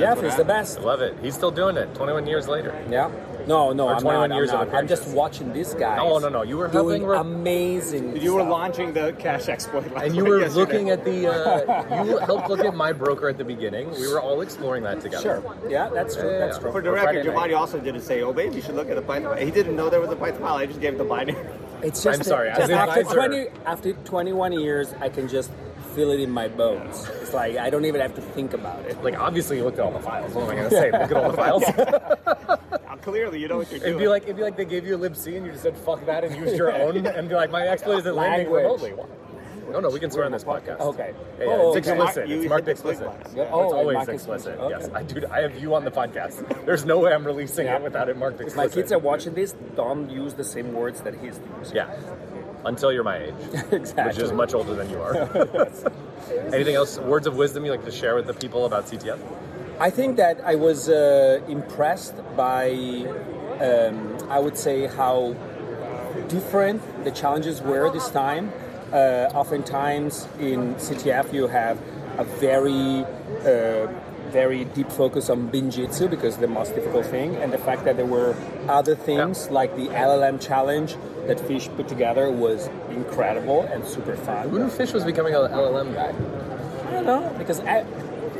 Speaker 12: yeah, it's the best.
Speaker 2: I love it. He's still doing it 21 years later.
Speaker 12: Yeah. No, no,
Speaker 2: Or
Speaker 12: I'm
Speaker 2: 21
Speaker 12: not.
Speaker 2: years of
Speaker 12: I'm, not. I'm just
Speaker 2: appearances. Oh,
Speaker 12: watching this guy.
Speaker 2: No, no, no, you were helping
Speaker 12: doing
Speaker 2: re-
Speaker 12: amazing.
Speaker 1: You were
Speaker 12: stuff.
Speaker 1: launching the cash exploit last
Speaker 2: And you were
Speaker 1: yesterday.
Speaker 2: looking at the, uh, you helped look at my broker at the beginning. We were all exploring that together.
Speaker 12: Sure. Yeah, that's true.
Speaker 2: Yeah,
Speaker 12: that's
Speaker 2: yeah.
Speaker 12: true.
Speaker 1: For the
Speaker 12: Or
Speaker 1: record,
Speaker 12: Friday night.
Speaker 1: Giovanni also didn't say, "Oh, babe, you should look at the Python." He didn't know there was a Python file. I just gave the binary.
Speaker 12: It's just
Speaker 2: I'm sorry,
Speaker 12: just
Speaker 2: as an
Speaker 12: after
Speaker 2: advisor.
Speaker 12: twenty after twenty one years, I can just feel it in my bones. It's like I don't even have to think about it.
Speaker 2: Like, obviously, you looked at all the files. What am I going to say? Look at all the files.
Speaker 1: Now, clearly, you know what you're doing.
Speaker 2: It'd be like it'd be like they gave you a libc and you just said fuck that and used your own and be like my exploit isn't landing
Speaker 12: Language.
Speaker 2: remotely. No, no, we can swear on this podcast.
Speaker 12: Okay.
Speaker 2: Yeah, yeah,
Speaker 12: Oh,
Speaker 2: it's
Speaker 12: okay.
Speaker 2: explicit.
Speaker 1: You
Speaker 2: It's
Speaker 1: hit
Speaker 2: marked
Speaker 1: the click
Speaker 2: explicit.
Speaker 1: box.
Speaker 12: Yeah.
Speaker 2: It's
Speaker 12: Oh,
Speaker 2: always
Speaker 12: marked
Speaker 2: explicit.
Speaker 12: explicit.
Speaker 2: Yes,
Speaker 12: Okay.
Speaker 2: I dude, I have you on the podcast. There's no way I'm releasing
Speaker 12: Yeah.
Speaker 2: it without it marked
Speaker 12: If
Speaker 2: explicit.
Speaker 12: my kids are watching this, don't use the same words that he's using.
Speaker 2: Yeah. Until you're my age, which
Speaker 12: Exactly.
Speaker 2: is much older than you are. Anything else? Words of wisdom you like to share with the people about CTF?
Speaker 12: I think that I was uh, impressed by, um, I would say, how different the challenges were this time. Uh, oftentimes in CTF, you have a very, uh, very deep focus on binjitsu because the most difficult thing, and the fact that there were other things like the LLM challenge that Fish put together was incredible and super fun.
Speaker 2: Who knew Fish was becoming an LLM guy?
Speaker 12: I don't know because I,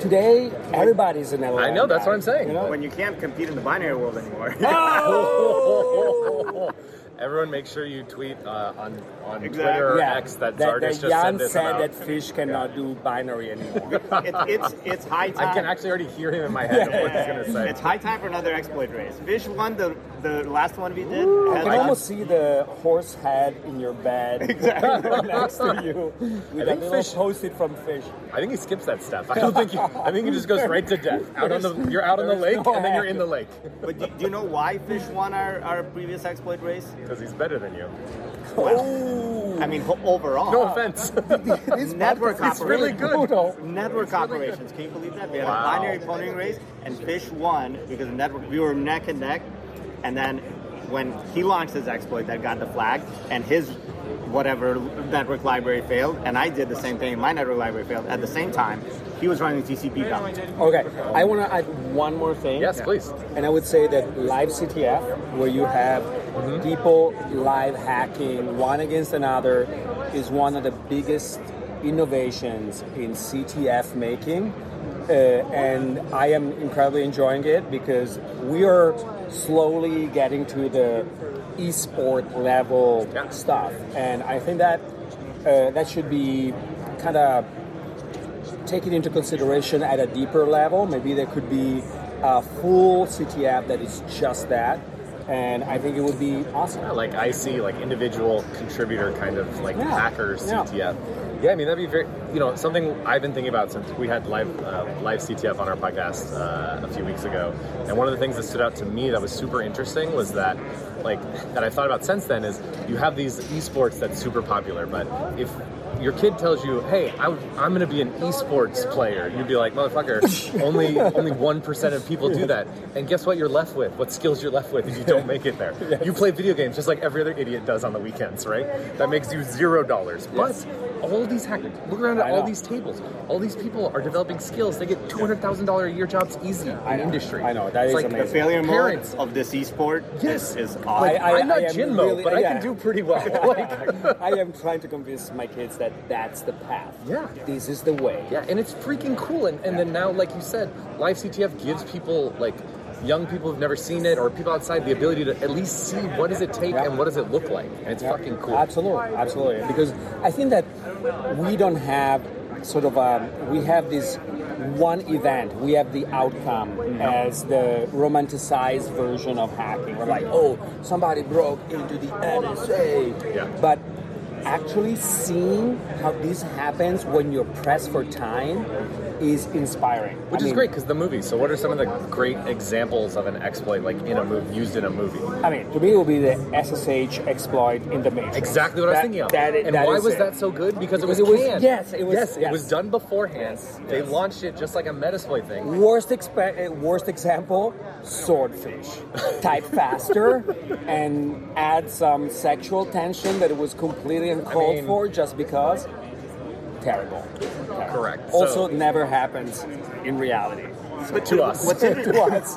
Speaker 12: today everybody's an LLM.
Speaker 2: I know, that's
Speaker 12: guy,
Speaker 2: what I'm saying.
Speaker 12: you know?
Speaker 1: when you can't compete in the binary world anymore.
Speaker 2: Everyone, make sure you tweet uh, on on
Speaker 1: Exactly.
Speaker 2: Twitter or
Speaker 12: yeah,
Speaker 2: X that,
Speaker 12: that,
Speaker 2: Zardes just
Speaker 12: Jan
Speaker 2: said this
Speaker 12: said
Speaker 2: about.
Speaker 12: that fish cannot do binary anymore.
Speaker 1: It's it's it's high time.
Speaker 2: I can actually already hear him in my head of what he's gonna say.
Speaker 1: It's high time for another exploit race. Fish won the the last one we did.
Speaker 12: I
Speaker 1: Heads
Speaker 12: can
Speaker 1: up.
Speaker 12: almost see the horse head in your bed next to you with a
Speaker 2: think
Speaker 12: little
Speaker 2: Fish-
Speaker 12: post-it from fish.
Speaker 2: I think he skips that step. I don't think. He, I think he just goes right to death. Out on the, you're out on the
Speaker 12: There's
Speaker 2: lake,
Speaker 12: no
Speaker 2: and then you're
Speaker 12: end.
Speaker 2: in the lake
Speaker 1: But do, do you know why Fish won our, our previous exploit race?
Speaker 2: because he's better than you.
Speaker 1: I mean, ho- overall.
Speaker 2: No offense.
Speaker 1: This network
Speaker 2: It's really
Speaker 1: operations.
Speaker 2: good.
Speaker 1: Network operations. Can you believe that? We had
Speaker 2: Wow.
Speaker 1: a binary ponying race, and Fish won because the network. We were neck and neck, and then when he launched his exploit that got the flag, and his whatever network library failed, and I did the same thing. My network library failed at the same time. He was running TCP dump.
Speaker 12: Okay, I want to add one more thing.
Speaker 2: Yes, please.
Speaker 12: And I would say that live CTF, where you have
Speaker 2: Mm-hmm.
Speaker 12: people live hacking one against another, is one of the biggest innovations in CTF making. Uh, and I am incredibly enjoying it because we are slowly getting to the esport level
Speaker 2: Yeah.
Speaker 12: stuff. And I think that uh, that should be kind of take it into consideration at a deeper level. Maybe there could be a full city app that is just that, and I think it would be awesome.
Speaker 2: Yeah, like I see, like individual contributor kind of like
Speaker 12: Yeah.
Speaker 2: hacker
Speaker 12: Yeah.
Speaker 2: CTF. Yeah. I mean that'd be very, you know, something I've been thinking about since we had live uh, live CTF on our podcast uh, a few weeks ago. And one of the things that stood out to me that was super interesting was that, like, that I've thought about since then is you have these esports that's super popular, but if your kid tells you, "Hey, I, I'm going to be an esports player," you'd be like, "Motherfucker, only only one percent of people do that." And guess what? You're left with what skills you're left with if you don't make it there. You play video games just like every other idiot does on the weekends, right? That makes you zero dollars. But all these hackers, look around at all these tables. All these people are developing skills. They get two hundred thousand dollar a year jobs easy in industry.
Speaker 12: I know. That
Speaker 2: It's
Speaker 12: is
Speaker 2: like
Speaker 12: amazing.
Speaker 1: The failure mode
Speaker 2: Parents.
Speaker 1: of this esport
Speaker 2: Yes.
Speaker 1: is, is
Speaker 2: Like,
Speaker 1: awesome.
Speaker 12: I-
Speaker 2: I'm not
Speaker 12: I am
Speaker 2: Jinmo,
Speaker 12: really-
Speaker 2: but I
Speaker 12: yeah.
Speaker 2: can do pretty well. Like,
Speaker 12: I am trying to convince my kids that that's the path.
Speaker 2: Yeah.
Speaker 12: This is the way.
Speaker 2: Yeah, and it's freaking cool. And, and then now, like you said, Live CTF gives people, like, young people who've never seen it or people outside the ability to at least see what does it take
Speaker 12: Yeah.
Speaker 2: and what does it look like. And it's fucking cool.
Speaker 12: Absolutely, absolutely. Because I think that we don't have sort of um, we have this one event. We have the outcome as the romanticized version of hacking. We're like, oh, somebody broke into the NSA.
Speaker 2: Yeah.
Speaker 12: But actually seeing how this happens when you're pressed for time is inspiring.
Speaker 2: Which
Speaker 12: I
Speaker 2: is
Speaker 12: mean,
Speaker 2: great because the movie. So, what are some of the great examples of an exploit, like, in a movie, used in a movie?
Speaker 12: I mean, to me, it will be the SSH exploit in the Matrix.
Speaker 2: Exactly what I was
Speaker 12: That-
Speaker 2: thinking of.
Speaker 12: that i-
Speaker 2: and
Speaker 12: that
Speaker 2: why
Speaker 12: is
Speaker 2: was
Speaker 12: it.
Speaker 2: that so good? Because,
Speaker 12: Because
Speaker 2: it
Speaker 12: it
Speaker 2: was
Speaker 12: was-
Speaker 2: canned.
Speaker 12: yes, it was-
Speaker 2: Yes, it
Speaker 12: yes.
Speaker 2: was done beforehand. They launched it just like a Metasploit thing.
Speaker 12: Worst expe- uh, worst example, swordfish. Type faster and add some sexual tension that it was completely uncalled
Speaker 2: mean-
Speaker 12: for just because. Terrible. Terrible.
Speaker 2: Correct.
Speaker 12: Also,
Speaker 2: So-
Speaker 12: never happens in reality.
Speaker 2: to us.
Speaker 1: What's interesting,
Speaker 12: To us.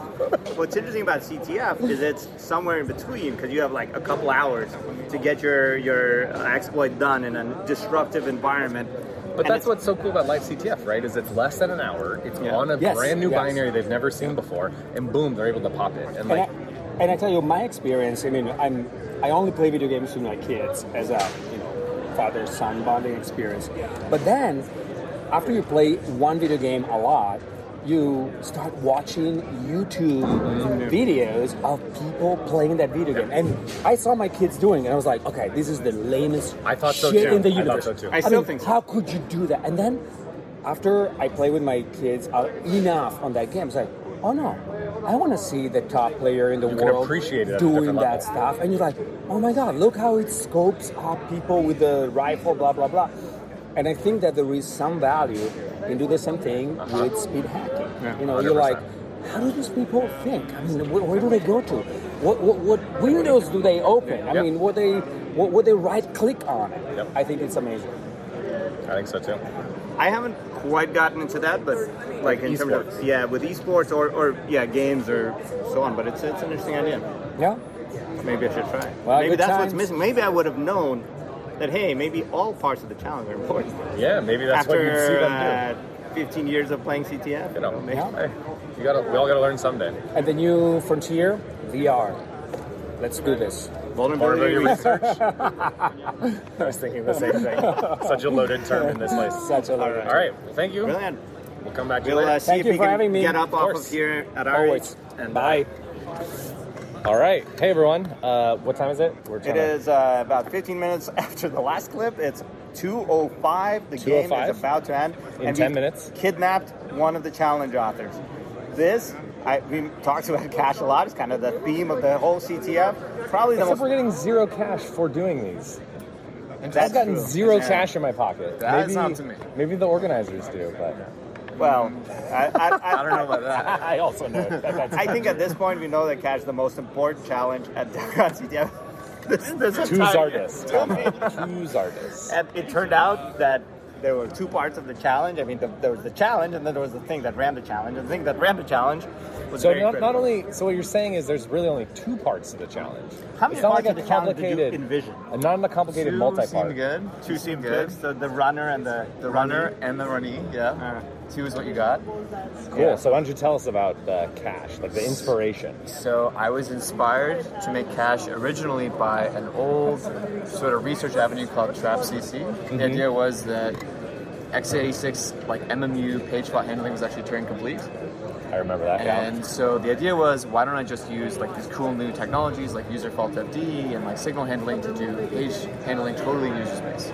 Speaker 1: what's interesting about CTF is it's somewhere in between because you have like a couple hours to get your your uh, exploit done in a disruptive environment.
Speaker 2: But
Speaker 1: And
Speaker 2: that's
Speaker 1: it's-
Speaker 2: what's so cool about Live CTF, right? Is it's less than an hour. It's
Speaker 1: Yeah.
Speaker 2: on a
Speaker 12: Yes,
Speaker 2: brand new
Speaker 12: yes.
Speaker 2: binary they've never seen before, and boom, they're able to pop it. And
Speaker 12: And
Speaker 2: like,
Speaker 12: I, and I tell you, my experience. I mean, I'm I only play video games with my kids as a you know father son bonding experience. But then, after you play one video game a lot, you start watching YouTube
Speaker 2: Mm-hmm.
Speaker 12: videos of people playing that video game. And I saw my kids doing, it, and I was like, okay, this is the lamest
Speaker 2: I thought so
Speaker 12: shit
Speaker 2: too.
Speaker 12: in the
Speaker 2: I thought
Speaker 12: universe.
Speaker 2: so too.
Speaker 1: I still
Speaker 12: mean,
Speaker 1: think so.
Speaker 12: how could you do that? And then after I play with my kids uh, enough on that game, it's like, oh no, I want to see the top player in the
Speaker 2: You can
Speaker 12: world
Speaker 2: appreciate it at a
Speaker 12: doing
Speaker 2: different
Speaker 12: that
Speaker 2: level.
Speaker 12: stuff. And you're like, oh my god, look how it scopes up people with the rifle, blah, blah, blah. And I think that there is some value in do the same thing
Speaker 2: Uh-huh.
Speaker 12: with speed hacking. you know, you are like,
Speaker 2: 100%.
Speaker 12: how do these people think? I mean, where, where do they go to? What, what, what windows do they open? I
Speaker 2: Yep.
Speaker 12: mean, what they what, what they right click on? it?
Speaker 2: Yep.
Speaker 12: I think it's amazing.
Speaker 2: I think so too.
Speaker 1: I haven't quite gotten into that, but like in terms of yeah, with esports or, or yeah, games or so on. But it's it's an interesting idea.
Speaker 12: Yeah.
Speaker 1: Maybe I should try. it.
Speaker 12: Well,
Speaker 1: maybe
Speaker 12: good
Speaker 1: that's
Speaker 12: times.
Speaker 1: what's missing. Maybe I would have known that hey, maybe all parts of the challenge are important.
Speaker 2: Yeah, maybe that's what you see
Speaker 1: After
Speaker 2: them do.
Speaker 1: uh, 15 years of playing CTF,
Speaker 2: You know,
Speaker 1: maybe-
Speaker 12: Yeah.
Speaker 2: hey, you gotta, we all gotta learn someday.
Speaker 12: And the new frontier, VR. Let's do this.
Speaker 2: Vulnerability
Speaker 1: vulnerability.
Speaker 2: research. I was thinking the same thing. Such a loaded term in this place.
Speaker 12: Such a load.
Speaker 2: All right, well, thank you.
Speaker 1: Brilliant.
Speaker 2: We'll come back to you
Speaker 1: We'll uh,
Speaker 2: later.
Speaker 1: see
Speaker 12: Thank
Speaker 1: if
Speaker 12: you
Speaker 1: we
Speaker 12: for
Speaker 1: can
Speaker 12: having me.
Speaker 1: get up
Speaker 12: Of
Speaker 1: off
Speaker 12: course.
Speaker 1: of here at our
Speaker 12: Always.
Speaker 1: age. And
Speaker 12: Bye.
Speaker 2: All right, hey everyone. Uh, what time is it? We're
Speaker 1: It
Speaker 2: trying to-
Speaker 1: is uh, about 15 minutes after the last clip. It's 2:05. The game
Speaker 2: 2:05?
Speaker 1: is about to end.
Speaker 2: In
Speaker 1: and
Speaker 2: 10
Speaker 1: we've
Speaker 2: minutes?
Speaker 1: Kidnapped one of the challenge authors. This. I, we talked about cash a lot. It's kind of the theme of the whole CTF. Probably the
Speaker 2: Except we're
Speaker 1: most.
Speaker 2: getting zero cash for doing these.
Speaker 1: that's
Speaker 2: I've gotten
Speaker 1: true.
Speaker 2: zero
Speaker 1: Yeah.
Speaker 2: cash in my pocket.
Speaker 13: That
Speaker 2: maybe,
Speaker 13: is not to me.
Speaker 2: Maybe the organizers do, but
Speaker 1: Well, I, I, I,
Speaker 13: I don't know about that.
Speaker 2: I also know that that's
Speaker 1: I think at this point we know that cash is the most important challenge at Dakar CTF. This, this
Speaker 2: two
Speaker 1: entire-
Speaker 2: Zardes. Two Zardes.
Speaker 1: And it turned out that there were two parts of the challenge. I mean, the, there was the challenge, and then there was the thing that ran the challenge. And the thing that ran the challenge was
Speaker 2: So
Speaker 1: very
Speaker 2: not, not
Speaker 1: critical.
Speaker 2: only so what you're saying is there's really only two parts to the challenge.
Speaker 1: How many
Speaker 2: it's not
Speaker 1: parts
Speaker 2: like
Speaker 1: of
Speaker 2: a
Speaker 1: the challenge did you
Speaker 2: complicated
Speaker 1: envision?
Speaker 2: A not a complicated multi-part.
Speaker 13: seemed good.
Speaker 1: two seem
Speaker 13: good.
Speaker 1: good. So the runner and the
Speaker 13: The runner and the runny, yeah. Two is what you got.
Speaker 2: Cool. So why don't you tell us about uh, cash, like the inspiration?
Speaker 13: So I was inspired to make cash originally by an old sort of research avenue called Trap CC.
Speaker 2: Mm-hmm.
Speaker 13: The idea was that x86 like MMU page file handling was actually Turing complete,
Speaker 2: I remember that. Yeah.
Speaker 13: and so the idea was why don't I just use like these cool new technologies like user fault FD and like signal handling to do page handling totally in user space.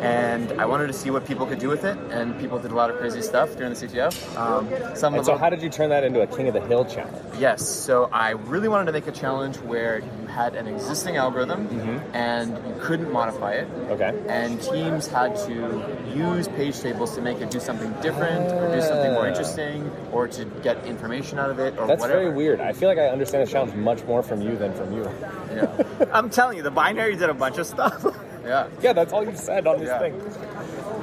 Speaker 13: and I wanted to see what people could do with it, and people did a lot of crazy stuff during the CTF. Um, some
Speaker 2: And
Speaker 13: a
Speaker 2: so,
Speaker 13: little-
Speaker 2: how did you turn that into a King of the Hill challenge?
Speaker 13: Yes, so I really wanted to make a challenge where you had an existing algorithm and you couldn't modify it.
Speaker 2: Mm-hmm. Okay.
Speaker 13: And teams had to use page tables to make it do something different or do something more
Speaker 2: Ah.
Speaker 13: interesting or to get information out of it or
Speaker 2: That's
Speaker 13: whatever.
Speaker 2: very weird. I feel like I understand the challenge much more from you than from you.
Speaker 13: Yeah.
Speaker 1: I'm telling you, the binary did a bunch of stuff.
Speaker 13: yeah.
Speaker 2: Yeah, that's all you said on this
Speaker 13: Yeah.
Speaker 2: thing.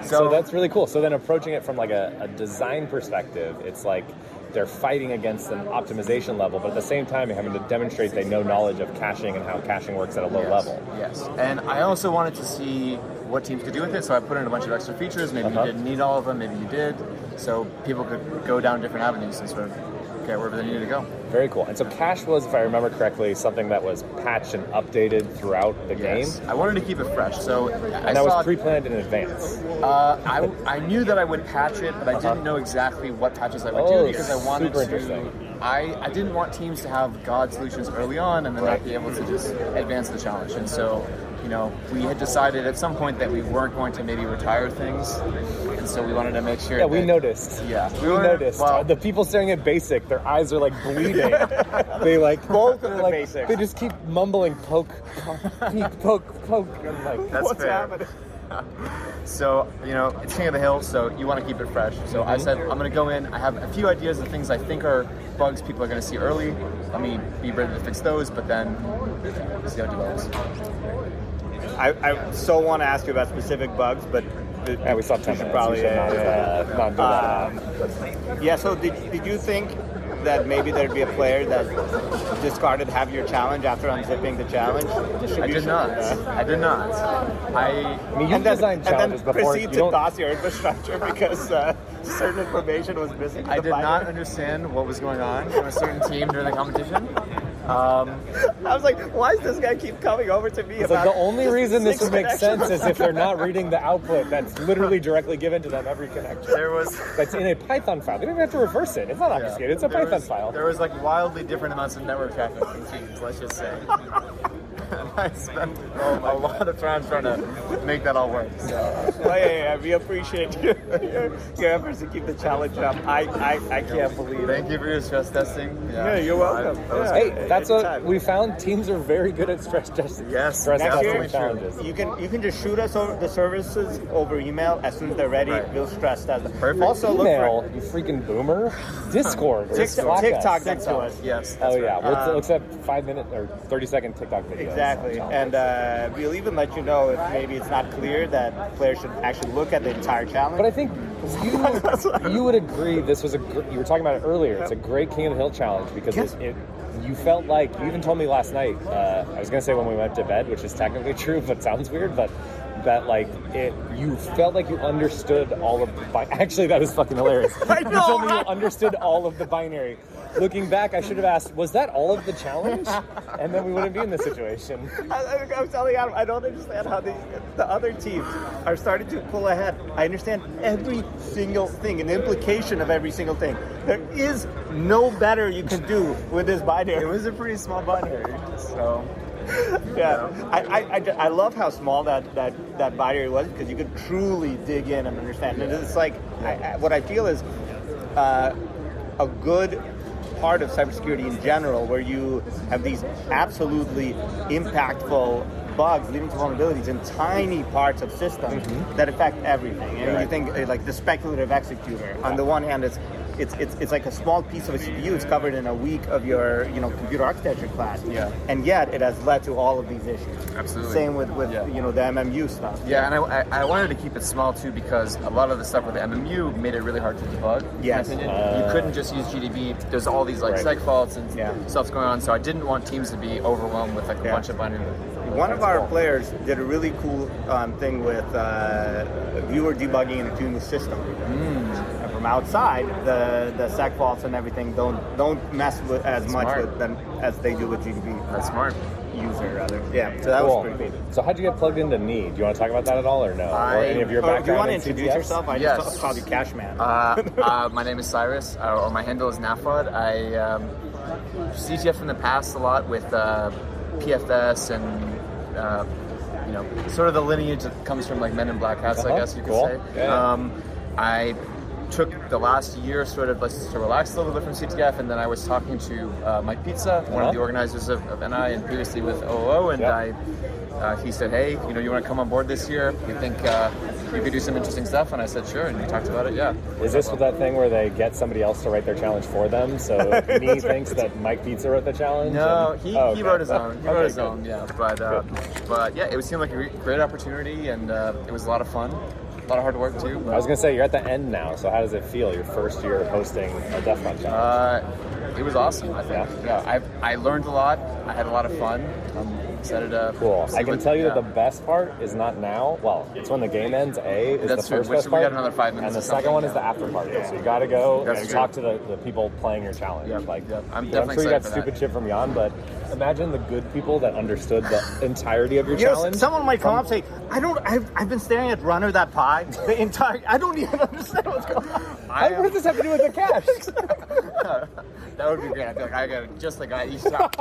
Speaker 13: So,
Speaker 2: So, that's really cool. So then approaching it from like a, a design perspective, it's like they're fighting against an optimization level, but at the same time you're having to demonstrate they know knowledge of caching and how caching works at a low
Speaker 13: yes,
Speaker 2: level.
Speaker 13: Yes. And I also wanted to see what teams could do with it, so I put in a bunch of extra features. Maybe
Speaker 2: Uh-huh.
Speaker 13: you didn't need all of them, maybe you did. So people could go down different avenues and sort of get wherever they needed to go.
Speaker 2: Very cool. And so cache was, if I remember correctly, something that was patched and updated throughout the
Speaker 13: Yes.
Speaker 2: game.
Speaker 13: I wanted to keep it fresh, so I
Speaker 2: And that
Speaker 13: saw
Speaker 2: was pre-planned in advance.
Speaker 13: Uh, I, I knew that I would patch it, but I didn't know exactly what patches I would
Speaker 2: Uh-huh. Oh,
Speaker 13: do because I wanted
Speaker 2: super
Speaker 13: to.
Speaker 2: interesting.
Speaker 13: I, I didn't want teams to have God solutions early on and then
Speaker 2: Right.
Speaker 13: not be able to just advance the challenge. And so, you know, we had decided at some point that we weren't going to maybe retire things, and so we wanted to make sure.
Speaker 2: Yeah, we
Speaker 13: that-
Speaker 2: noticed.
Speaker 13: Yeah,
Speaker 2: We
Speaker 13: wanted-
Speaker 2: noticed.
Speaker 13: well,
Speaker 2: the people staring at basic, their eyes are like bleeding. they like
Speaker 1: Both of
Speaker 2: they're
Speaker 1: the
Speaker 2: like,
Speaker 1: basics.
Speaker 2: They just keep mumbling poke, poke, peek, poke, poke. I'm like,
Speaker 13: that's
Speaker 1: What's
Speaker 13: fair.
Speaker 1: happening?
Speaker 13: So, you know, it's King of the Hill, so you want to keep it fresh. So I said, I'm going to go in. I have a few ideas of things I think are bugs people are going to see early. Let me be ready to fix those, but then see how it develops.
Speaker 1: I, I so want to ask you about specific bugs, but the,
Speaker 2: Yeah, we saw 10
Speaker 1: you should
Speaker 2: minutes.
Speaker 1: probably
Speaker 2: we should not,
Speaker 1: yeah,
Speaker 2: uh, not do that. uh,
Speaker 1: yeah. yeah. So did, did you think that maybe there'd be a player that discarded have your challenge after unzipping the challenge?
Speaker 13: I did
Speaker 1: distribution?
Speaker 13: not.
Speaker 1: Yeah.
Speaker 13: I did not. I uh,
Speaker 2: I mean, you
Speaker 1: And then,
Speaker 2: designed
Speaker 1: and
Speaker 2: challenges
Speaker 1: then
Speaker 2: before.
Speaker 1: proceed
Speaker 2: You
Speaker 1: to
Speaker 2: don't,
Speaker 1: toss your infrastructure because uh, certain information was missing.
Speaker 13: I
Speaker 1: from
Speaker 13: did
Speaker 1: the
Speaker 13: not
Speaker 1: binary.
Speaker 13: understand what was going on from a certain team during the competition. Um,
Speaker 1: I was like, why does this guy keep coming over to me?
Speaker 2: it's like
Speaker 1: about
Speaker 2: the only
Speaker 1: just
Speaker 2: reason this
Speaker 1: six
Speaker 2: would make sense
Speaker 1: connections?
Speaker 2: is if they're not reading the output that's literally directly given to them every connection.
Speaker 13: there was
Speaker 2: That's in a Python file. They don't even have to reverse it. It's not obfuscated. It's a
Speaker 13: there
Speaker 2: Python
Speaker 13: was-
Speaker 2: file.
Speaker 13: There was like wildly different amounts of network traffic from teams, let's just say. and I spent a lot of time trying to make that all work. So.
Speaker 1: Oh, yeah, yeah, yeah, we appreciate your, your, your efforts to keep the challenge up. I, I, I can't believe it.
Speaker 13: Thank you for your stress testing.
Speaker 1: Yeah, you're welcome.
Speaker 13: I- that was-
Speaker 1: Yeah.
Speaker 2: Hey, that's what
Speaker 1: Anytime.
Speaker 2: we found. Teams are very good at stress testing.
Speaker 13: Yes,
Speaker 2: stress
Speaker 13: that's
Speaker 2: testing
Speaker 1: definitely
Speaker 2: challenges.
Speaker 1: You can you can just shoot us over the services over email as soon as they're ready.
Speaker 13: Right.
Speaker 1: We'll stress test them.
Speaker 13: Perfect.
Speaker 1: Also look
Speaker 2: Email,
Speaker 1: for
Speaker 2: you freaking boomer. Discord, or
Speaker 1: TikTok,
Speaker 2: Slack
Speaker 1: TikTok,
Speaker 2: us.
Speaker 1: next to us.
Speaker 13: Yes.
Speaker 2: Oh yeah, what's,
Speaker 13: Um,
Speaker 2: what's that five minute or thirty second TikTok video?
Speaker 1: Exactly, and uh, we'll even let you know if maybe it's not clear that players should actually look at the entire challenge.
Speaker 2: But I think you, you would agree this was a gr- you were talking about it earlier. It's a great King of the Hill challenge because it, it you felt like you even told me last night. Uh, I was gonna say when we went to bed, which is technically true, but sounds weird, but. That like it, you felt like you understood all of the. Bi- Actually, that is fucking hilarious. you told me you understood all of the binary. Looking back, I should have asked, was that all of the challenge? And then we wouldn't be in this situation.
Speaker 1: I, I, I'm telling Adam, I don't understand how the, the other teams are starting to pull ahead. I understand every single thing and the implication of every single thing. There is no better you can do with this binary.
Speaker 13: It was a pretty small binary, so
Speaker 1: Yeah, I, I, I, ju- I love how small that, that, that binary was because you could truly dig in and understand. And it's like, I, I, what I feel is uh, a good part of cybersecurity in general, where you have these absolutely impactful bugs leading to vulnerabilities in tiny parts of systems
Speaker 13: Mm-hmm.
Speaker 1: that affect everything. And you think uh, like the speculative executor. On the one hand, it's it's, it's, it's like a small piece of a CPU. It's covered in a week of your you know computer architecture class.
Speaker 13: Yeah.
Speaker 1: And yet, it has led to all of these issues.
Speaker 13: Absolutely.
Speaker 1: Same with with
Speaker 13: Yeah.
Speaker 1: you know the MMU stuff.
Speaker 13: Yeah, and I, I, I wanted to keep it small too because a lot of the stuff with the MMU made it really hard to debug. in my
Speaker 1: Yes.
Speaker 13: opinion. you couldn't just use GDB. There's all these like
Speaker 2: Right.
Speaker 13: seg faults and
Speaker 1: Yeah.
Speaker 13: stuff's going on, so I didn't want teams to be overwhelmed with like a
Speaker 1: Yeah.
Speaker 13: bunch of binary.
Speaker 1: One of our players did a really cool um, thing with uh, viewer debugging in a tuneless system.
Speaker 13: Hmm.
Speaker 1: And From outside, the the sec faults and everything don't don't mess with as much
Speaker 13: Smart.
Speaker 1: with them as they do with GDB
Speaker 13: That's smart.
Speaker 1: user rather. Yeah, so that
Speaker 2: Cool.
Speaker 1: was pretty cool.
Speaker 2: So how'd you get plugged into Need? Do you want to talk about that at all, or no? or
Speaker 13: I-
Speaker 2: any of your
Speaker 1: Oh,
Speaker 2: background?
Speaker 1: do you want to
Speaker 2: in
Speaker 1: introduce
Speaker 2: CTFs?
Speaker 1: yourself? I
Speaker 13: Yes.
Speaker 1: just called you Cashman.
Speaker 13: Uh, uh, my name is Cyrus, uh, or my handle is Nafod. I um, CTF in the past a lot with uh, PFS and uh, you know, sort of the lineage that comes from like Men in Black Hats, I
Speaker 2: Uh-huh.
Speaker 13: guess you could
Speaker 2: Cool.
Speaker 13: say.
Speaker 2: Yeah.
Speaker 13: Um, I took the last year sort of like, to relax a little bit from CTF, and then I was talking to uh, Mike Pizza, one
Speaker 2: Uh-huh.
Speaker 13: of the organizers of, of NI, and previously with OO, and
Speaker 2: Yeah.
Speaker 13: I. Uh, he said, "Hey, you know, you want to come on board this year? You think uh, you could do some interesting stuff?" And I said, "Sure." And we talked about it. Yeah.
Speaker 2: Is this with that thing where they get somebody else to write their challenge for them? So me thinks that Mike Pizza wrote the challenge.
Speaker 13: No,
Speaker 2: and-
Speaker 13: he,
Speaker 2: Oh,
Speaker 13: he
Speaker 2: okay.
Speaker 13: wrote his own. He
Speaker 2: Okay,
Speaker 13: wrote his
Speaker 2: good.
Speaker 13: own, yeah. But uh, but yeah, it seemed like a re- great opportunity, and uh, it was a lot of fun, a lot of hard work too. But,
Speaker 2: I was gonna say you're at the end now, so how does it feel? Your first year of hosting a Def Con challenge.
Speaker 13: uh, it was awesome. I think.
Speaker 2: Yeah.
Speaker 13: Yeah, I I learned a lot. I had a lot of fun. I'm excited to
Speaker 2: Cool.
Speaker 13: see
Speaker 2: I can
Speaker 13: what-
Speaker 2: tell you
Speaker 13: yeah.
Speaker 2: that the best part is not now. Well, it's when the game ends. A is
Speaker 13: That's
Speaker 2: the
Speaker 13: true,
Speaker 2: first
Speaker 13: which
Speaker 2: best
Speaker 13: we
Speaker 2: part,
Speaker 13: got another five minutes
Speaker 2: and the
Speaker 13: or
Speaker 2: second
Speaker 13: something,
Speaker 2: one is
Speaker 13: yeah.
Speaker 2: the after party. So you gotta go
Speaker 13: That's
Speaker 2: and
Speaker 13: true.
Speaker 2: talk to the, the people playing your challenge.
Speaker 13: Yep,
Speaker 2: Like,
Speaker 13: yep. I'm
Speaker 2: you know,
Speaker 13: definitely
Speaker 2: sure you got
Speaker 13: excited for that.
Speaker 2: stupid shit from Jan, but imagine the good people that understood the entirety of your
Speaker 1: You know,
Speaker 2: challenge.
Speaker 1: someone might come up and say, I don't, I've, I've been staring at Runner That Pie the entire, I don't even understand what's going on.
Speaker 2: How, what does this have to do with the cash?
Speaker 13: that would be great. I feel like I got just like I used to.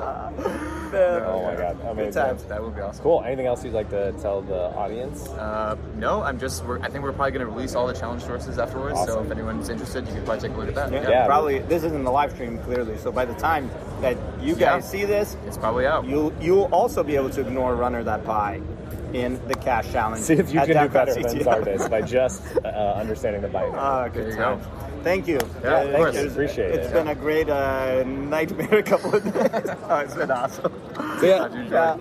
Speaker 2: oh my god!
Speaker 13: Good
Speaker 2: Amazing.
Speaker 13: times. That would be awesome.
Speaker 2: Cool. Anything else you'd like to tell the audience?
Speaker 13: Uh, no, I'm just. We're, I think we're probably going to release all the challenge sources afterwards. So
Speaker 2: Awesome.
Speaker 13: if anyone's interested, you can probably take a look at that.
Speaker 2: Yeah.
Speaker 1: Probably, this isn't the live stream clearly, so by the time that you
Speaker 13: Yeah.
Speaker 1: guys see this,
Speaker 13: It's probably out.
Speaker 1: you'll, you'll also be able to ignore Runner That Pie in the cash challenge.
Speaker 2: See if you
Speaker 1: at
Speaker 2: can do
Speaker 1: Def Con
Speaker 2: better than
Speaker 1: CTF.
Speaker 2: Zardes by just uh, understanding the bite.
Speaker 1: Ah,
Speaker 13: There
Speaker 1: good
Speaker 13: you
Speaker 1: times.
Speaker 13: go.
Speaker 1: Thank you.
Speaker 13: Yeah, of
Speaker 1: It-
Speaker 13: course.
Speaker 1: it's-
Speaker 2: Appreciate
Speaker 1: It's
Speaker 2: it.
Speaker 1: been a great uh, nightmare couple of days. oh, it's been awesome.
Speaker 13: yeah. yeah.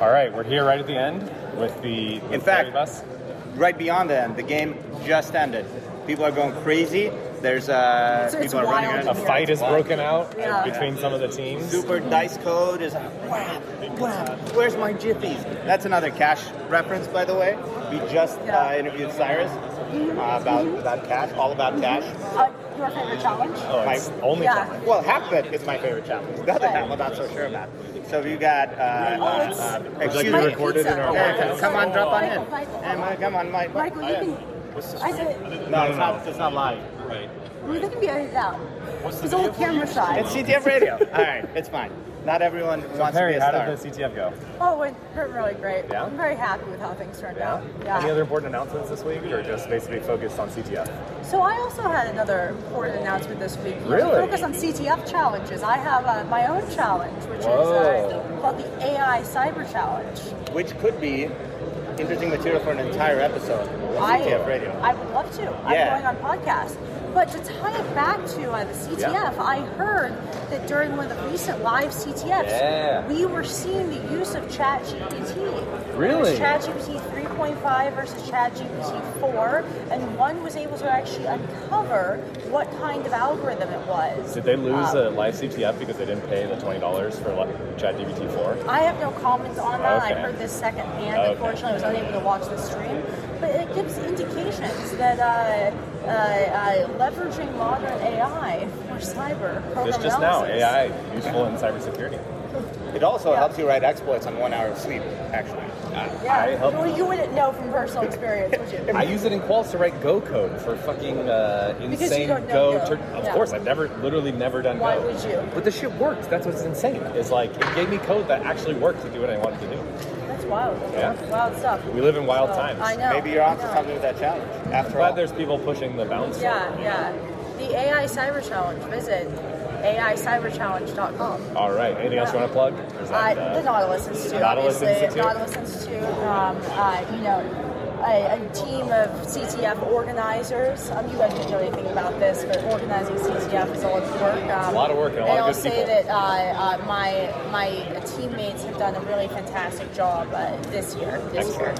Speaker 2: All right, we're here right at the end with the with
Speaker 1: In fact-
Speaker 2: three of us.
Speaker 1: right beyond the end. The game just ended. People are going crazy. There's uh,
Speaker 14: It's-
Speaker 1: people
Speaker 14: it's
Speaker 1: are running
Speaker 14: wild.
Speaker 1: around.
Speaker 2: a fight has broken out
Speaker 14: Yeah.
Speaker 2: between some of the teams.
Speaker 1: Super dice code is whap, whap. Where's my jiffies? That's another cash reference, by the way. We just uh,
Speaker 14: Yeah.
Speaker 1: interviewed Cyrus uh, about about cash, all about cash.
Speaker 14: Uh, your favorite challenge?
Speaker 2: Oh, it's
Speaker 1: My-
Speaker 2: only
Speaker 14: Yeah.
Speaker 2: one.
Speaker 1: Well, half of it is my favorite challenge. The other
Speaker 14: Right.
Speaker 1: half I'm not so sure about. So we got. Uh, uh,
Speaker 14: it's-
Speaker 1: uh,
Speaker 2: Would you like to
Speaker 1: excuse
Speaker 2: be
Speaker 1: me.
Speaker 2: recorded in our
Speaker 1: Erica, come on, drop on
Speaker 14: Michael,
Speaker 1: in.
Speaker 14: Michael,
Speaker 1: Hey, Mike, come on, Mike.
Speaker 14: Michael, you can. I said,
Speaker 1: No, it's not. It's not live.
Speaker 14: well, they can be edited out. It's all camera shy.
Speaker 1: It's
Speaker 5: e-
Speaker 1: CTF radio. All right, it's fine. Not everyone wants to
Speaker 2: Perry,
Speaker 1: be a
Speaker 2: how
Speaker 1: star.
Speaker 2: did the CTF go?
Speaker 14: Oh, it went really great.
Speaker 2: Yeah?
Speaker 14: I'm very happy with how things turned out. Yeah.
Speaker 2: Any other important announcements this week, or just basically focused on CTF?
Speaker 14: So I also had another important announcement this week.
Speaker 2: Really?
Speaker 14: Focus on CTF challenges. I have uh, my own challenge, which is
Speaker 2: Whoa.
Speaker 14: uh, called the AI Cyber Challenge.
Speaker 1: Which could be interesting material for an entire episode of CTF radio.
Speaker 14: I would love to.
Speaker 1: Yeah.
Speaker 14: I'm going on podcast. But to tie it back to uh, the CTF, I heard that during one of the recent live CTFs,
Speaker 2: Yeah.
Speaker 14: we were seeing the use of ChatGPT.
Speaker 2: Really?
Speaker 14: It was ChatGPT 3.5 versus ChatGPT 4, and one was able to actually uncover what kind of algorithm it was.
Speaker 2: Did they lose
Speaker 14: Um,
Speaker 2: a live CTF because they didn't pay the twenty dollars for ChatGPT four?
Speaker 14: I have no comments on that. I
Speaker 2: Okay.
Speaker 14: heard this secondhand.
Speaker 2: Okay.
Speaker 14: Unfortunately, I was unable to watch the stream, but it gives indications that uh, uh, uh, leveraging modern AI for cyber program
Speaker 2: This just now,
Speaker 14: analysis.
Speaker 2: AI useful in cybersecurity.
Speaker 1: It also helps you write exploits on one hour of sleep, actually.
Speaker 14: Yeah,
Speaker 2: I helped-
Speaker 14: well, you wouldn't know from personal experience, would you?
Speaker 2: I use it in quals to write Go code for fucking uh,
Speaker 14: Because you
Speaker 2: insane
Speaker 14: don't know
Speaker 2: Go.
Speaker 14: Go.
Speaker 2: tur- of
Speaker 14: Yeah.
Speaker 2: course, I've never, literally never done
Speaker 14: Why
Speaker 2: Go.
Speaker 14: would you?
Speaker 2: But the shit worked. That's what's insane. Is like it gave me code that actually worked to do what I wanted to do.
Speaker 14: That's wild.
Speaker 2: Yeah.
Speaker 14: Wild stuff.
Speaker 2: We live in wild
Speaker 14: So,
Speaker 2: times.
Speaker 14: Oh, I know.
Speaker 1: Maybe you're
Speaker 14: I
Speaker 1: onto
Speaker 14: know.
Speaker 1: something with that challenge.
Speaker 2: I'm
Speaker 1: After
Speaker 2: glad
Speaker 1: all,
Speaker 2: there's people pushing the bounds.
Speaker 14: Yeah, yeah. The AI Cyber Challenge. Visit AICyberChallenge.com.
Speaker 2: All right. Anything else you want to plug? Or is that,
Speaker 14: Uh, the Nautilus Institute,
Speaker 2: Nautilus
Speaker 14: obviously.
Speaker 2: Institute?
Speaker 14: Nautilus Institute, um, uh, you know, a, a team of CTF organizers. Um, you guys didn't know anything about this, but organizing CTF is a lot of work. Um,
Speaker 2: a lot of work and a lot
Speaker 14: I'll
Speaker 2: of good
Speaker 14: say
Speaker 2: people.
Speaker 14: that uh, uh, my my teammates have done a really fantastic job uh, this year. This year.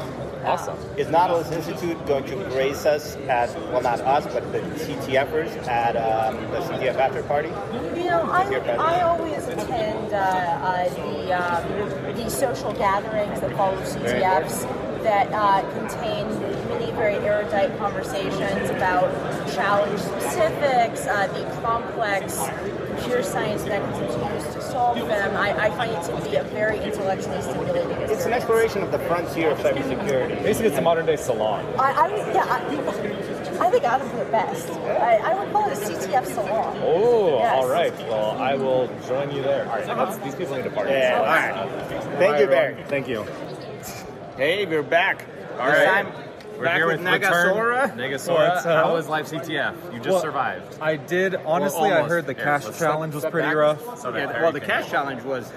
Speaker 2: Awesome.
Speaker 1: is Nautilus Institute going to grace us at, well, not us, but the CTFers at um, the CTF after party?
Speaker 14: You know, I, I always attend uh, uh, the um, the social gatherings that follow CTFs that uh, contain many of very erudite conversations about challenge specifics, uh, the complex computer science mechanisms used to solve them. I, I find it to be a very intellectually stimulating experience.
Speaker 1: It's an exploration of the frontier of cybersecurity.
Speaker 2: Basically, it's a modern day salon.
Speaker 14: I, I would, yeah, I, I think Adam's the best. I, I would call it a CTF salon.
Speaker 2: Oh,
Speaker 14: Yes.
Speaker 2: all right. Well, I will join you there. All right, that's, these people need a party.
Speaker 14: Yeah, all
Speaker 2: right.
Speaker 1: Thank you, Barry.
Speaker 2: Thank you.
Speaker 1: Hey, we're back.
Speaker 2: All
Speaker 1: this
Speaker 2: right.
Speaker 1: time,
Speaker 2: We're
Speaker 1: back
Speaker 2: here
Speaker 1: with,
Speaker 2: with Return-
Speaker 1: Nagasora.
Speaker 2: Negasora, What's up? how was
Speaker 5: life CTF? You
Speaker 2: just Well,
Speaker 5: survived.
Speaker 2: I did.
Speaker 5: Honestly, I heard the cash challenge was pretty rough.
Speaker 1: Yeah, well, the cash challenge was.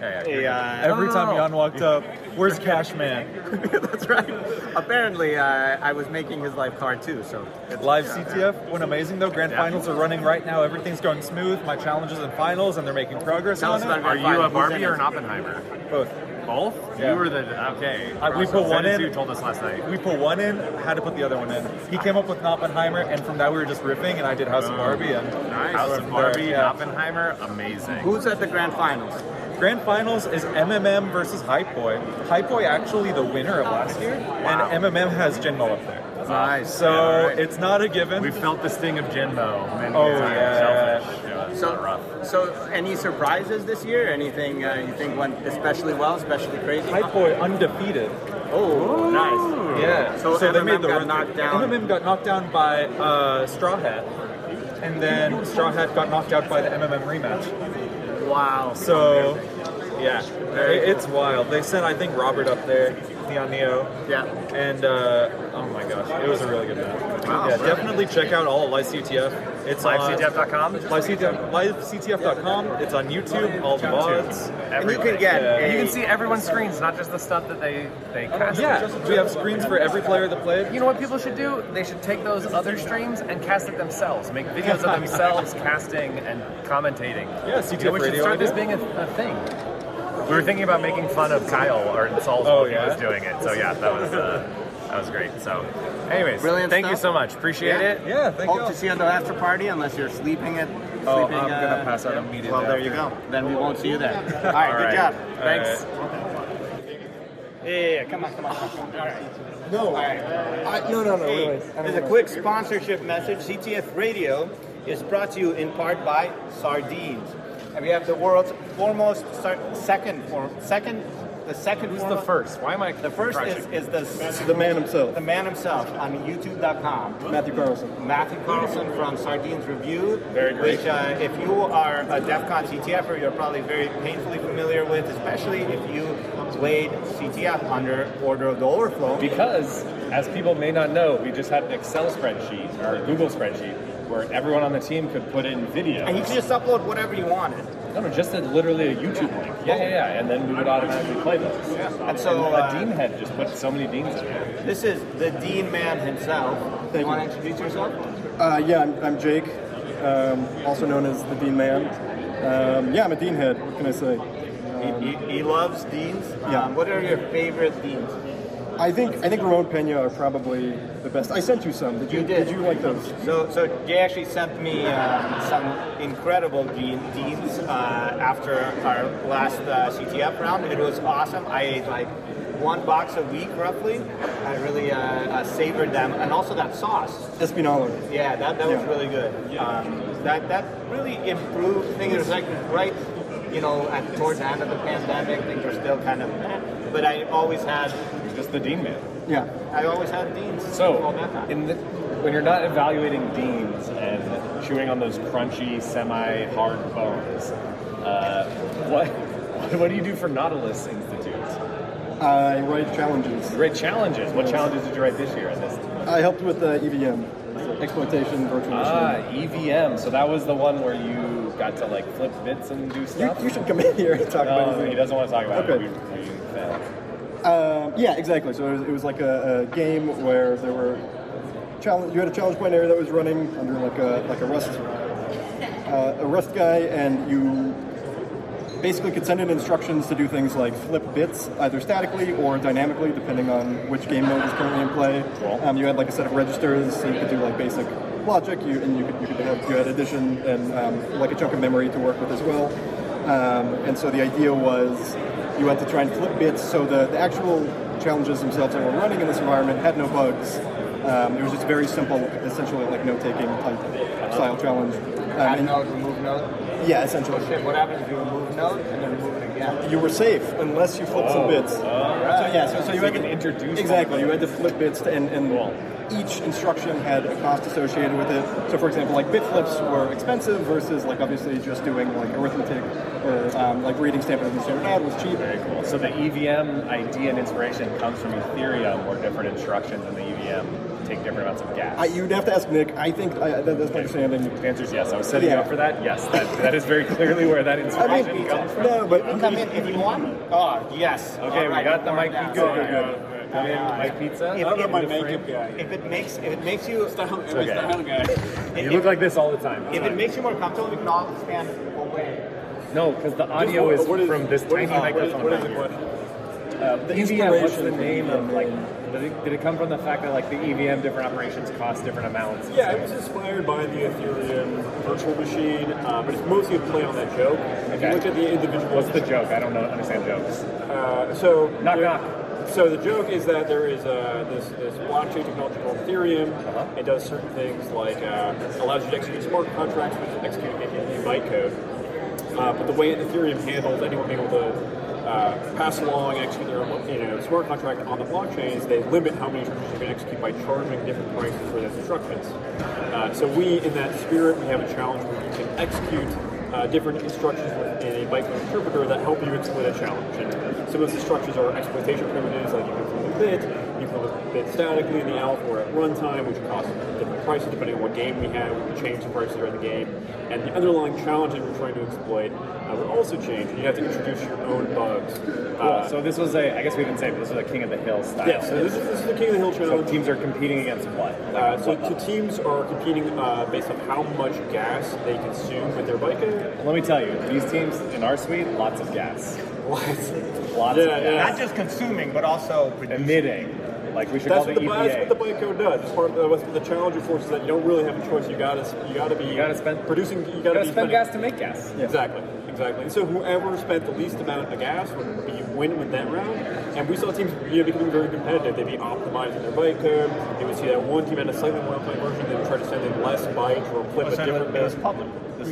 Speaker 1: a, uh,
Speaker 5: Every time Jan walked up, where's Cash Man?
Speaker 1: That's right. Apparently, uh, I was making his life hard too. So
Speaker 5: Live CTF went amazing though. Grand finals are running right now. Everything's going smooth. My challenges and finals, and they're making progress
Speaker 1: Tell us
Speaker 5: on it.
Speaker 1: about Grand Are you a Finals. Barbie
Speaker 5: Who's in
Speaker 1: or
Speaker 5: it?
Speaker 1: an Oppenheimer?
Speaker 5: Both. Both? Yeah. You were the okay. we process. put That one is in. who told us last night. We put one in. Had to put the other one in. He came up with Oppenheimer, and from that we were just riffing, and I did House of Barbie and
Speaker 1: House
Speaker 5: from
Speaker 1: of
Speaker 5: there,
Speaker 1: Barbie,
Speaker 5: yeah.
Speaker 1: Oppenheimer, amazing. Who's at the grand finals?
Speaker 5: Grand Finals is MMM versus Hype Boy. Hype Boy actually the winner of last year, and MMM has Jinmo up there.
Speaker 1: Nice.
Speaker 5: So it's not a given. We felt the sting of Jinmo. oh yeah.
Speaker 1: So rough. So any surprises this year? Anything uh, you think went especially well, especially crazy?
Speaker 5: Hype Boy undefeated.
Speaker 1: Oh, nice.
Speaker 5: Yeah.
Speaker 1: So,
Speaker 5: they
Speaker 1: MMM
Speaker 5: made the
Speaker 1: got
Speaker 5: run-
Speaker 1: knocked down.
Speaker 5: MMM got knocked down by uh, Straw Hat, and then Straw Hat got knocked out by the MMM rematch.
Speaker 1: Wow.
Speaker 5: So, yeah, it- it's wild. They sent I think Robert up there, Neon Neo.
Speaker 1: Yeah.
Speaker 5: And uh, oh my gosh, it was a really good match.
Speaker 1: Wow.
Speaker 5: yeah, definitely check out all of Live CTF. It's
Speaker 1: LiveCTF.com?
Speaker 5: on LiveCTF, LiveCTF.com. It's on YouTube. All the VODs.
Speaker 1: And you can get
Speaker 5: Yeah.
Speaker 1: a-
Speaker 5: You can see
Speaker 2: everyone's screens, not just the stuff that they they cast.
Speaker 5: Yeah, we have screens for every player that played.
Speaker 2: You know what people should do? They should take those other streams and cast it themselves. Make videos of themselves casting and commentating.
Speaker 5: Yeah, CTF
Speaker 2: You know, we should
Speaker 5: radio
Speaker 2: start
Speaker 5: idea.
Speaker 2: this being a, a thing. We were thinking about making fun of Kyle or Saul
Speaker 5: Oh,
Speaker 2: when
Speaker 5: yeah?
Speaker 2: he was doing it. So yeah, that was uh, that was great. So, anyways,
Speaker 1: Brilliant
Speaker 2: thank you
Speaker 1: stuff.
Speaker 2: so much. Appreciate
Speaker 1: Yeah.
Speaker 2: it.
Speaker 5: Yeah, thank
Speaker 1: Hope to see you at the after party, unless you're sleeping at.
Speaker 5: Oh,
Speaker 1: sleeping,
Speaker 5: I'm
Speaker 1: uh,
Speaker 5: gonna pass out immediately.
Speaker 1: Well, there you go. Then we won't see you there. All right,
Speaker 5: All
Speaker 1: good
Speaker 5: right.
Speaker 1: job.
Speaker 5: All
Speaker 1: Thanks.
Speaker 5: right.
Speaker 1: Yeah, yeah, yeah, come on, come on. Come on. All right.
Speaker 4: No. I- no, no, no, wait,
Speaker 1: Hey,
Speaker 4: wait. I don't
Speaker 1: There's a
Speaker 4: wanna-
Speaker 1: quick sponsorship message. CTF Radio is brought to you in part by Sardines, and we have the world's foremost, sar- second, form, second, the second. Who's
Speaker 2: the first? Why am I?
Speaker 1: The first is, is the
Speaker 4: The man himself.
Speaker 1: The man himself on YouTube.com.
Speaker 4: Matthew Carlson.
Speaker 1: Matthew Carlson from Sardines Review,
Speaker 4: Very great.
Speaker 1: which uh, if you are a DEF CON CTFer, you're probably very painfully familiar with, especially if you played CTF under Order of the Overflow.
Speaker 2: Because, as people may not know, we just had an Excel spreadsheet or a Google spreadsheet where everyone on the team could put in video.
Speaker 1: And you could just upload whatever you wanted.
Speaker 2: No, no, just a, literally a YouTube link. Yeah, yeah, yeah. And then we would automatically play those.
Speaker 1: And so,
Speaker 2: a
Speaker 1: uh,
Speaker 2: dean had just put so many deans in there.
Speaker 1: This is the Dean Man himself. Do you want to introduce yourself?
Speaker 4: Uh, yeah, I'm, I'm Jake, um, also known as the Dean Man. Um, yeah, I'm a Dean head. What can I say?
Speaker 1: He, he, he loves Deans.
Speaker 4: Yeah.
Speaker 1: Um, what are your favorite Deans?
Speaker 4: I think I think Ramon Pena are probably the best. I sent you some. Did you,
Speaker 1: did.
Speaker 4: you like those?
Speaker 1: So, so Jay actually sent me uh, some incredible de- deans uh, after our last uh, CTF round. It was awesome. I ate like one box a week roughly. I really uh, uh, savored them, and also that sauce.
Speaker 4: Espinalo.
Speaker 1: Yeah, that, that was
Speaker 4: Yeah.
Speaker 1: really good. Um, that that really improved things. It was like right, you know, at towards the end of the pandemic, things were still kind of. eh, But I always had
Speaker 2: Just the dean man.
Speaker 4: Yeah.
Speaker 1: I always had deans.
Speaker 2: So,
Speaker 1: all that time.
Speaker 2: in the, when you're not evaluating deans and chewing on those crunchy, semi-hard bones, uh, what what do you do for Nautilus Institute?
Speaker 4: I write challenges.
Speaker 2: Great challenges. What challenges did you write this year in this?
Speaker 4: I helped with uh, EVM, exploitation virtual
Speaker 2: Ah,
Speaker 4: machine.
Speaker 2: EVM. So that was the one where you got to like flip bits and do stuff.
Speaker 4: You should come in here and talk about
Speaker 2: no,
Speaker 4: it.
Speaker 2: he doesn't want to talk about
Speaker 4: Okay.
Speaker 2: it. We, we failed.
Speaker 1: Ah,
Speaker 4: Um, yeah, exactly. So it was, it was like a, a game where there were challenge. You had a challenge point area that was running under like a like a rust uh, a rust guy, and you basically could send in instructions to do things like flip bits either statically or dynamically, depending on which game mode is currently in play. Um, you had like a set of registers, so you could do like basic logic. You and you could you could have, you had addition and um, like a chunk of memory to work with as well. Um, and so the idea was you had to try and flip bits so the, the actual challenges themselves that were running in this environment had no bugs Um, it was just very simple, essentially like note taking type style challenge. Um,
Speaker 1: Add
Speaker 4: and-
Speaker 1: node, remove node?
Speaker 4: Yeah, essentially.
Speaker 1: Oh, shit, what happens if you remove node and then remove it again?
Speaker 4: you were safe unless you flipped some
Speaker 1: Oh,
Speaker 4: bits.
Speaker 1: alright.
Speaker 4: So yeah, so, so you
Speaker 1: So
Speaker 4: had to
Speaker 1: you can introduce
Speaker 4: exactly.
Speaker 1: them.
Speaker 4: You had to flip bits, to, and, and each instruction had a cost associated with it. So for example, like bit flips were expensive versus like obviously just doing like arithmetic or um, like reading stamping and standard ad was cheap.
Speaker 2: Very cool. So the EVM idea and inspiration comes from Ethereum, where different instructions in the EVM take different amounts of gas.
Speaker 4: I, you'd have to ask Nick. I think I, that, that's my understanding.
Speaker 2: The answer is yes. I was setting you
Speaker 4: Yeah.
Speaker 2: up for that. Yes, that, that is very clearly where that
Speaker 4: I
Speaker 2: inspiration
Speaker 4: mean,
Speaker 2: comes from.
Speaker 4: no, but
Speaker 2: come in if you want.
Speaker 1: Oh, yes.
Speaker 2: Okay, we got the Mike Pizza. Come in, Mike Pizza.
Speaker 1: If,
Speaker 2: Up
Speaker 1: if,
Speaker 2: in
Speaker 1: my
Speaker 2: the
Speaker 1: makeup
Speaker 2: frame.
Speaker 1: guy. If it makes if it makes you style,
Speaker 2: It's okay. You look like this all the time.
Speaker 1: If it makes you more comfortable, we can all stand away.
Speaker 2: No, because the audio
Speaker 1: what-
Speaker 2: is
Speaker 1: what is-
Speaker 2: from this
Speaker 1: what
Speaker 2: tiny
Speaker 1: is- uh, what
Speaker 2: microphone.
Speaker 1: is- what is
Speaker 2: back
Speaker 1: it,
Speaker 2: here.
Speaker 1: what-
Speaker 2: Uh, the EVM, what's the
Speaker 1: inspiration
Speaker 2: name
Speaker 1: from
Speaker 2: of like? Did it, did it come from the fact that like the EVM E different operations cost different amounts? and
Speaker 15: Yeah,
Speaker 2: stuff?
Speaker 15: it was inspired by the Ethereum virtual machine, uh, but it's mostly a play on that joke. If you
Speaker 2: Okay.
Speaker 15: look at the individual.
Speaker 2: What's the joke? I don't know. Understand jokes.
Speaker 15: Uh, so knock knock. So the joke is that there is uh, this this blockchain technology called Ethereum.
Speaker 2: Uh-huh.
Speaker 15: It does certain things like uh, allows you to execute smart contracts, which is executed in bytecode. Uh, but the way Ethereum handles anyone being able to uh, pass along and execute their own, you know smart contract on the blockchain is they limit how many instructions you can execute by charging different prices for those instructions. Uh, so we, in that spirit, we have a challenge where you can execute uh, different instructions within a micro interpreter that help you exploit a challenge. And some of those instructions are exploitation primitives, like you can flip a bit, you can flip a bit statically in the alpha or at runtime, which costs different prices depending on what game we have. We change the prices during the game. And the underlying challenge that we're trying to exploit uh, will also change. You have to introduce your own bugs. Uh,
Speaker 2: Cool. So this was a, I guess we didn't say, but this was a King of the Hill style.
Speaker 15: Yeah, so this is, this is the King of the Hill challenge.
Speaker 2: So teams are competing against what?
Speaker 15: Uh, so, so teams are competing uh, based on how much gas they consume with their bike.
Speaker 2: Let me tell you, these teams in our suite, lots of gas.
Speaker 15: Lots.
Speaker 2: Lots of gas.
Speaker 1: Not just consuming, but also producing.
Speaker 2: Emitting. Like we should
Speaker 15: That's what,
Speaker 2: call the E
Speaker 15: the, E
Speaker 2: EPA.
Speaker 15: that's what the bike code does. It's part of the, what's the challenge enforces that you don't really have a choice. You gotta you gotta be you gotta spend producing. You gotta, be spending.
Speaker 2: spend gas to make gas.
Speaker 15: Exactly, exactly. So whoever spent the least amount of gas would be win with that round. And we saw teams you know, becoming very competitive. They'd be optimizing their bike code. You would see that one team had a slightly more optimized version. They would try to send in less bikes or flip a different. bit.
Speaker 1: public. This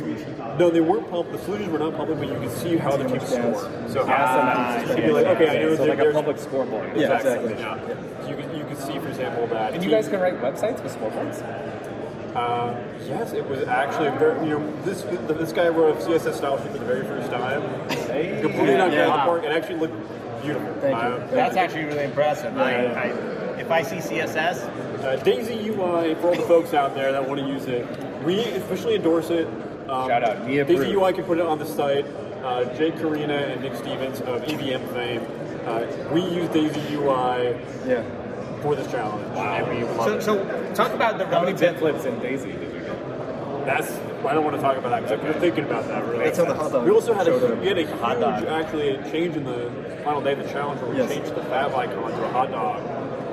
Speaker 15: No, they weren't public. The solutions were not public, but you could see how the teams score. So
Speaker 2: Gas
Speaker 15: how
Speaker 2: amounts.
Speaker 15: so you'd be like,
Speaker 2: Yes,
Speaker 15: okay, I
Speaker 2: yes,
Speaker 15: know
Speaker 2: yes. Ah, So
Speaker 15: there-
Speaker 2: like a
Speaker 15: there's-
Speaker 2: public scoreboard.
Speaker 15: Yeah,
Speaker 2: Exactly.
Speaker 15: exactly. Yeah. So You could you could see, for example, that.
Speaker 2: And you
Speaker 15: team-
Speaker 2: guys can write websites with scoreboards.
Speaker 15: Uh, yes, it was actually very. You know, this this guy wrote a CSS style sheet for the very first time. Completely knocked it out of the
Speaker 1: Wow.
Speaker 15: park. It actually looked beautiful.
Speaker 1: Thank you.
Speaker 15: Uh,
Speaker 1: That's actually really impressive. I,
Speaker 15: Yeah.
Speaker 1: I, if I see CSS,
Speaker 15: uh, Daisy UI for all the folks out there that want to use it. We officially endorse it. Um, Shout out,
Speaker 2: Nia
Speaker 15: Daisy
Speaker 2: Brew.
Speaker 15: UI can put it on the site. Uh, Jake Karina and Nick Stevens of EVM fame. Uh, we use Daisy UI. Yeah. For this challenge. Wow. And we love it.
Speaker 2: talk about the how many bit flips in Daisy did you get?
Speaker 15: That's. I don't want to talk about that because I've been thinking about that really.
Speaker 2: That's on the hot dog.
Speaker 15: We also had a,
Speaker 2: Showed up.
Speaker 15: we had a
Speaker 2: Hot
Speaker 15: huge
Speaker 2: dog.
Speaker 15: actually change in the final day of the challenge where we
Speaker 2: Yes.
Speaker 15: changed the fab icon to a hot dog.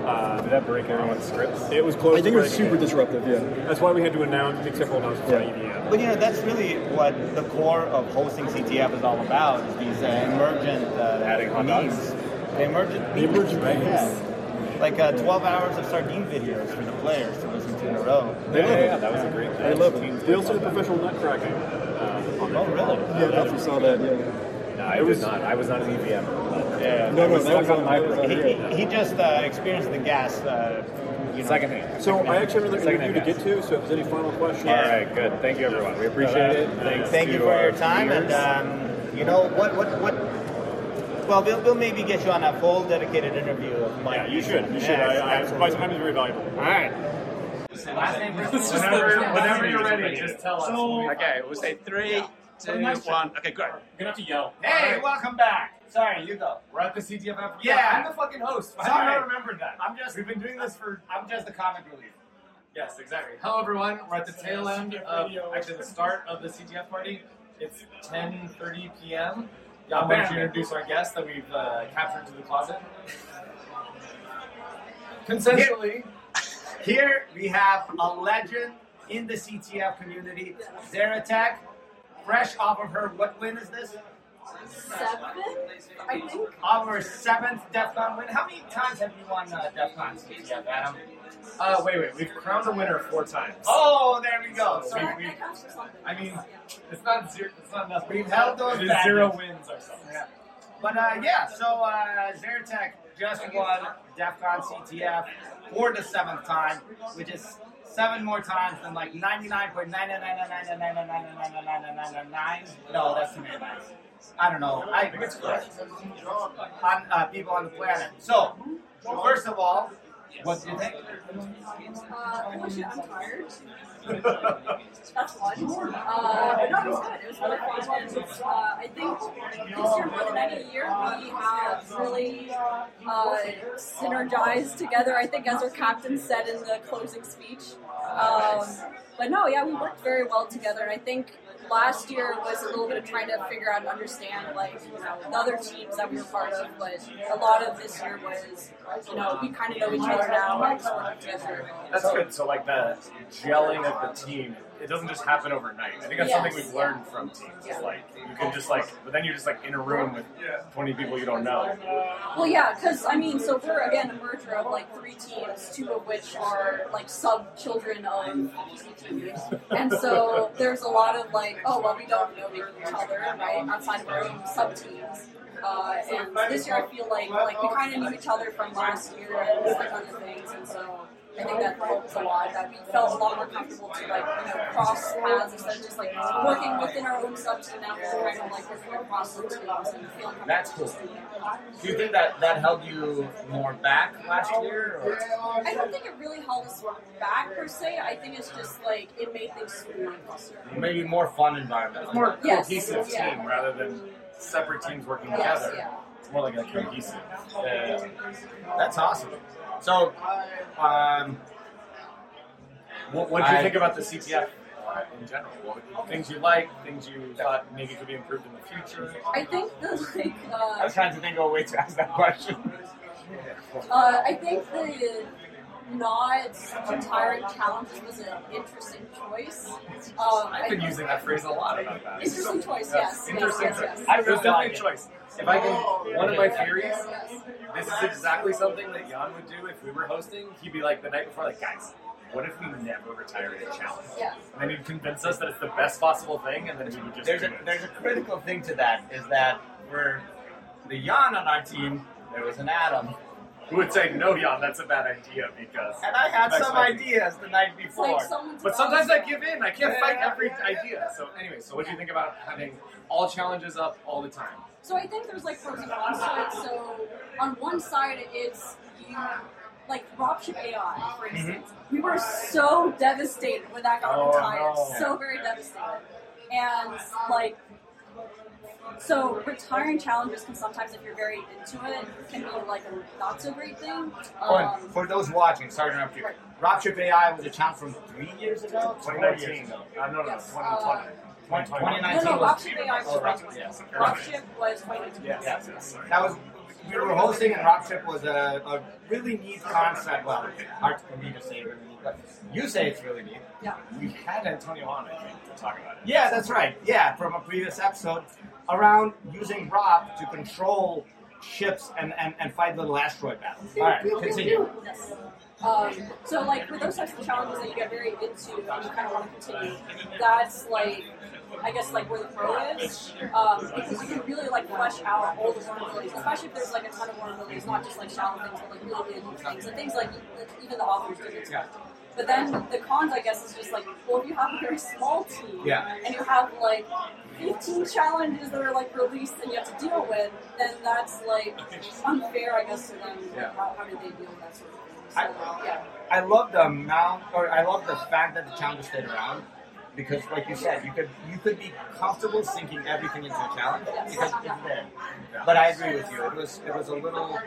Speaker 15: Uh,
Speaker 2: Did that break everyone's scripts?
Speaker 15: It was close.
Speaker 4: I think
Speaker 15: to
Speaker 4: it was
Speaker 15: breaking
Speaker 4: super disruptive. Yeah.
Speaker 15: That's why we had to announce the acceptable announcement yeah. EVM.
Speaker 1: But you know, that's really what the core of hosting CTF is all about: is these uh, emergent uh,
Speaker 2: Adding hot dogs.
Speaker 1: memes. The emergent,
Speaker 15: The emergent
Speaker 1: right?
Speaker 15: memes.
Speaker 1: Yeah. Like uh, 12 hours of sardine videos for the players to listen to in a row.
Speaker 15: They love it. They love it. They also did professional nutcracking. Uh, on
Speaker 1: oh, really?
Speaker 15: Yeah, I thought you saw that. Yeah.
Speaker 2: No, I was not. I was not an E EVM.
Speaker 1: Yeah.
Speaker 15: No, no, that was on- that was on
Speaker 1: He,
Speaker 15: here.
Speaker 1: he- he just uh, experienced the gas. Uh, you know.
Speaker 2: Second hand.
Speaker 15: So I actually have another
Speaker 2: Second
Speaker 15: interview to get to. So if there's any final questions,
Speaker 2: All right, good. Thank you, everyone. We appreciate it. Thanks.
Speaker 1: Thank
Speaker 2: to
Speaker 1: you for
Speaker 2: our
Speaker 1: your time,
Speaker 2: viewers.
Speaker 1: and um, you know what? What? What? Well, we'll, we'll maybe get you on a full dedicated interview of Mike.
Speaker 15: Yeah, you should. You
Speaker 1: Yes,
Speaker 15: should. I, I,
Speaker 1: absolutely.
Speaker 15: my time is very valuable. All
Speaker 2: right.
Speaker 15: Last name
Speaker 2: Whenever- whenever you're ready, just tell us.
Speaker 5: okay, we'll say three, two, one. Okay, good. You're gonna have to yell.
Speaker 2: Hey,
Speaker 5: welcome back. Sorry, you go.
Speaker 2: We're at the CTF after.
Speaker 5: Yeah, I'm the fucking host. Why Sorry. do I
Speaker 2: Sorry.
Speaker 5: remember that? I'm just. We've been doing this for. I'm just the comic relief. Yes, exactly. Hello, everyone. We're at the tail end of actually the start of the CTF party. It's 10:30 p.m. Y'all want to
Speaker 2: Bam.
Speaker 5: introduce our guest that we've uh, captured to the closet. Consensually.
Speaker 1: Here we have a legend in the CTF community, Zaratech, fresh off of her. What win is this?
Speaker 5: Seventh, I think. Our seventh DEFCON win. How many times have you won uh, DEFCON CTF, Adam?
Speaker 16: Uh, wait, wait. We've crowned a winner four times.
Speaker 5: Oh, there we go. So
Speaker 16: Sorry,
Speaker 5: we,
Speaker 16: that counts for something.
Speaker 5: I mean, it's not zero. It's not nothing.
Speaker 16: We've held those
Speaker 5: It is
Speaker 16: back.
Speaker 5: zero wins ourselves.
Speaker 16: Yeah.
Speaker 5: But uh, yeah, so uh, Zyrtec just won DEF CON CTF for the seventh time, which is seven more times than like 99.9999999999999. No, that's too many nines. I don't know. I it's correct. On uh, people on the planet. So, first of all, what do you think?
Speaker 16: Uh, holy shit, I'm tired. That's one. Uh, no, it was good. It was really fun. Uh, I think this year more than any year, we have really uh, synergized together. I think, as our captain said in the closing speech. Um, but no, yeah, we worked very well together, and I think. Last year was a little bit of trying to figure out and understand like you know, the other teams that we were part of, but a lot of this year was you know we kind of know each other now, and we're working together.
Speaker 17: That's good. So like the gelling of the team, it doesn't just happen overnight. I think that's something
Speaker 16: Yes.
Speaker 17: we've learned from teams. It's like you can just like, but then you're just like in a room with 20 people you don't know.
Speaker 16: Well, yeah, because I mean, so we're again a merger of like three teams, two of which are like sub children of teams, and so there's a lot of like, oh well, we don't know each other, right? Outside of our own sub teams. Uh, and this year, I feel like like we kind of knew each other from last year and like other things, and so I think that helps a lot. That we felt a lot more comfortable to like you know cross paths instead of just like working within our own sub team. Now we're kind of like working across the teams and feeling
Speaker 5: That's cool. Do you think that that held you more back last year? Or?
Speaker 16: I don't think it really held us back per se. I think it's just like it made things smoother.
Speaker 5: Maybe more fun environment.
Speaker 17: It's more a
Speaker 16: Yes,
Speaker 17: cohesive
Speaker 16: yeah.
Speaker 17: team rather than separate teams working
Speaker 16: Yes,
Speaker 17: together.
Speaker 16: yeah.
Speaker 17: It's more like a cohesive. uh,
Speaker 5: Yeah. That's awesome. So, um,
Speaker 17: What what do you
Speaker 5: I-
Speaker 17: think about the CTF uh, in general? What, things you like, things you thought maybe could be improved in the future.
Speaker 16: I think the like
Speaker 17: I
Speaker 16: uh,
Speaker 17: was trying to think of a way to ask that question.
Speaker 16: uh, I think the not retiring challenges was an interesting choice. Um,
Speaker 17: I've been
Speaker 16: I-
Speaker 17: using that phrase a lot about that.
Speaker 16: Interesting choice, yes.
Speaker 17: Interesting
Speaker 16: Yes, yes,
Speaker 17: choice.
Speaker 16: yes. Oh,
Speaker 17: It was definitely a choice. If I can, one of my theories, this is exactly something that Jan would do if we were hosting. He'd be like the night before, like, guys, what if we never retire a challenge?
Speaker 16: Yeah.
Speaker 17: And then he'd convince us that it's the best possible thing, and then we would just
Speaker 5: there's
Speaker 17: do
Speaker 5: a
Speaker 17: it.
Speaker 5: there's a critical thing to that is that we're the Jan on our team. There was an Adam,
Speaker 17: Who would say, no, Jan, that's a bad idea because.
Speaker 5: and I had
Speaker 17: That's
Speaker 5: some
Speaker 17: my-
Speaker 5: ideas the night before.
Speaker 17: But sometimes I give in. I can't fight every idea. So anyway, so what do you think about having all challenges up all the time?
Speaker 16: So I think there's like pros and cons to it. So on one side, it's you like dropship AI,
Speaker 17: Mm-hmm.
Speaker 16: for instance. We were so devastated when that got
Speaker 14: Oh,
Speaker 16: retired.
Speaker 14: no.
Speaker 16: So very devastated. And like so retiring challenges can sometimes if you're very into it can be like a not so great thing. Um,
Speaker 5: Oh, and for those watching, sorry to interrupt you. Rockchip AI was a challenge from three years ago, Four years
Speaker 17: 2019.
Speaker 5: ago.
Speaker 17: Uh, no, no,
Speaker 16: Yes,
Speaker 17: 2020.
Speaker 16: uh,
Speaker 5: 2019
Speaker 16: No, no,
Speaker 5: was
Speaker 16: Rockchip AI
Speaker 5: Oh,
Speaker 16: was
Speaker 5: Rockchip, yes.
Speaker 16: dropship was waiting.
Speaker 5: Yeah. That was we were hosting and Rockchip was a, a really neat concept. Well, hard for me to say really neat, but you say it's really neat.
Speaker 16: Yeah.
Speaker 5: We had Antonio on it.
Speaker 17: To talk about it.
Speaker 5: Yeah, that's right. Yeah, from a previous episode around using Rob to control ships and, and, and fight little asteroid battles. All right, continue.
Speaker 16: Yes. Um, so, like, for those types of challenges that you get very into and you kind of want to continue, that's like, I guess, like where the pro is. Um, because you can really, like, flesh out all the vulnerabilities, especially if there's, like, a ton of vulnerabilities, not just, like, shallow things, but, like, really big things, and things like that even the authors didn't expect. But then the cons, I guess, is just like, well, if you have a very small team
Speaker 5: Yeah.
Speaker 16: and you have like 15 challenges that are like released and you have to deal with, then that's like unfair, I guess, to them.
Speaker 5: Yeah.
Speaker 16: How, how do they deal with that sort of thing? So, yeah.
Speaker 5: I love the amount, or I love the fact that the challenge stayed around, because like you said, you could you could be comfortable sinking everything into a challenge because it's there. But I agree with you. It was it was a little,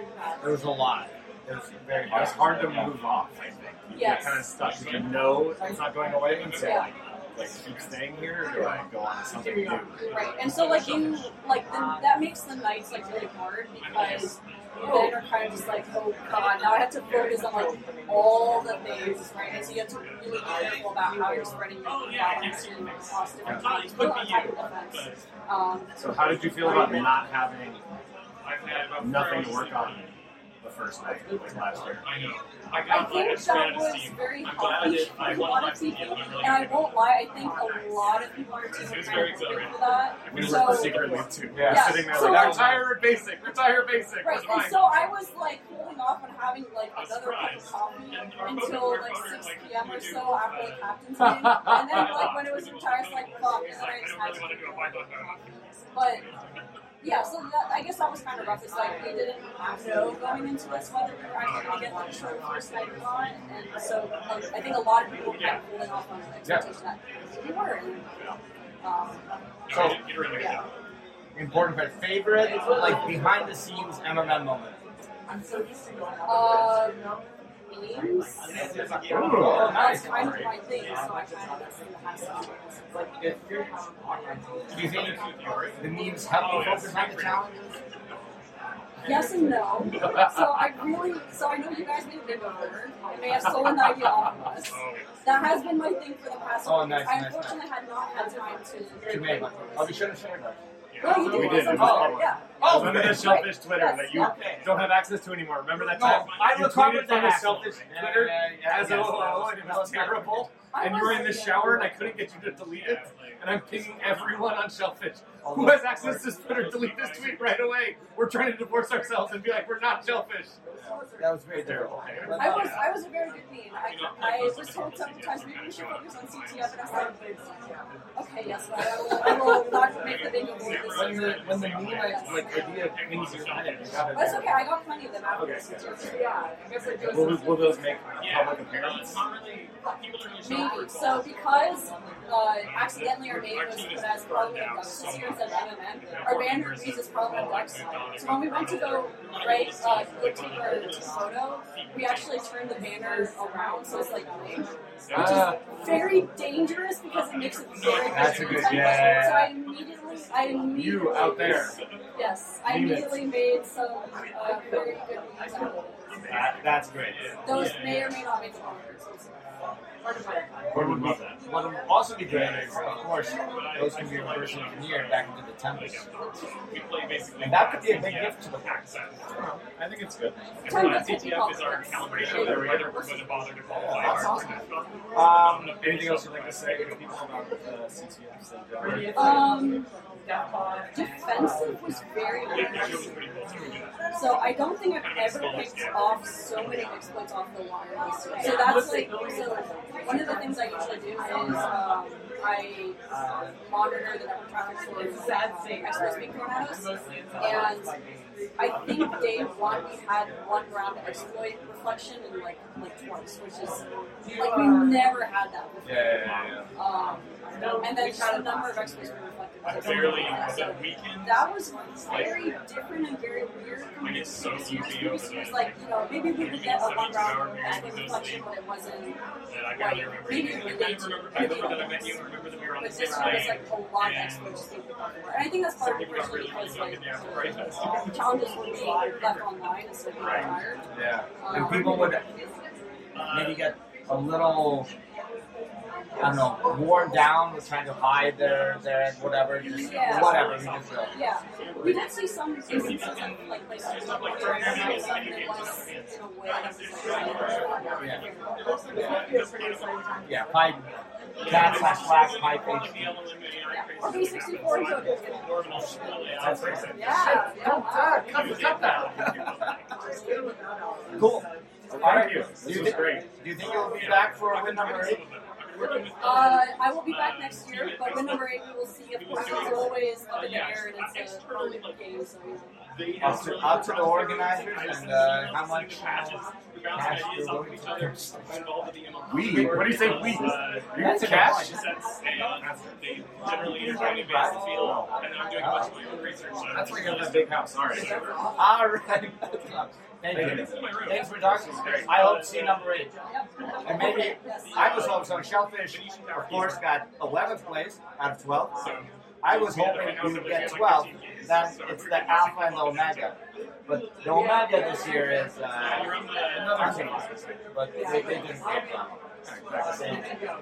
Speaker 5: it was a lot. It was very hard.
Speaker 17: It's hard to move off. I think you
Speaker 5: Yes.
Speaker 17: get kind of stuck. You know it's not going away, and so like, like keep staying here, or do I go on to something new?
Speaker 16: Right, and so like you, like the, that makes the nights like really hard because that are kind of just like, oh god, now I have to focus on like all the things, right? And so you have to really be careful about how you're spreading your violence and across different times. Put on type of offense. Um,
Speaker 17: So how did you feel about not having nothing to work on the first night like last year? I know.
Speaker 16: I think that was very healthy for a lot of people, and I won't lie, I think a lot of people are team were kind of looking for that.
Speaker 17: We
Speaker 16: So-
Speaker 17: were secretly too.
Speaker 16: Yeah. Yeah.
Speaker 17: Sitting there
Speaker 16: So,
Speaker 17: like,
Speaker 16: like-
Speaker 17: retire at basic, retire at basic.
Speaker 16: Right, and so I was like holding off on having like another cup of coffee until like 6 p.m. or so after the captain's meeting, and then like when it was retired, it's like fuck, and then I just had to do it. But yeah, so that, I guess that was kind of rough. It's like we didn't know going into this whether we were actually going to get the show first night or not, and so like, I think a lot of people were kind of holding off on the expectation that we were. And, um,
Speaker 5: So,
Speaker 16: yeah.
Speaker 5: important but favorite, like behind the scenes MMM moment.
Speaker 16: Uh, memes.
Speaker 5: Oh,
Speaker 16: That's
Speaker 5: nice.
Speaker 16: kind of my thing, so I kind of see the high school.
Speaker 5: If- Do you think the memes
Speaker 17: Oh,
Speaker 5: help you focus on the challenges?
Speaker 16: Yes and no. So I really, so I know you guys made a big over. I may have stolen the idea off of us. That has been my thing for the past.
Speaker 5: Oh,
Speaker 16: week.
Speaker 5: nice,
Speaker 16: I
Speaker 5: nice,
Speaker 16: unfortunately had not had time to.
Speaker 5: Too many. Oh, we should have shared that.
Speaker 16: No, you did.
Speaker 17: We
Speaker 16: it was
Speaker 17: did.
Speaker 16: on
Speaker 17: It was
Speaker 16: Twitter,
Speaker 17: public.
Speaker 16: Yeah.
Speaker 17: Oh,
Speaker 5: Oh,
Speaker 17: remember
Speaker 5: okay.
Speaker 17: that shellfish
Speaker 5: Right.
Speaker 17: Twitter
Speaker 5: Yes,
Speaker 17: that you
Speaker 5: okay.
Speaker 17: don't have access to anymore. Remember that
Speaker 5: No,
Speaker 17: time?
Speaker 5: I
Speaker 17: you
Speaker 5: recovered
Speaker 17: tweeted from
Speaker 5: that
Speaker 17: a selfish
Speaker 5: hassle. Yeah,
Speaker 17: Twitter
Speaker 5: yeah, yeah,
Speaker 17: as
Speaker 5: yes,
Speaker 17: OOO, and it
Speaker 5: that was
Speaker 17: was terrible.
Speaker 5: I
Speaker 17: And you were in the
Speaker 5: wasn't-
Speaker 17: shower, and I couldn't get you to delete it. And I'm pinging everyone on Shellfish who has access to Twitter. Delete this tweet right away. We're trying to divorce ourselves and be like, we're not Shellfish.
Speaker 5: That was very terrible.
Speaker 16: I was I was a very good meme. I, I was told several times maybe we should focus on CTF, and I was like, okay, yes, but I will, I will not make the big of this.
Speaker 5: When the when the meme like idea pings your head, you gotta-
Speaker 16: That's okay. I got plenty of them after this. Yeah, I guess it goes.
Speaker 17: Will, will those make public appearance?
Speaker 16: Maybe. So because uh, accidentally our name was put as Parliament of Ducks this year instead of MMM, our banner reads as Parliament of Ducks. So when we went to go right, uh, go take our photo, we actually turned the banner around so it's like blank, which
Speaker 5: Ah.
Speaker 16: is very dangerous because it makes it very
Speaker 5: That's a good-
Speaker 16: content.
Speaker 5: yeah.
Speaker 16: So I immediately, I immediately,
Speaker 5: You out there.
Speaker 16: yes, I
Speaker 5: Meme it.
Speaker 16: immediately made some uh, very good memes out of it.
Speaker 5: That, that's great.
Speaker 16: Those may or may not make the honors.
Speaker 5: What would, be, what would also be great is, of course, those who were first engineered back into the temples. And that could be a big gift to the packs.
Speaker 17: I think it's good. uh,
Speaker 5: CTF
Speaker 17: is our calibration. Every other person to bother to qualify.
Speaker 5: That's awesome.
Speaker 17: Um, anything else you'd like to say to people about the CTFs? in general?
Speaker 16: Um, defensive was very nervous. So I don't think I've ever picked off so many exploits off the wire. this year. So that's like so. One of the things I usually do is um, I uh, monitor the network traffic for uh, exploits being thrown at us, and I think day one we had one round of exploit reflection and like like twice, which is like we never had that before.
Speaker 17: Yeah, yeah, yeah,
Speaker 16: Um, and then just the number of experts we reflected. was
Speaker 17: Barely,
Speaker 16: like-
Speaker 17: that weekend.
Speaker 16: That was very different and very weird.
Speaker 17: Like it's so goofy over
Speaker 16: Previous years,
Speaker 17: the
Speaker 16: like, you know, maybe we would get a one round expert reflection, but it wasn't.
Speaker 17: that I gotta remember.
Speaker 16: Maybe
Speaker 17: you.
Speaker 16: it
Speaker 17: Like, I
Speaker 16: related to
Speaker 17: remember, I remember that I met you. I remember that we were on the
Speaker 16: But
Speaker 17: same
Speaker 16: this year was
Speaker 17: plane.
Speaker 16: like a lot of experts just being reflected. And I think that's part of the reason because like uh, challenges were being left online instead of being Um, fired.
Speaker 5: Yeah. And people
Speaker 17: Uh,
Speaker 5: would maybe get a little, I don't know, worn down with trying to hide their, their whatever, just
Speaker 16: Yeah.
Speaker 5: whatever. You just, uh,
Speaker 16: Yeah, we did see some instances of like places where like, there was like something that was in a way that was like,
Speaker 5: yeah, pipe, cat slash slash pipe HP.
Speaker 16: or B64 in total.
Speaker 5: That's great.
Speaker 16: Yeah, yeah.
Speaker 5: Cool. All right.
Speaker 17: you.
Speaker 5: Do you, thi- do you think you'll be back for win number eight?
Speaker 16: Uh, I will be back next year, but win number eight, we will see. Of course, it's always up in the air, and it's a early game, so
Speaker 5: Up to, up to the organizers and uh, how much cash you're willing to purchase.
Speaker 17: We? What do you say we? We
Speaker 5: That's a good
Speaker 17: cash?
Speaker 5: point.
Speaker 17: Generally, you're trying to base the field, and I'm doing a bunch of my own research. so-
Speaker 5: That's why you have that
Speaker 17: big house. All right.
Speaker 5: All right. Thank you. Thanks for talking. I hope to see number eight. And maybe I was hoping so. Shellfish, of course, got 11th place out of 12. I was hoping we would get 12. That's it's the alpha and the omega. But the omega this year is uh, another team. But they, they didn't get that.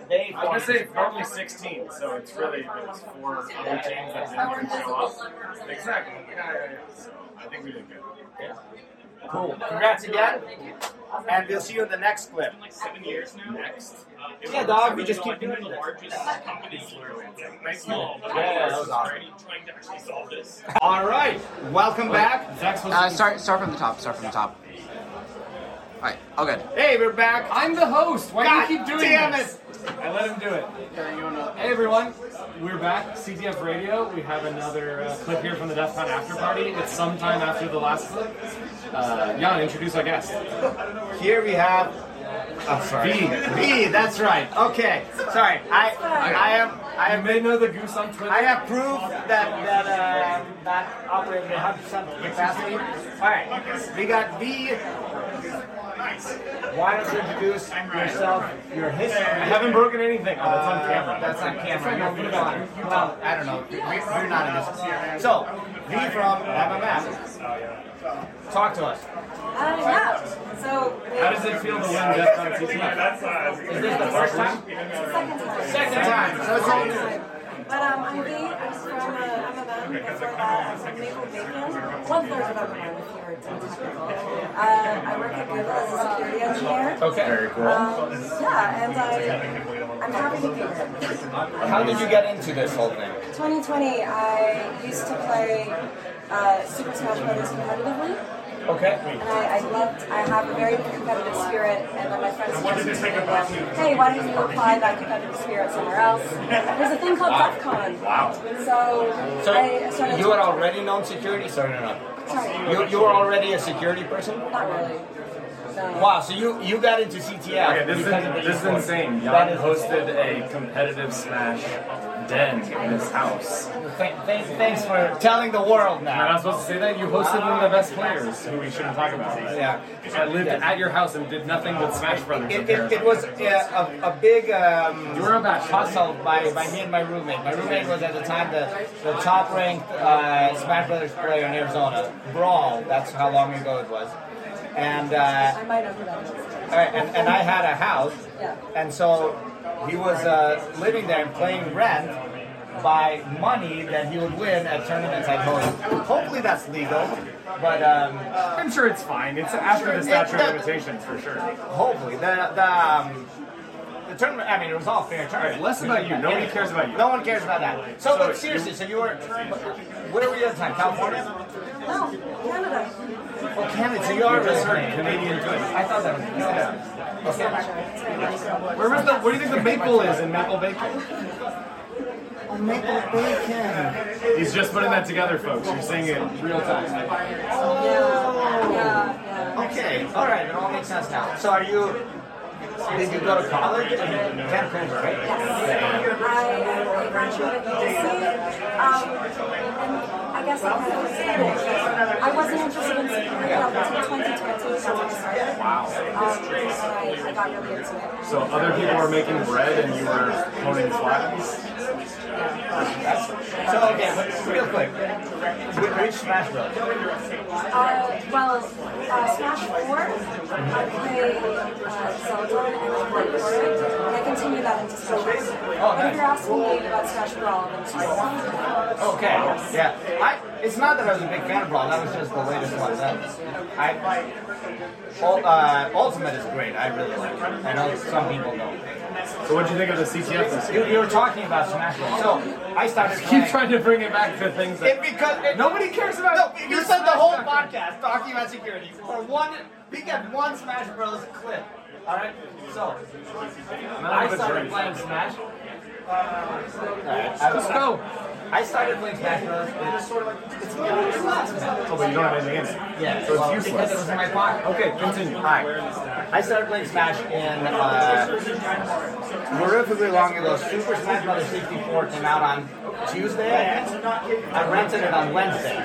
Speaker 5: They
Speaker 2: I was gonna say it's normally 16, so it's really it's four other teams that didn't even show up. Exactly. Yeah, yeah, yeah. So I think we did good.
Speaker 5: Yeah. Cool. Congrats again. And we'll see you in the next clip.
Speaker 2: Like seven years now. Uh, Next.
Speaker 5: Yeah, dog, we just keep doing
Speaker 2: the largest companies literally. Nice
Speaker 5: little- Yeah, that was awesome.
Speaker 2: Trying to actually solve this.
Speaker 5: All right. Welcome back.
Speaker 13: Uh, start, start from the top. Start from the top. All right. All good.
Speaker 5: Hey, we're back. I'm the host.
Speaker 13: Why do
Speaker 5: God
Speaker 13: you keep doing
Speaker 5: damn
Speaker 13: this?
Speaker 5: it.
Speaker 2: I let him do it. Hey everyone, we're back. CTF Radio. We have another uh, clip here from the DEF CON after party. It's sometime after the last clip. Uh, Jan, introduce our guest.
Speaker 5: Here we have. Oh, sorry.
Speaker 2: V.
Speaker 5: V, that's right. Okay. Sorry. I I am I am
Speaker 2: may know the goose on Twitter.
Speaker 5: I have proof that that uh, that operated at 100 percent capacity. All right. We got V. Why don't you introduce yourself, your history? Uh,
Speaker 2: I haven't broken anything. Oh, that's on camera.
Speaker 5: That's on camera. You're, you're fine. Well, I don't know. You're, you're not in this. So, V from MMM. Talk to us.
Speaker 16: Uh, yeah. So.
Speaker 2: How does it feel to win Death on CTF?
Speaker 5: Is this the first time?
Speaker 16: Second time.
Speaker 5: Second time. So it's all-
Speaker 16: But um, I'm V. I'm from uh, MMM. Before that, I'm from Maple Bacon. One third of MMM if you're technical. Uh, I work at Google as a security engineer.
Speaker 2: Okay. Very cool.
Speaker 16: Um, yeah, and I, I'm happy to be here.
Speaker 5: How did you get into this whole thing?
Speaker 16: 2020, I used to play uh, Super Smash Brothers competitively.
Speaker 5: Okay.
Speaker 16: And I, I loved, I have a very competitive spirit, and then my friends suggested to me, well, hey, why don't you apply that competitive spirit somewhere else? There's a thing called
Speaker 5: Wow.
Speaker 16: DEF CON.
Speaker 5: Wow.
Speaker 16: So,
Speaker 5: So
Speaker 16: I started
Speaker 5: you had already known security? Sorry, no, no.
Speaker 16: Sorry.
Speaker 5: You, you were already a security person?
Speaker 16: Not really. No.
Speaker 5: Wow, so you, you got into CTF.
Speaker 2: Okay, this is,
Speaker 5: because of the
Speaker 2: this is
Speaker 5: esports.
Speaker 2: insane.
Speaker 5: That
Speaker 2: Jan
Speaker 5: is
Speaker 2: hosted a competitive Smash den in his house.
Speaker 5: Th- th- thanks for telling the world
Speaker 2: Am
Speaker 5: now.
Speaker 2: I not supposed to say that? You hosted one of the best players who we shouldn't talk about.
Speaker 5: Yeah.
Speaker 2: I lived at your house and did nothing but Smash Brothers.
Speaker 5: It, it,
Speaker 2: apparently.
Speaker 5: it was uh, a, a big um, hustle by, by me and my roommate. My roommate was at the time the, the top ranked uh, Smash Brothers player in Arizona. Brawl, that's how long ago it was. And uh,
Speaker 16: I might have forgotten.
Speaker 5: All right, Uh, and, and I had a house, and so he was uh, living there and playing rent by money that he would win at tournaments I'd host. Hopefully that's legal, but um,
Speaker 2: I'm sure it's fine. It's after the statute of limitations for sure.
Speaker 5: Hopefully the the. Um, the tournament, I mean, it was all fair tournament.
Speaker 2: right, less about you. Nobody cares about you.
Speaker 5: No one cares about that. So,
Speaker 2: So
Speaker 5: but seriously, so you were, where were you at the time? California?
Speaker 16: No, Oh, Canada.
Speaker 5: Well, Oh, Canada, so you are
Speaker 2: just heard Canadian good.
Speaker 5: I thought that was
Speaker 2: Okay. Where was the? Where do you think the maple is in Maple Bacon?
Speaker 5: Oh, maple bacon.
Speaker 2: He's just putting that together, folks. You're seeing it in real time.
Speaker 5: Okay, all right, it all makes sense now. So are you? Did you go to college? Vancouver, right?
Speaker 16: I graduated BC. Um, and I guess I kind of was I wasn't interested in security up until 2020. That's when I started. Wow. Um, and I, I got really into it.
Speaker 2: So other people were making bread and you were honing flags.
Speaker 5: So okay, but real quick, which, which Smash Bros?
Speaker 16: Uh, well, uh, Smash 4, I play uh, Zelda and I play Warwick, and I continue that into Smash Bros.
Speaker 5: Oh,
Speaker 16: But if you're asking me about Smash Brawl, then it's just...
Speaker 5: Okay, yeah. I, it's not that I was a big fan of Brawl. That was just the latest one. That I, Ul- uh, Ultimate is great. I really like it. I know some people don't.
Speaker 2: So what do you think of the CTF this
Speaker 5: You,
Speaker 2: year?
Speaker 5: you were talking about Smash Bros. So I started.
Speaker 2: Keep trying to bring it back to things that
Speaker 5: It because it, nobody cares about. No, you spent the whole podcast talking about security for one. We got one Smash Bros. clip. All right, so I started playing Smash. Let's go. I started playing Smash Bros. It's, it's really useless.
Speaker 2: Oh, but you don't have anything in it.
Speaker 5: Yeah,
Speaker 2: So it's
Speaker 5: well,
Speaker 2: useless.
Speaker 5: because it was in my pocket.
Speaker 2: Okay, continue.
Speaker 5: All right. I started playing Smash in uh, horrifically long ago. Super Smash Bros. 64 came out on Tuesday. I think. I rented it on Wednesday,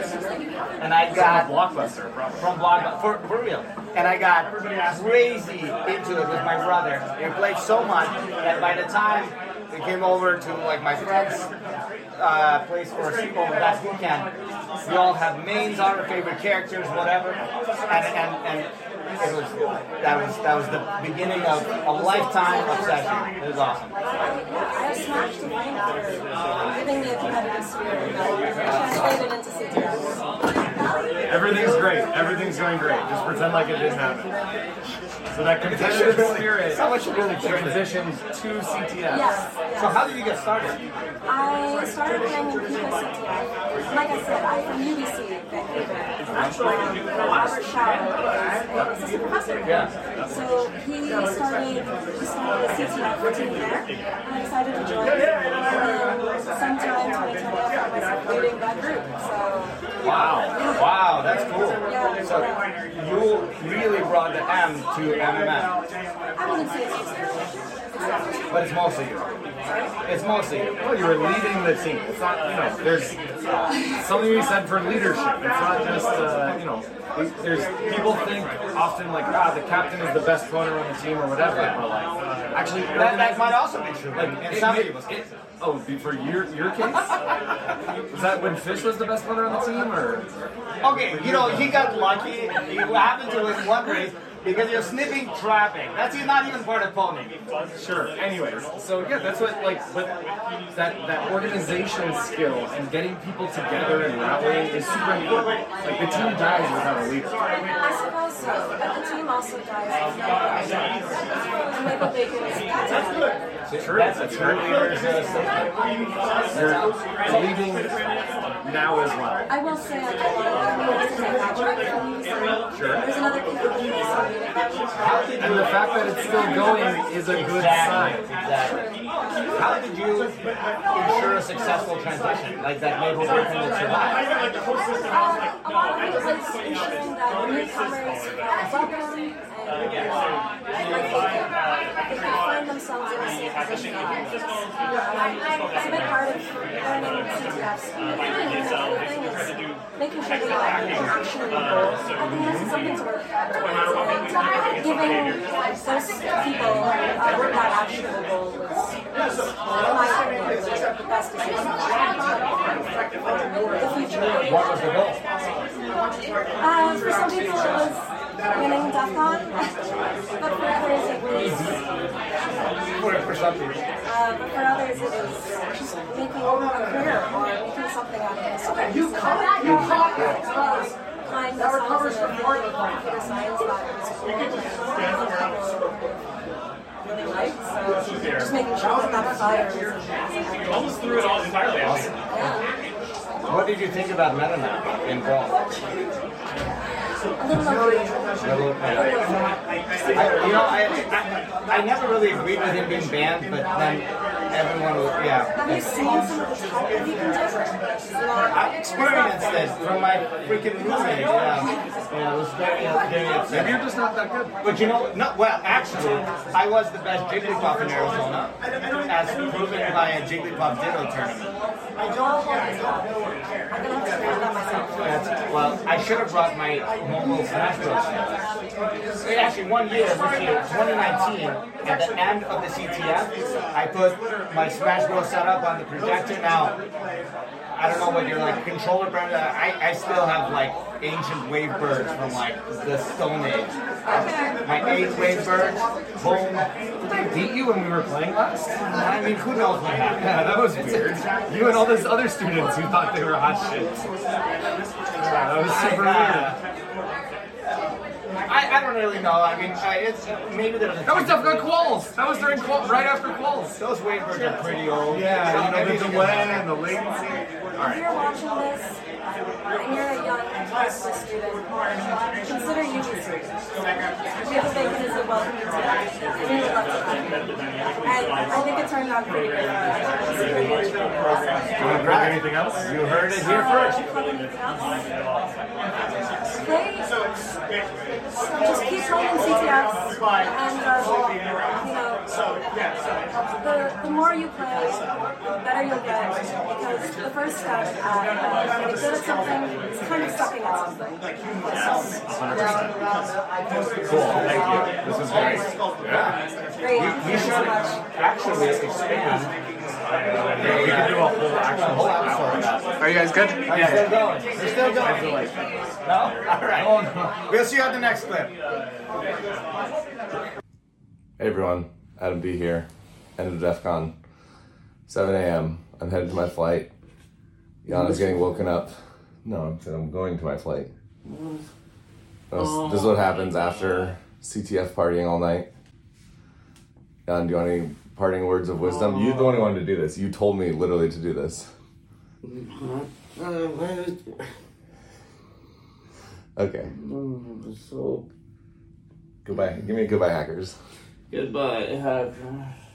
Speaker 5: and I got
Speaker 2: Blockbuster, probably.
Speaker 5: from Blockbuster for, for real. And I got crazy into it with my brother. It played so much that by the time it came over to like my friends uh, place for a sequel, but that's boot camp. We all have mains on our favorite characters, whatever, and and, and it was that was that was the beginning of a lifetime obsession. It was awesome.
Speaker 16: I was smashed to find out everything the competitive spirit translated into CTS.
Speaker 2: Everything's great. Everything's going great. Just pretend like it didn't happen. So that competitive spirit
Speaker 5: Someone should really check this.
Speaker 2: transitioned to CTS.
Speaker 16: Yes, yes.
Speaker 5: So how did you get started?
Speaker 16: I started playing in Pico CTF. Like I said, I'm from UBC, Vancouver. Actually, Robert Shaw is a professor.
Speaker 5: Yeah.
Speaker 16: So he started, he started a CTF routine there, and I decided to join. And sometime 2020, I found myself leading that group. So
Speaker 5: Wow, wow, that's cool. So you really brought the M to MMM,
Speaker 16: I wouldn't say it's
Speaker 5: but it's mostly you. It's mostly you.
Speaker 2: Well, you were leading the team. It's not, you know, there's something you said for leadership. It's not just, uh, you know, there's people think often like, ah, the captain is the best runner on the team or whatever. But like, actually,
Speaker 5: That, that might also be true.
Speaker 2: Like,
Speaker 5: in
Speaker 2: it
Speaker 5: some
Speaker 2: may-
Speaker 5: people's
Speaker 2: it- oh, for your your case, was that when Fish was the best runner on the team, or
Speaker 5: Okay, you know, he got lucky. He happened to win one race because you're sniffing traffic. That's not even part of pony.
Speaker 2: Sure. Anyways, so yeah, that's what like, but that that organization skill and getting people together in that way is super important. Like the team dies without a
Speaker 16: I
Speaker 2: leader.
Speaker 16: suppose so, but the team also dies. of no- And Michael Bacon is that's good.
Speaker 2: True. That's a true leader's uh, skill. You're leading now as well.
Speaker 16: I will say I love St. Patrick from UBC. There's another kid from UBC.
Speaker 2: And the fact that it's still going is a good sign.
Speaker 5: How did you ensure a successful transition? Like that Maple Griffin that survived?
Speaker 16: Uh, um, a lot of it was ensuring that newcomers felt welcome and like, they could find themselves in a safe position. Um, It's a big part of learning CTFs. The thing is making sure that you're actually goals. I think this is something to work on. Giving those people uh, that actual goal was, was my opinion, was the best decision. The future.
Speaker 5: What was the goal?
Speaker 16: Um, for some people, it was winning DEF CON, but for others, it was.
Speaker 5: For, for some people.
Speaker 16: Uh, but for others, it was just making a career or making something out of this. You caught
Speaker 5: you caught it.
Speaker 16: Find themselves in a field of computer science that was cool and people really liked. So just making sure that that fire was.
Speaker 15: Almost threw it all entirely. Awesome.
Speaker 5: What did you think about MetaMap in Brawl? I, you know, I, I, I never really agreed with him being banned, but then everyone was, yeah.
Speaker 16: Have you seen some of the type of you
Speaker 5: I experienced this from my freaking roommate. Yeah, yeah it was very, uh, very upset.
Speaker 2: Maybe you're just not that good.
Speaker 5: But you know, no. Well, actually, I was the best Jigglypuff in Arizona, as proven by a Jigglypuff Ditto tournament.
Speaker 16: I don't I'm gonna have to figure that myself.
Speaker 5: That's, well, I should have brought my mobile Smash Bros. So Actually, one year this year, 2019, at the end of the CTF, I put my Smash Bros. setup on the projector. Now, I don't know what your like controller brand. uh, I I still have like ancient wave birds from like the Stone Age. My eight wave birds. Boom. Did I beat you when we were playing last? I mean, who knows what happened?
Speaker 2: Yeah, that was weird. You and all those other students who thought they were hot shit. Yeah, that was super weird.
Speaker 5: I, I don't really know. I mean, I, it's maybe there's.
Speaker 2: That was definitely Qualls. That was during Qualls, right after Qualls.
Speaker 5: Those wave birds are pretty old.
Speaker 2: Yeah, you know, the
Speaker 5: Maybe-
Speaker 2: delay and the latency.
Speaker 16: If you're watching this and you're a young Tesla student, consider UGC. Because Bacon is a welcoming team. We would love to have you. And I think it turned out pretty good.
Speaker 2: Do you want to grab anything else? You heard it here first.
Speaker 16: They- so just keep playing CTFs and uh, you know, So the, the more you play, the better you'll get. Because the first step at uh, getting good at something is kind of sucking at something.
Speaker 5: Cool, thank you. This is great. Yeah. We, we should actually expand. We could do a whole actual whole episode.
Speaker 1: Are you guys good?
Speaker 5: Yeah.
Speaker 1: Still
Speaker 5: going.
Speaker 1: We're still going.
Speaker 5: No? All right.
Speaker 1: We'll see you at the next clip.
Speaker 2: Hey everyone, Adam B here. End of DEF CON. 7 a.m. I'm headed to my flight. Yana's getting woken up. No, I'm saying I'm going to my flight. This, this is what happens after CTF partying all night. Yana, do you want any parting words of wisdom? You're the one who wanted to do this. You told me literally to do this.
Speaker 14: 嗯
Speaker 2: Okay.
Speaker 13: So
Speaker 2: Goodbye. Give me a goodbye, hackers.
Speaker 13: goodbye, hacker.